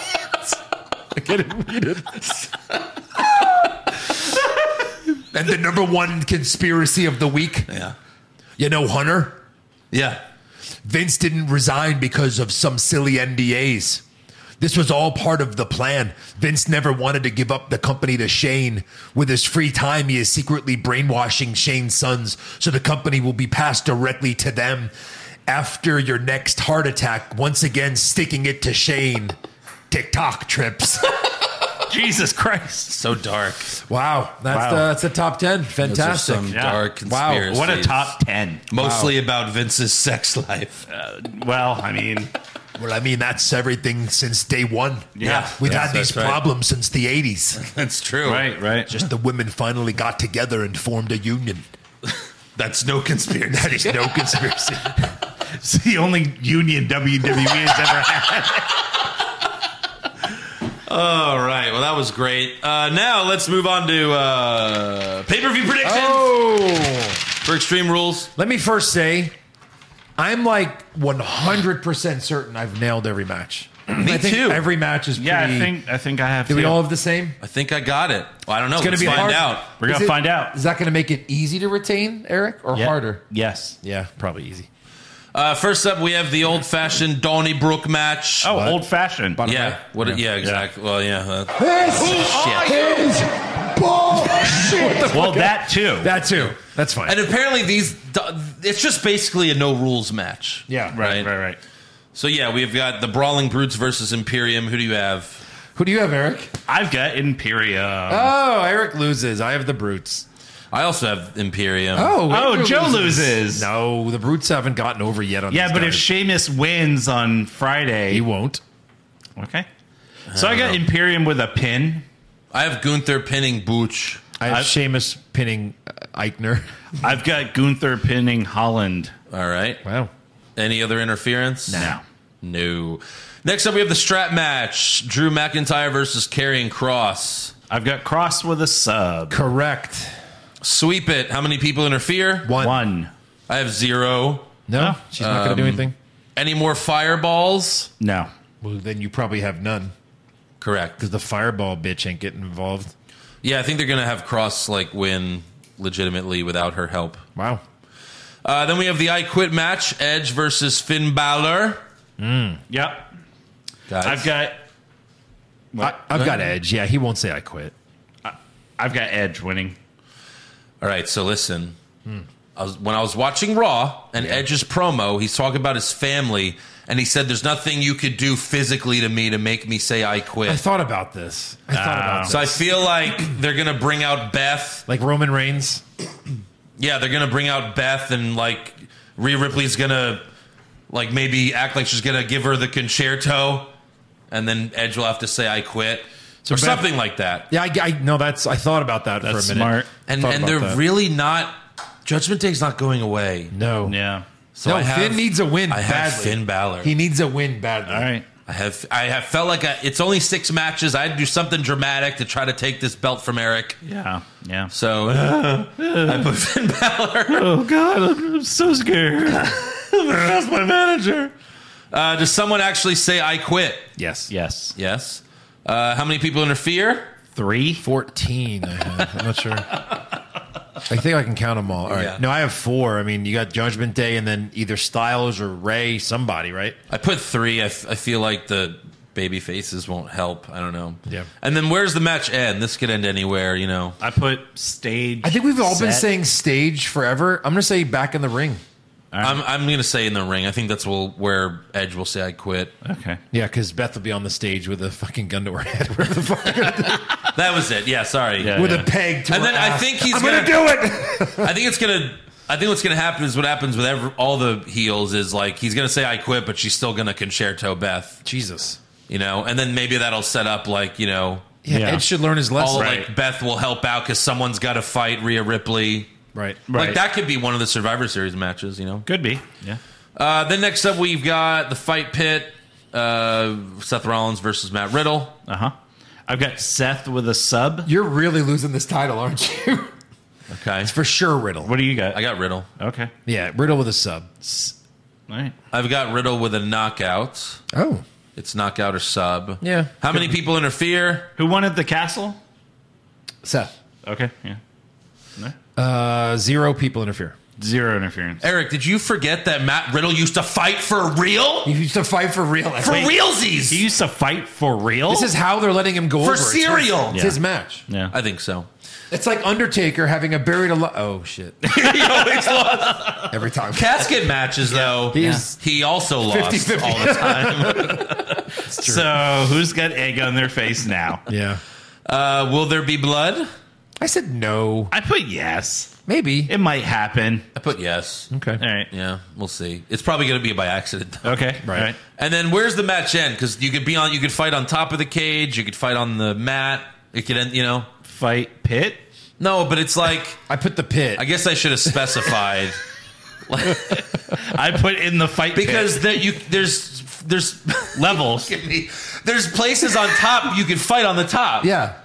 Speaker 5: And the number one conspiracy of the week,
Speaker 4: yeah.
Speaker 5: you know, Hunter,
Speaker 4: Yeah.
Speaker 5: Vince didn't resign because of some silly NDAs. This was all part of the plan. Vince never wanted to give up the company to Shane. With his free time, he is secretly brainwashing Shane's sons so the company will be passed directly to them after your next heart attack, once again sticking it to Shane. TikTok trips.
Speaker 6: Jesus Christ.
Speaker 4: So dark.
Speaker 5: wow, that's
Speaker 6: Wow. the-
Speaker 5: that's the top ten.
Speaker 4: Those are some
Speaker 6: Yeah.
Speaker 4: dark
Speaker 5: Wow,
Speaker 4: conspiracies.
Speaker 6: What a top 10.
Speaker 4: Mostly about Vince's sex life.
Speaker 6: Uh, Well, I mean,
Speaker 5: Well, I mean, that's everything since day one.
Speaker 6: Yeah.
Speaker 5: we've
Speaker 4: Yes,
Speaker 5: had these
Speaker 4: that's right.
Speaker 5: problems since the '80s.
Speaker 4: That's true.
Speaker 6: right, right.
Speaker 5: Just the women finally got together and formed a union.
Speaker 4: That's no conspiracy.
Speaker 5: That is no conspiracy.
Speaker 6: It's E the only union WWE has ever had.
Speaker 4: All right. Well, that was great. Uh, now let's move on to uh, pay per view predictions
Speaker 5: Oh.
Speaker 4: for Extreme Rules.
Speaker 5: Let me first say, I'm like 100% certain I've nailed every match. Me I think
Speaker 4: too.
Speaker 5: Every match is pretty.
Speaker 6: Yeah, I think I think I have
Speaker 5: Do
Speaker 6: to.
Speaker 5: we all have the same?
Speaker 4: I think I got it. Well, I don't know.
Speaker 5: It's gonna
Speaker 4: let's
Speaker 5: be
Speaker 4: find
Speaker 5: hard.
Speaker 4: out.
Speaker 6: We're gonna
Speaker 5: Is it-
Speaker 6: find out.
Speaker 5: Is that going to make it easy to retain, Eric, or
Speaker 6: Yeah.
Speaker 5: harder?
Speaker 6: Yes.
Speaker 5: Yeah, probably easy.
Speaker 4: Uh, first up, we have the old fashioned Donnybrook match.
Speaker 6: Oh, old fashioned.
Speaker 5: Bottom
Speaker 4: yeah.
Speaker 5: right?
Speaker 4: What? Yeah, exactly. Well, yeah. uh,
Speaker 1: This is bullshit.
Speaker 6: Well, that too.
Speaker 5: That too. That's fine.
Speaker 4: and apparently, these it's just basically a no rules match.
Speaker 5: yeah.
Speaker 6: right, right, right.
Speaker 4: So yeah, we've got the Brawling Brutes versus Imperium. Who do you have?
Speaker 5: Who do you have, Eric?
Speaker 6: I've got Imperia.
Speaker 5: Oh, Eric loses. I have the brutes.
Speaker 4: I also have Imperium.
Speaker 5: Oh,
Speaker 6: Oh,
Speaker 5: Andrew
Speaker 6: Joe loses.
Speaker 5: No, the brutes haven't gotten over yet on.
Speaker 6: yeah,
Speaker 5: these
Speaker 6: but if
Speaker 5: guys.
Speaker 6: Sheamus wins on Friday,
Speaker 5: he won't.
Speaker 6: okay. So I got Imperium with a pin.
Speaker 4: I have Gunther pinning Booch.
Speaker 5: I have
Speaker 6: I've-
Speaker 5: Sheamus pinning uh, Eichner.
Speaker 6: I've got Gunther pinning Holland.
Speaker 4: All right.
Speaker 5: Wow.
Speaker 4: Any other interference?
Speaker 6: Now,
Speaker 4: No. Next up, we have the strap match: Drew McIntyre versus Karrion Cross.
Speaker 6: I've got Cross with a sub.
Speaker 5: Correct.
Speaker 4: Sweep it. How many people interfere?
Speaker 5: One.
Speaker 6: One.
Speaker 4: I have zero.
Speaker 5: No,
Speaker 6: No.
Speaker 5: she's not going to do anything.
Speaker 4: Any more fireballs?
Speaker 6: No.
Speaker 5: Well, then you probably have none
Speaker 4: Correct.
Speaker 5: because the fireball bitch ain't getting involved.
Speaker 4: Yeah, I think they're gonna have Cross like win legitimately without her help.
Speaker 5: Wow.
Speaker 4: Uh, then we have the I Quit match: Edge versus Finn Balor.
Speaker 6: Yep.
Speaker 4: Guys.
Speaker 6: I've got
Speaker 5: I, I've got Edge. Yeah, he won't say I quit.
Speaker 6: I've got Edge winning.
Speaker 4: All right, so listen.
Speaker 6: Hmm.
Speaker 4: I was, when I was watching Raw and Edge's promo, he's talking about his family, and he said, "There's nothing you could do physically to me to make me say I quit."
Speaker 5: I thought about this. I thought about this.
Speaker 4: so I feel like they're gonna bring out Beth.
Speaker 5: Like Roman Reigns.
Speaker 4: Yeah, they're gonna bring out Beth, and like Rhea Ripley's gonna like maybe act like she's gonna give her the concerto, and then Edge will have to say I quit or
Speaker 5: Beth-
Speaker 4: something like that.
Speaker 5: Yeah, I, I no. That's I thought about that
Speaker 6: That's
Speaker 5: for a minute.
Speaker 6: smart.
Speaker 4: And
Speaker 5: Thought
Speaker 4: and
Speaker 5: about
Speaker 4: they're
Speaker 5: that.
Speaker 4: really not. Judgment Day's not going away.
Speaker 5: no.
Speaker 6: Yeah.
Speaker 4: So
Speaker 5: no,
Speaker 4: I have-
Speaker 5: Finn needs a win
Speaker 4: I have
Speaker 5: badly.
Speaker 4: Finn Balor.
Speaker 5: He needs a win badly.
Speaker 6: All right.
Speaker 4: I have I have felt like I, it's only six matches. I had to do something dramatic to try to take this belt from Eric.
Speaker 6: Yeah. Yeah.
Speaker 4: So I put Finn Balor.
Speaker 6: Oh God, I'm, I'm so scared. That's my manager.
Speaker 4: Uh, does someone actually say I quit?
Speaker 5: Yes.
Speaker 6: Yes.
Speaker 4: Yes. Uh, how many people interfere?
Speaker 6: Three.
Speaker 5: Fourteen. I have. I'm not sure. I think I can count them all. All right.
Speaker 4: Yeah.
Speaker 5: No, I have four. I mean, you got Judgment Day, and then either Styles or Ray, somebody, right?
Speaker 4: I put three. I, f- I feel like the baby faces won't help. I don't know.
Speaker 5: Yeah.
Speaker 4: And then where's the match end? This could end anywhere. You know.
Speaker 6: I put stage.
Speaker 5: I think we've all been
Speaker 6: set.
Speaker 5: saying stage forever. I'm gonna say back in the ring.
Speaker 4: I'm I'm gonna say in the ring. I think that's will, where Edge will say I quit.
Speaker 6: Okay.
Speaker 5: Yeah, because Beth will be on the stage with a fucking gun to her head, wherever the fuck,
Speaker 4: That was it. Yeah. Sorry.
Speaker 6: Yeah.
Speaker 5: with a peg. To
Speaker 4: And
Speaker 5: her
Speaker 4: then I
Speaker 5: ass.
Speaker 4: think he's
Speaker 5: I'm gonna, do it.
Speaker 4: I think it's gonna. I think what's gonna happen is what happens with every, all the heels is like he's gonna say I quit, but she's still gonna concerto Beth,
Speaker 5: Jesus.
Speaker 4: you know, and then maybe that'll set up like you know,
Speaker 5: Yeah,
Speaker 6: Yeah.
Speaker 5: Ed should learn his lesson.
Speaker 4: all
Speaker 5: Right.
Speaker 4: like Beth will help out because someone's got to fight Rhea Ripley.
Speaker 5: right.
Speaker 4: Like that could be one of the Survivor Series matches, you know.
Speaker 6: Could be. Yeah.
Speaker 4: Uh, then next up we've got the fight pit, uh, Seth Rollins versus Matt Riddle.
Speaker 6: Uh huh. I've got Seth with a sub.
Speaker 5: You're really losing this title, aren't you?
Speaker 4: Okay,
Speaker 5: For sure, Riddle.
Speaker 6: What do you got?
Speaker 4: I got Riddle.
Speaker 6: Okay.
Speaker 5: Yeah, Riddle with a sub.
Speaker 6: All right.
Speaker 4: I've got Riddle with a knockout.
Speaker 5: Oh,
Speaker 4: It's knockout or sub.
Speaker 5: Yeah.
Speaker 4: How many people interfere?
Speaker 6: Who won at the castle?
Speaker 5: Seth.
Speaker 6: Okay. Yeah. No.
Speaker 5: Uh, zero people interfere.
Speaker 6: Zero interference.
Speaker 4: Eric, did you forget that Matt Riddle used to fight for real?
Speaker 5: You used to fight for real.
Speaker 4: For
Speaker 6: Wait.
Speaker 4: realsies?
Speaker 6: He used to fight for real.
Speaker 5: This is how they're letting him go
Speaker 4: Oh. For
Speaker 5: over. It's
Speaker 4: cereal.
Speaker 5: His, it's
Speaker 6: Yeah.
Speaker 5: his match.
Speaker 6: yeah.
Speaker 4: I think so.
Speaker 5: It's like Undertaker having a buried alive. Oh shit!
Speaker 4: he always lost.
Speaker 5: Every time.
Speaker 4: Casket matches, though,
Speaker 5: He's-
Speaker 4: he also lost
Speaker 5: 50-50.
Speaker 4: all the time.
Speaker 6: so who's got egg on their face now?
Speaker 5: yeah.
Speaker 4: Uh, will there be blood?
Speaker 5: I said no.
Speaker 6: I put yes.
Speaker 5: Maybe.
Speaker 6: It might happen.
Speaker 4: I put yes.
Speaker 5: Okay.
Speaker 6: All right.
Speaker 4: Yeah, we'll see. It's probably going to be by accident. though.
Speaker 6: Okay.
Speaker 5: Right.
Speaker 6: Right.
Speaker 4: And then where's the match end? Because you could be on, you could fight on top of the cage, you could fight on the mat. It could end, you know.
Speaker 6: Fight Pitt.
Speaker 4: No, but it's like
Speaker 5: I put the pit.
Speaker 4: I guess I should have specified. Like,
Speaker 6: I put in the fight
Speaker 4: because
Speaker 6: pit
Speaker 4: that you there's there's
Speaker 6: levels.
Speaker 4: Give me- There's places on top you can fight on the top.
Speaker 5: Yeah.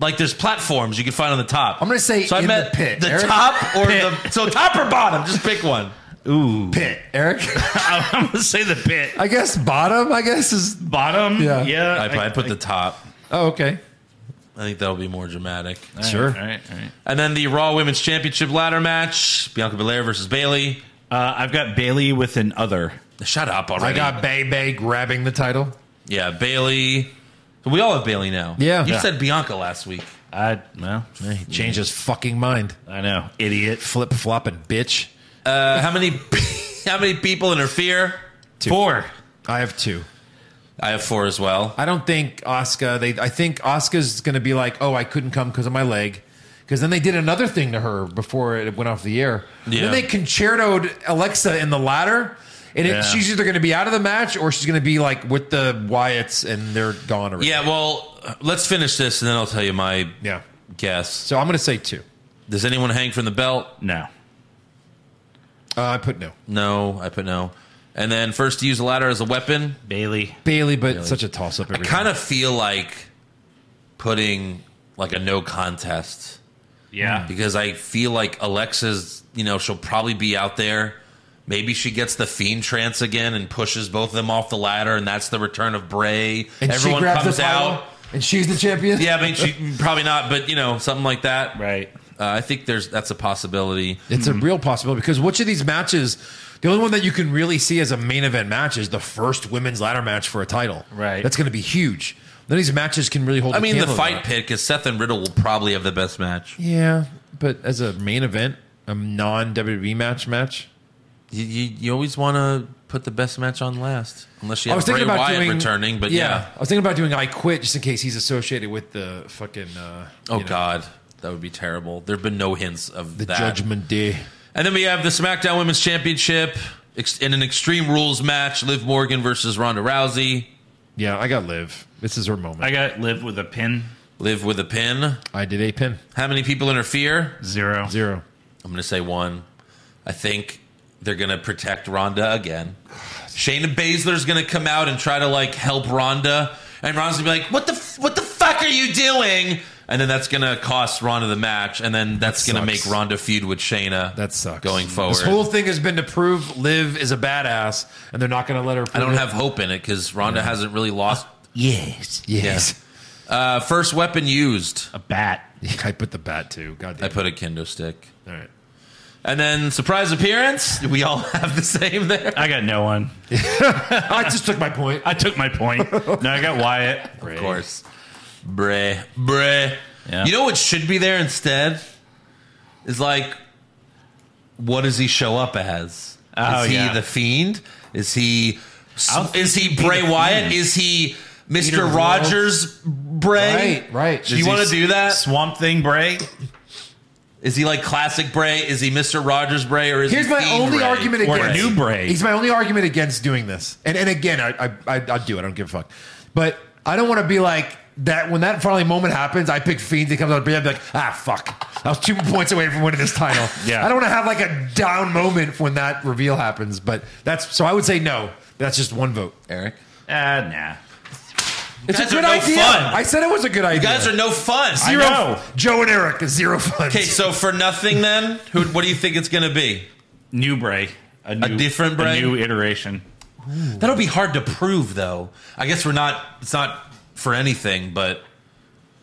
Speaker 4: Like there's platforms you can find on the top.
Speaker 5: I'm gonna say
Speaker 4: so. I
Speaker 5: in
Speaker 4: meant
Speaker 5: the pit,
Speaker 4: the
Speaker 5: Eric.
Speaker 4: top or the so top or bottom. Just pick one.
Speaker 5: Pit, Eric.
Speaker 6: I'm gonna say the pit
Speaker 5: I guess bottom. I guess is.
Speaker 6: bottom.
Speaker 5: Yeah.
Speaker 6: Yeah,
Speaker 4: I, I put the top.
Speaker 5: Oh, okay.
Speaker 4: I think that'll be more dramatic.
Speaker 5: Sure.
Speaker 6: All right, all right.
Speaker 4: And then the Raw Women's Championship ladder match: Bianca Belair versus Bailey.
Speaker 6: Uh, I've got Bailey with an other.
Speaker 4: Shut up
Speaker 5: I
Speaker 4: already.
Speaker 5: got Bay Bay grabbing the title.
Speaker 4: yeah, Bailey. We all have Bailey now.
Speaker 5: Yeah.
Speaker 4: you
Speaker 5: Yeah.
Speaker 4: said Bianca last week.
Speaker 6: I well,
Speaker 5: He changed his fucking mind.
Speaker 6: I know, idiot.
Speaker 5: Flip flopping bitch.
Speaker 4: Uh, how many? How many people interfere?
Speaker 6: Four.
Speaker 5: I have two.
Speaker 4: I have four as well.
Speaker 5: I don't think Oscar. They. I think Oscar's going to be like, oh, I couldn't come because of my leg. Because then they did another thing to her before it went off the air.
Speaker 4: Yeah.
Speaker 5: Then they concertoed Alexa in the ladder, and it,
Speaker 6: Yeah.
Speaker 5: she's either going to be out of the match or she's going to be like with the Wyatts and they're gone already.
Speaker 4: Yeah, well, let's finish this and then I'll tell you my
Speaker 5: Yeah.
Speaker 4: guess.
Speaker 5: So I'm going to say two.
Speaker 4: Does anyone hang from the belt?
Speaker 6: No.
Speaker 5: Uh, I put no.
Speaker 4: No, I put no. And then first to use a ladder as a weapon.
Speaker 6: Bailey.
Speaker 5: Bailey, but such a toss up.
Speaker 4: I kind of feel like putting like a no contest
Speaker 6: Yeah.
Speaker 4: because I feel like Alexa's, you know, she'll probably be out there. Maybe she gets the fiend trance again and pushes both of them off the ladder, and that's the return of Bray.
Speaker 5: and
Speaker 4: Everyone
Speaker 5: she grabs
Speaker 4: comes
Speaker 5: the title,
Speaker 4: out.
Speaker 5: and she's the champion.
Speaker 4: Yeah, I mean, she probably not, but you know, something like that.
Speaker 6: Right.
Speaker 4: Uh, I think there's that's a possibility.
Speaker 5: It's a real possibility because which of these matches, the only one that you can really see as a main event match is the first women's ladder match for a title.
Speaker 6: Right.
Speaker 5: That's going to be huge. None of these matches can really hold.
Speaker 4: I mean, the
Speaker 5: candle to
Speaker 4: fight
Speaker 5: that.
Speaker 4: pit because Seth and Riddle will probably have the best match. You,
Speaker 5: Yeah, but as a main event, a non WWE match match.
Speaker 4: you, you always want to put the best match on last, unless you
Speaker 5: I
Speaker 4: have
Speaker 5: was
Speaker 4: Bray
Speaker 5: thinking about
Speaker 4: Wyatt
Speaker 5: doing
Speaker 4: returning. But yeah,
Speaker 5: I was thinking about doing I Quit just in case he's associated with the fucking. Uh,
Speaker 4: oh
Speaker 5: you know,
Speaker 4: god, that would be terrible. There've been no hints of
Speaker 5: the
Speaker 4: that.
Speaker 5: Judgment Day.
Speaker 4: And then we have the SmackDown Women's Championship ex- in an Extreme Rules match: Liv Morgan versus Ronda Rousey.
Speaker 5: Yeah, I got live. This is her moment.
Speaker 6: I got live with a pin.
Speaker 4: Liv with a pin.
Speaker 5: I did a pin
Speaker 4: How many people interfere?
Speaker 6: Zero.
Speaker 5: zero.
Speaker 4: I'm going to say one. I think they're going to protect Ronda again. Shayna Baszler's going to come out and try to like help Ronda, and Ronda's going to be like, "What the f- what the fuck are you doing?" And then that's going to cost Ronda the match, and then that's
Speaker 5: That
Speaker 4: going to make
Speaker 5: sucks.
Speaker 4: Ronda feud with Shayna.
Speaker 5: That sucks.
Speaker 4: going forward.
Speaker 5: This whole thing has been to prove Liv is a badass, and they're not going to let her.
Speaker 4: I don't
Speaker 5: prove it.
Speaker 4: have hope in it because Ronda hasn't really lost.
Speaker 6: Yes.
Speaker 5: Yes.
Speaker 4: Uh, first weapon used.
Speaker 6: A bat.
Speaker 5: I put the bat too. God damn.
Speaker 4: I put a kendo stick.
Speaker 5: it. All right.
Speaker 4: And then surprise appearance. We all have the same there.
Speaker 6: I got no one.
Speaker 5: I just took my point.
Speaker 6: I took my point. no, I got Wyatt.
Speaker 4: Of course. Bruh. Bruh.
Speaker 6: Yeah.
Speaker 4: You know what should be there instead? Is like, what does he show up as?
Speaker 6: Oh,
Speaker 4: is he
Speaker 6: yeah.
Speaker 4: the fiend? Is he
Speaker 6: I'll
Speaker 4: is he
Speaker 6: think he'd be
Speaker 4: Bray
Speaker 6: the
Speaker 4: Wyatt?
Speaker 6: Fiend.
Speaker 4: Is he Mr.
Speaker 5: Peter
Speaker 4: Rogers Bray?
Speaker 5: Right, right.
Speaker 4: Do you want to do that?
Speaker 6: Swamp Thing Bray?
Speaker 4: Is he like classic Bray? Is he Mr. Rogers Bray? Or is
Speaker 5: Here's
Speaker 4: he
Speaker 5: my
Speaker 4: Fiend
Speaker 5: only
Speaker 4: Bray?
Speaker 5: argument
Speaker 6: Or
Speaker 5: against
Speaker 6: New Bray.
Speaker 5: He's my only argument against doing this. And and again, I I I I'd do it. I don't give a fuck. But I don't want to be like that when that finally moment happens. I pick Fiend. He comes out. I'd be like, ah, fuck. I was two points away from winning this title.
Speaker 6: Yeah.
Speaker 5: I don't want to have like a down moment when that reveal happens. But that's so I would say no. That's just one vote.
Speaker 4: Eric.
Speaker 6: Uh, nah.
Speaker 5: It's
Speaker 4: guys
Speaker 5: a
Speaker 4: are
Speaker 5: good
Speaker 4: no
Speaker 5: idea.
Speaker 4: fun.
Speaker 5: I said it was a good idea.
Speaker 4: You guys are no fun.
Speaker 5: zero.
Speaker 6: know.
Speaker 5: Joe and Eric zero fun.
Speaker 4: Okay, so for nothing then, who? What do you think it's going to be?
Speaker 6: New Bray. A, new,
Speaker 4: different Bray?
Speaker 6: A new iteration.
Speaker 4: That'll be hard to prove, though. I guess we're not. It's not for anything, but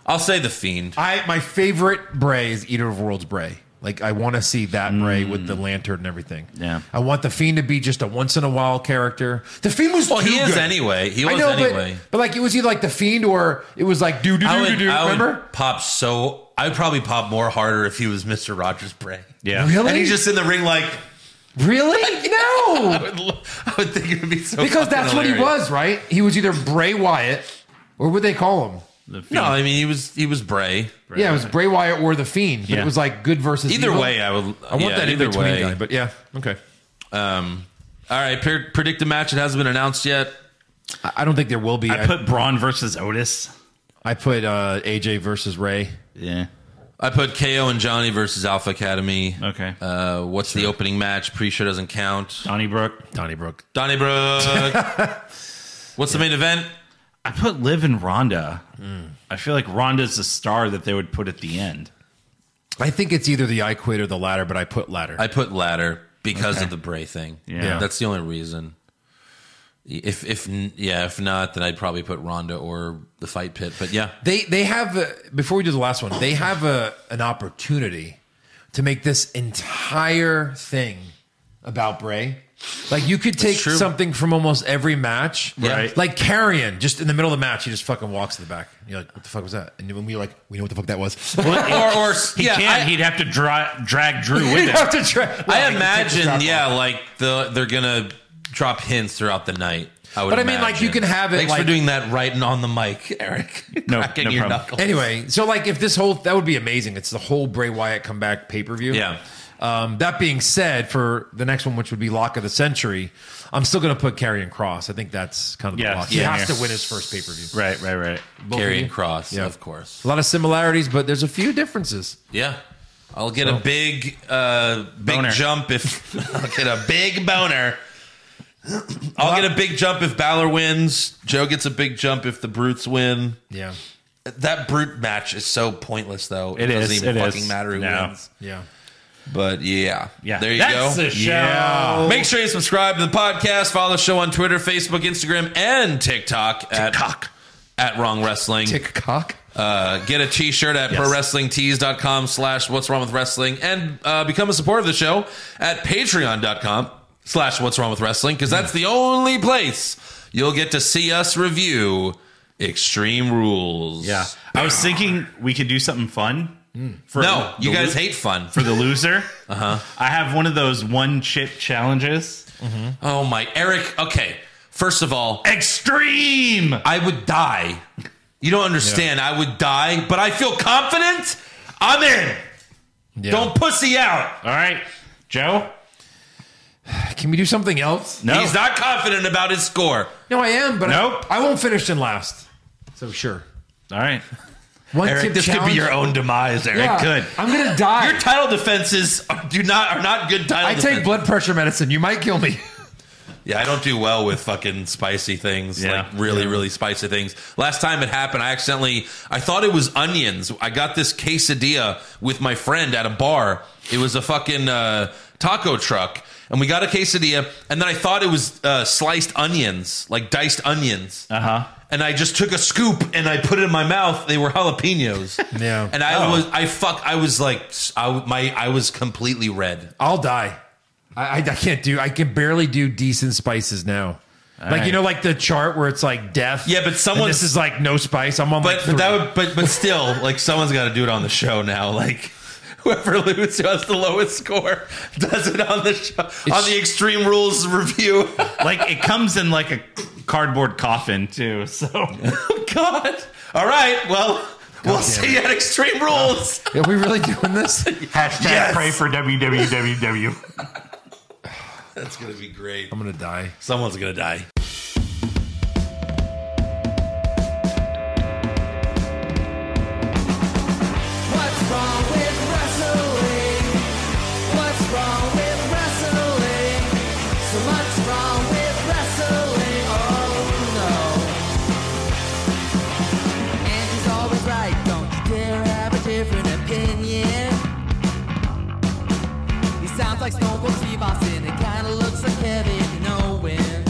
Speaker 4: I'll say the fiend.
Speaker 5: I my favorite Bray is Eater of Worlds Bray. Like I want to see that Bray with
Speaker 4: Hmm.
Speaker 5: the lantern and everything.
Speaker 6: Yeah.
Speaker 5: I want the Fiend to be just a once in a while character. The Fiend was
Speaker 4: Well,
Speaker 5: too
Speaker 4: he is
Speaker 5: Oh, good.
Speaker 4: anyway. He was
Speaker 5: I know,
Speaker 4: anyway.
Speaker 5: But, but like it was either like the Fiend or it was like do do
Speaker 4: I
Speaker 5: do
Speaker 4: would,
Speaker 5: do do.
Speaker 4: I would
Speaker 5: Remember?
Speaker 4: pop so. I would probably pop more harder if he was Mister Rogers Bray.
Speaker 6: Yeah.
Speaker 5: Really?
Speaker 4: and he's just in the ring like.
Speaker 5: Really?
Speaker 4: I
Speaker 5: No,
Speaker 4: would, lo- I would think it would be so.
Speaker 5: because
Speaker 4: fucking
Speaker 5: that's what he
Speaker 4: hilarious.
Speaker 5: was, right? He was either Bray Wyatt or what they call him.
Speaker 6: The Fiend.
Speaker 4: No, I mean he was. He was Bray.
Speaker 5: Yeah, it was Bray Wyatt or the Fiend. But
Speaker 6: Yeah.
Speaker 5: it was like good versus
Speaker 4: Either
Speaker 5: evil.
Speaker 4: way, I would.
Speaker 5: I want that
Speaker 4: either
Speaker 5: in between
Speaker 4: way.
Speaker 5: guy. But yeah, okay.
Speaker 4: Um, all right, pre- predict a match. It hasn't been announced yet.
Speaker 5: I I don't think there will be.
Speaker 6: I put Braun versus Otis.
Speaker 5: I put uh, AJ versus Ray.
Speaker 6: Yeah.
Speaker 4: I put KO and Johnny versus Alpha Academy.
Speaker 6: Okay.
Speaker 4: Uh, what's the opening match? Pretty sure doesn't count.
Speaker 6: Donnybrook.
Speaker 5: Donnybrook.
Speaker 4: Donnybrook. what's the main event?
Speaker 6: I put Liv and Ronda. I feel like Ronda's the star that they would put at the end.
Speaker 5: I think it's either the I quit or the latter, but I put latter.
Speaker 4: I put ladder because of the Bray thing.
Speaker 6: Yeah.
Speaker 4: that's the only reason. If if yeah, if not, then I'd probably put Ronda or the Fight Pit. But yeah,
Speaker 5: they they have a, before we do the last one, they have a an opportunity to make this entire thing about Bray. Like you could take
Speaker 4: true.
Speaker 5: something from almost every match,
Speaker 4: Yeah. Right.
Speaker 5: Like Carrion, just in the middle of the match, he just fucking walks to the back. And You're like, what the fuck was that? And when we were like, we know what the fuck that was.
Speaker 4: or or
Speaker 6: He
Speaker 4: yeah,
Speaker 6: can't.
Speaker 4: I-
Speaker 6: he'd have to dra- drag Drew with
Speaker 5: You'd
Speaker 6: him.
Speaker 5: have to try. Well,
Speaker 4: I
Speaker 5: he takes his
Speaker 4: imagine,
Speaker 5: strap
Speaker 4: yeah,
Speaker 5: off.
Speaker 4: like the they're gonna drop hints throughout the night. I would
Speaker 5: But I mean, like,
Speaker 4: imagine.
Speaker 5: you can have it,
Speaker 4: Thanks for
Speaker 5: like-
Speaker 4: doing that right and on the mic, Eric.
Speaker 6: No,
Speaker 4: cracking
Speaker 6: no
Speaker 4: your
Speaker 6: problem.
Speaker 4: knuckles.
Speaker 5: Anyway, so like if this whole that would be amazing. It's the whole Bray Wyatt comeback pay per view.
Speaker 4: Yeah.
Speaker 5: Um, that being said, for the next one, which would be Lock of the Century, I'm still going to put Karrion Cross. I think that's kind of
Speaker 6: Yeah,
Speaker 5: the lock.
Speaker 6: yeah.
Speaker 5: He has to win his first pay per view.
Speaker 6: Right, right, right.
Speaker 4: Carrying cross,
Speaker 5: Yeah.
Speaker 4: of course.
Speaker 5: A lot of similarities, but there's a few differences.
Speaker 4: Yeah. I'll get a big uh big
Speaker 6: Boner.
Speaker 4: jump if I'll get a big boner. I'll get a big jump if Balor wins. Joe gets a big jump if the Brutes win.
Speaker 5: Yeah.
Speaker 4: That brute match is so pointless though.
Speaker 6: It
Speaker 4: doesn't
Speaker 6: is,
Speaker 4: even
Speaker 6: it is.
Speaker 4: fucking matter who
Speaker 6: No.
Speaker 4: wins.
Speaker 5: Yeah.
Speaker 4: But yeah.
Speaker 6: Yeah,
Speaker 4: There you
Speaker 6: That's
Speaker 4: go.
Speaker 6: The show.
Speaker 4: Make sure you subscribe to the podcast. Follow the show on Twitter, Facebook, Instagram, and TikTok at TikTok. at Wrong Wrestling.
Speaker 5: Tick cock.
Speaker 4: Uh, get a t-shirt at prowrestlingtees.com slash what's wrong with wrestling and uh, become a supporter of the show at patreon.com slash what's wrong with wrestling because
Speaker 6: Mm.
Speaker 4: that's the only place you'll get to see us review Extreme Rules.
Speaker 6: Yeah. I was thinking we could do something fun. For
Speaker 4: No, you
Speaker 6: the
Speaker 4: guys Uh-huh.
Speaker 6: lo-
Speaker 4: hate fun.
Speaker 6: for the loser. Uh huh. I have one of those one chip challenges.
Speaker 4: Oh my, Eric. Okay. First of all,
Speaker 6: Extreme.
Speaker 4: I would die. You don't understand. I would die, but I feel confident. I'm in.
Speaker 5: Yeah.
Speaker 4: Don't pussy out.
Speaker 6: All right, Joe.
Speaker 5: Can we do something else?
Speaker 6: No.
Speaker 4: He's not confident about his score.
Speaker 5: No, I am, but I-
Speaker 6: Nope.
Speaker 5: I, won't finish in last. So sure.
Speaker 6: All right.
Speaker 5: One
Speaker 4: Eric,
Speaker 5: tip
Speaker 4: this could
Speaker 5: challenge?
Speaker 4: be your own demise, Eric.
Speaker 5: Yeah.
Speaker 6: good.
Speaker 5: I'm gonna die.
Speaker 4: Your title defenses are, do not are not good title.
Speaker 5: I take
Speaker 4: defenses.
Speaker 5: blood pressure medicine. You might kill me.
Speaker 4: Yeah, I don't do well with fucking spicy things.
Speaker 6: Yeah.
Speaker 4: Like really, really spicy things. Last time it happened, I accidentally I thought it was onions. I got this quesadilla with my friend at a bar. It was a fucking uh, taco truck. And we got a quesadilla, and then I thought it was uh, sliced onions, like diced onions. Uh
Speaker 6: Uh-huh.
Speaker 4: huh. And I just took a scoop and I put it in my mouth. They were jalapenos.
Speaker 5: Yeah.
Speaker 4: And I
Speaker 6: Oh.
Speaker 4: was, I fuck, I was like, I, my, I was completely red.
Speaker 5: I'll die. I, I, I can't do. I can barely do decent spices now. like you
Speaker 6: right.
Speaker 5: know, like the chart where it's like death.
Speaker 4: Yeah, but
Speaker 5: and
Speaker 4: someone-
Speaker 5: this is like no spice. I'm on
Speaker 4: But
Speaker 5: like
Speaker 4: but that
Speaker 5: three.
Speaker 4: would but but still, like someone's got to do it on the show now. Like whoever loses who has the lowest score does it on the show on the Extreme Rules review.
Speaker 6: Like it comes in like a cardboard coffin too. So
Speaker 4: God. All right. Well, we'll see you at Extreme Rules.
Speaker 5: Are we really doing this?
Speaker 6: hashtag
Speaker 4: pray
Speaker 6: for www.
Speaker 4: That's gonna be great.
Speaker 5: I'm gonna die.
Speaker 4: Someone's gonna die.
Speaker 7: What's wrong with wrestling? What's wrong with wrestling? So much wrong with wrestling. Oh no. And she's always right. Don't you dare have a different opinion. He sounds like Stone Cold Steve Austin. It kinda looks like Kevin Owens.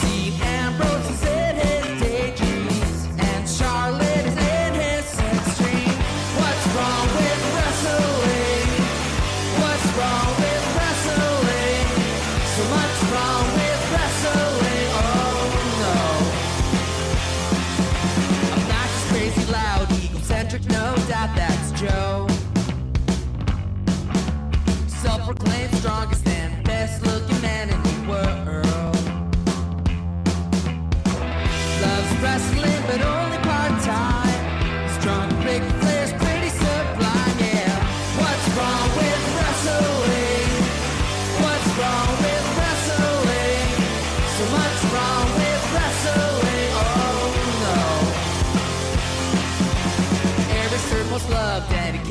Speaker 7: Dean Ambrose is in his daydreams, and Charlotte is in his sex dream. What's wrong with wrestling? What's wrong with wrestling? So much wrong with wrestling. Oh no. Obnoxious, crazy, loud, egocentric, no doubt that's Joe. Self-proclaimed strongest and best-looking man in the world. Loves wrestling, but only part-time. His drunk Ric Flair's pretty sublime, yeah. What's wrong with wrestling? What's wrong with wrestling? So much wrong with wrestling, oh no. Every circle's love dedicated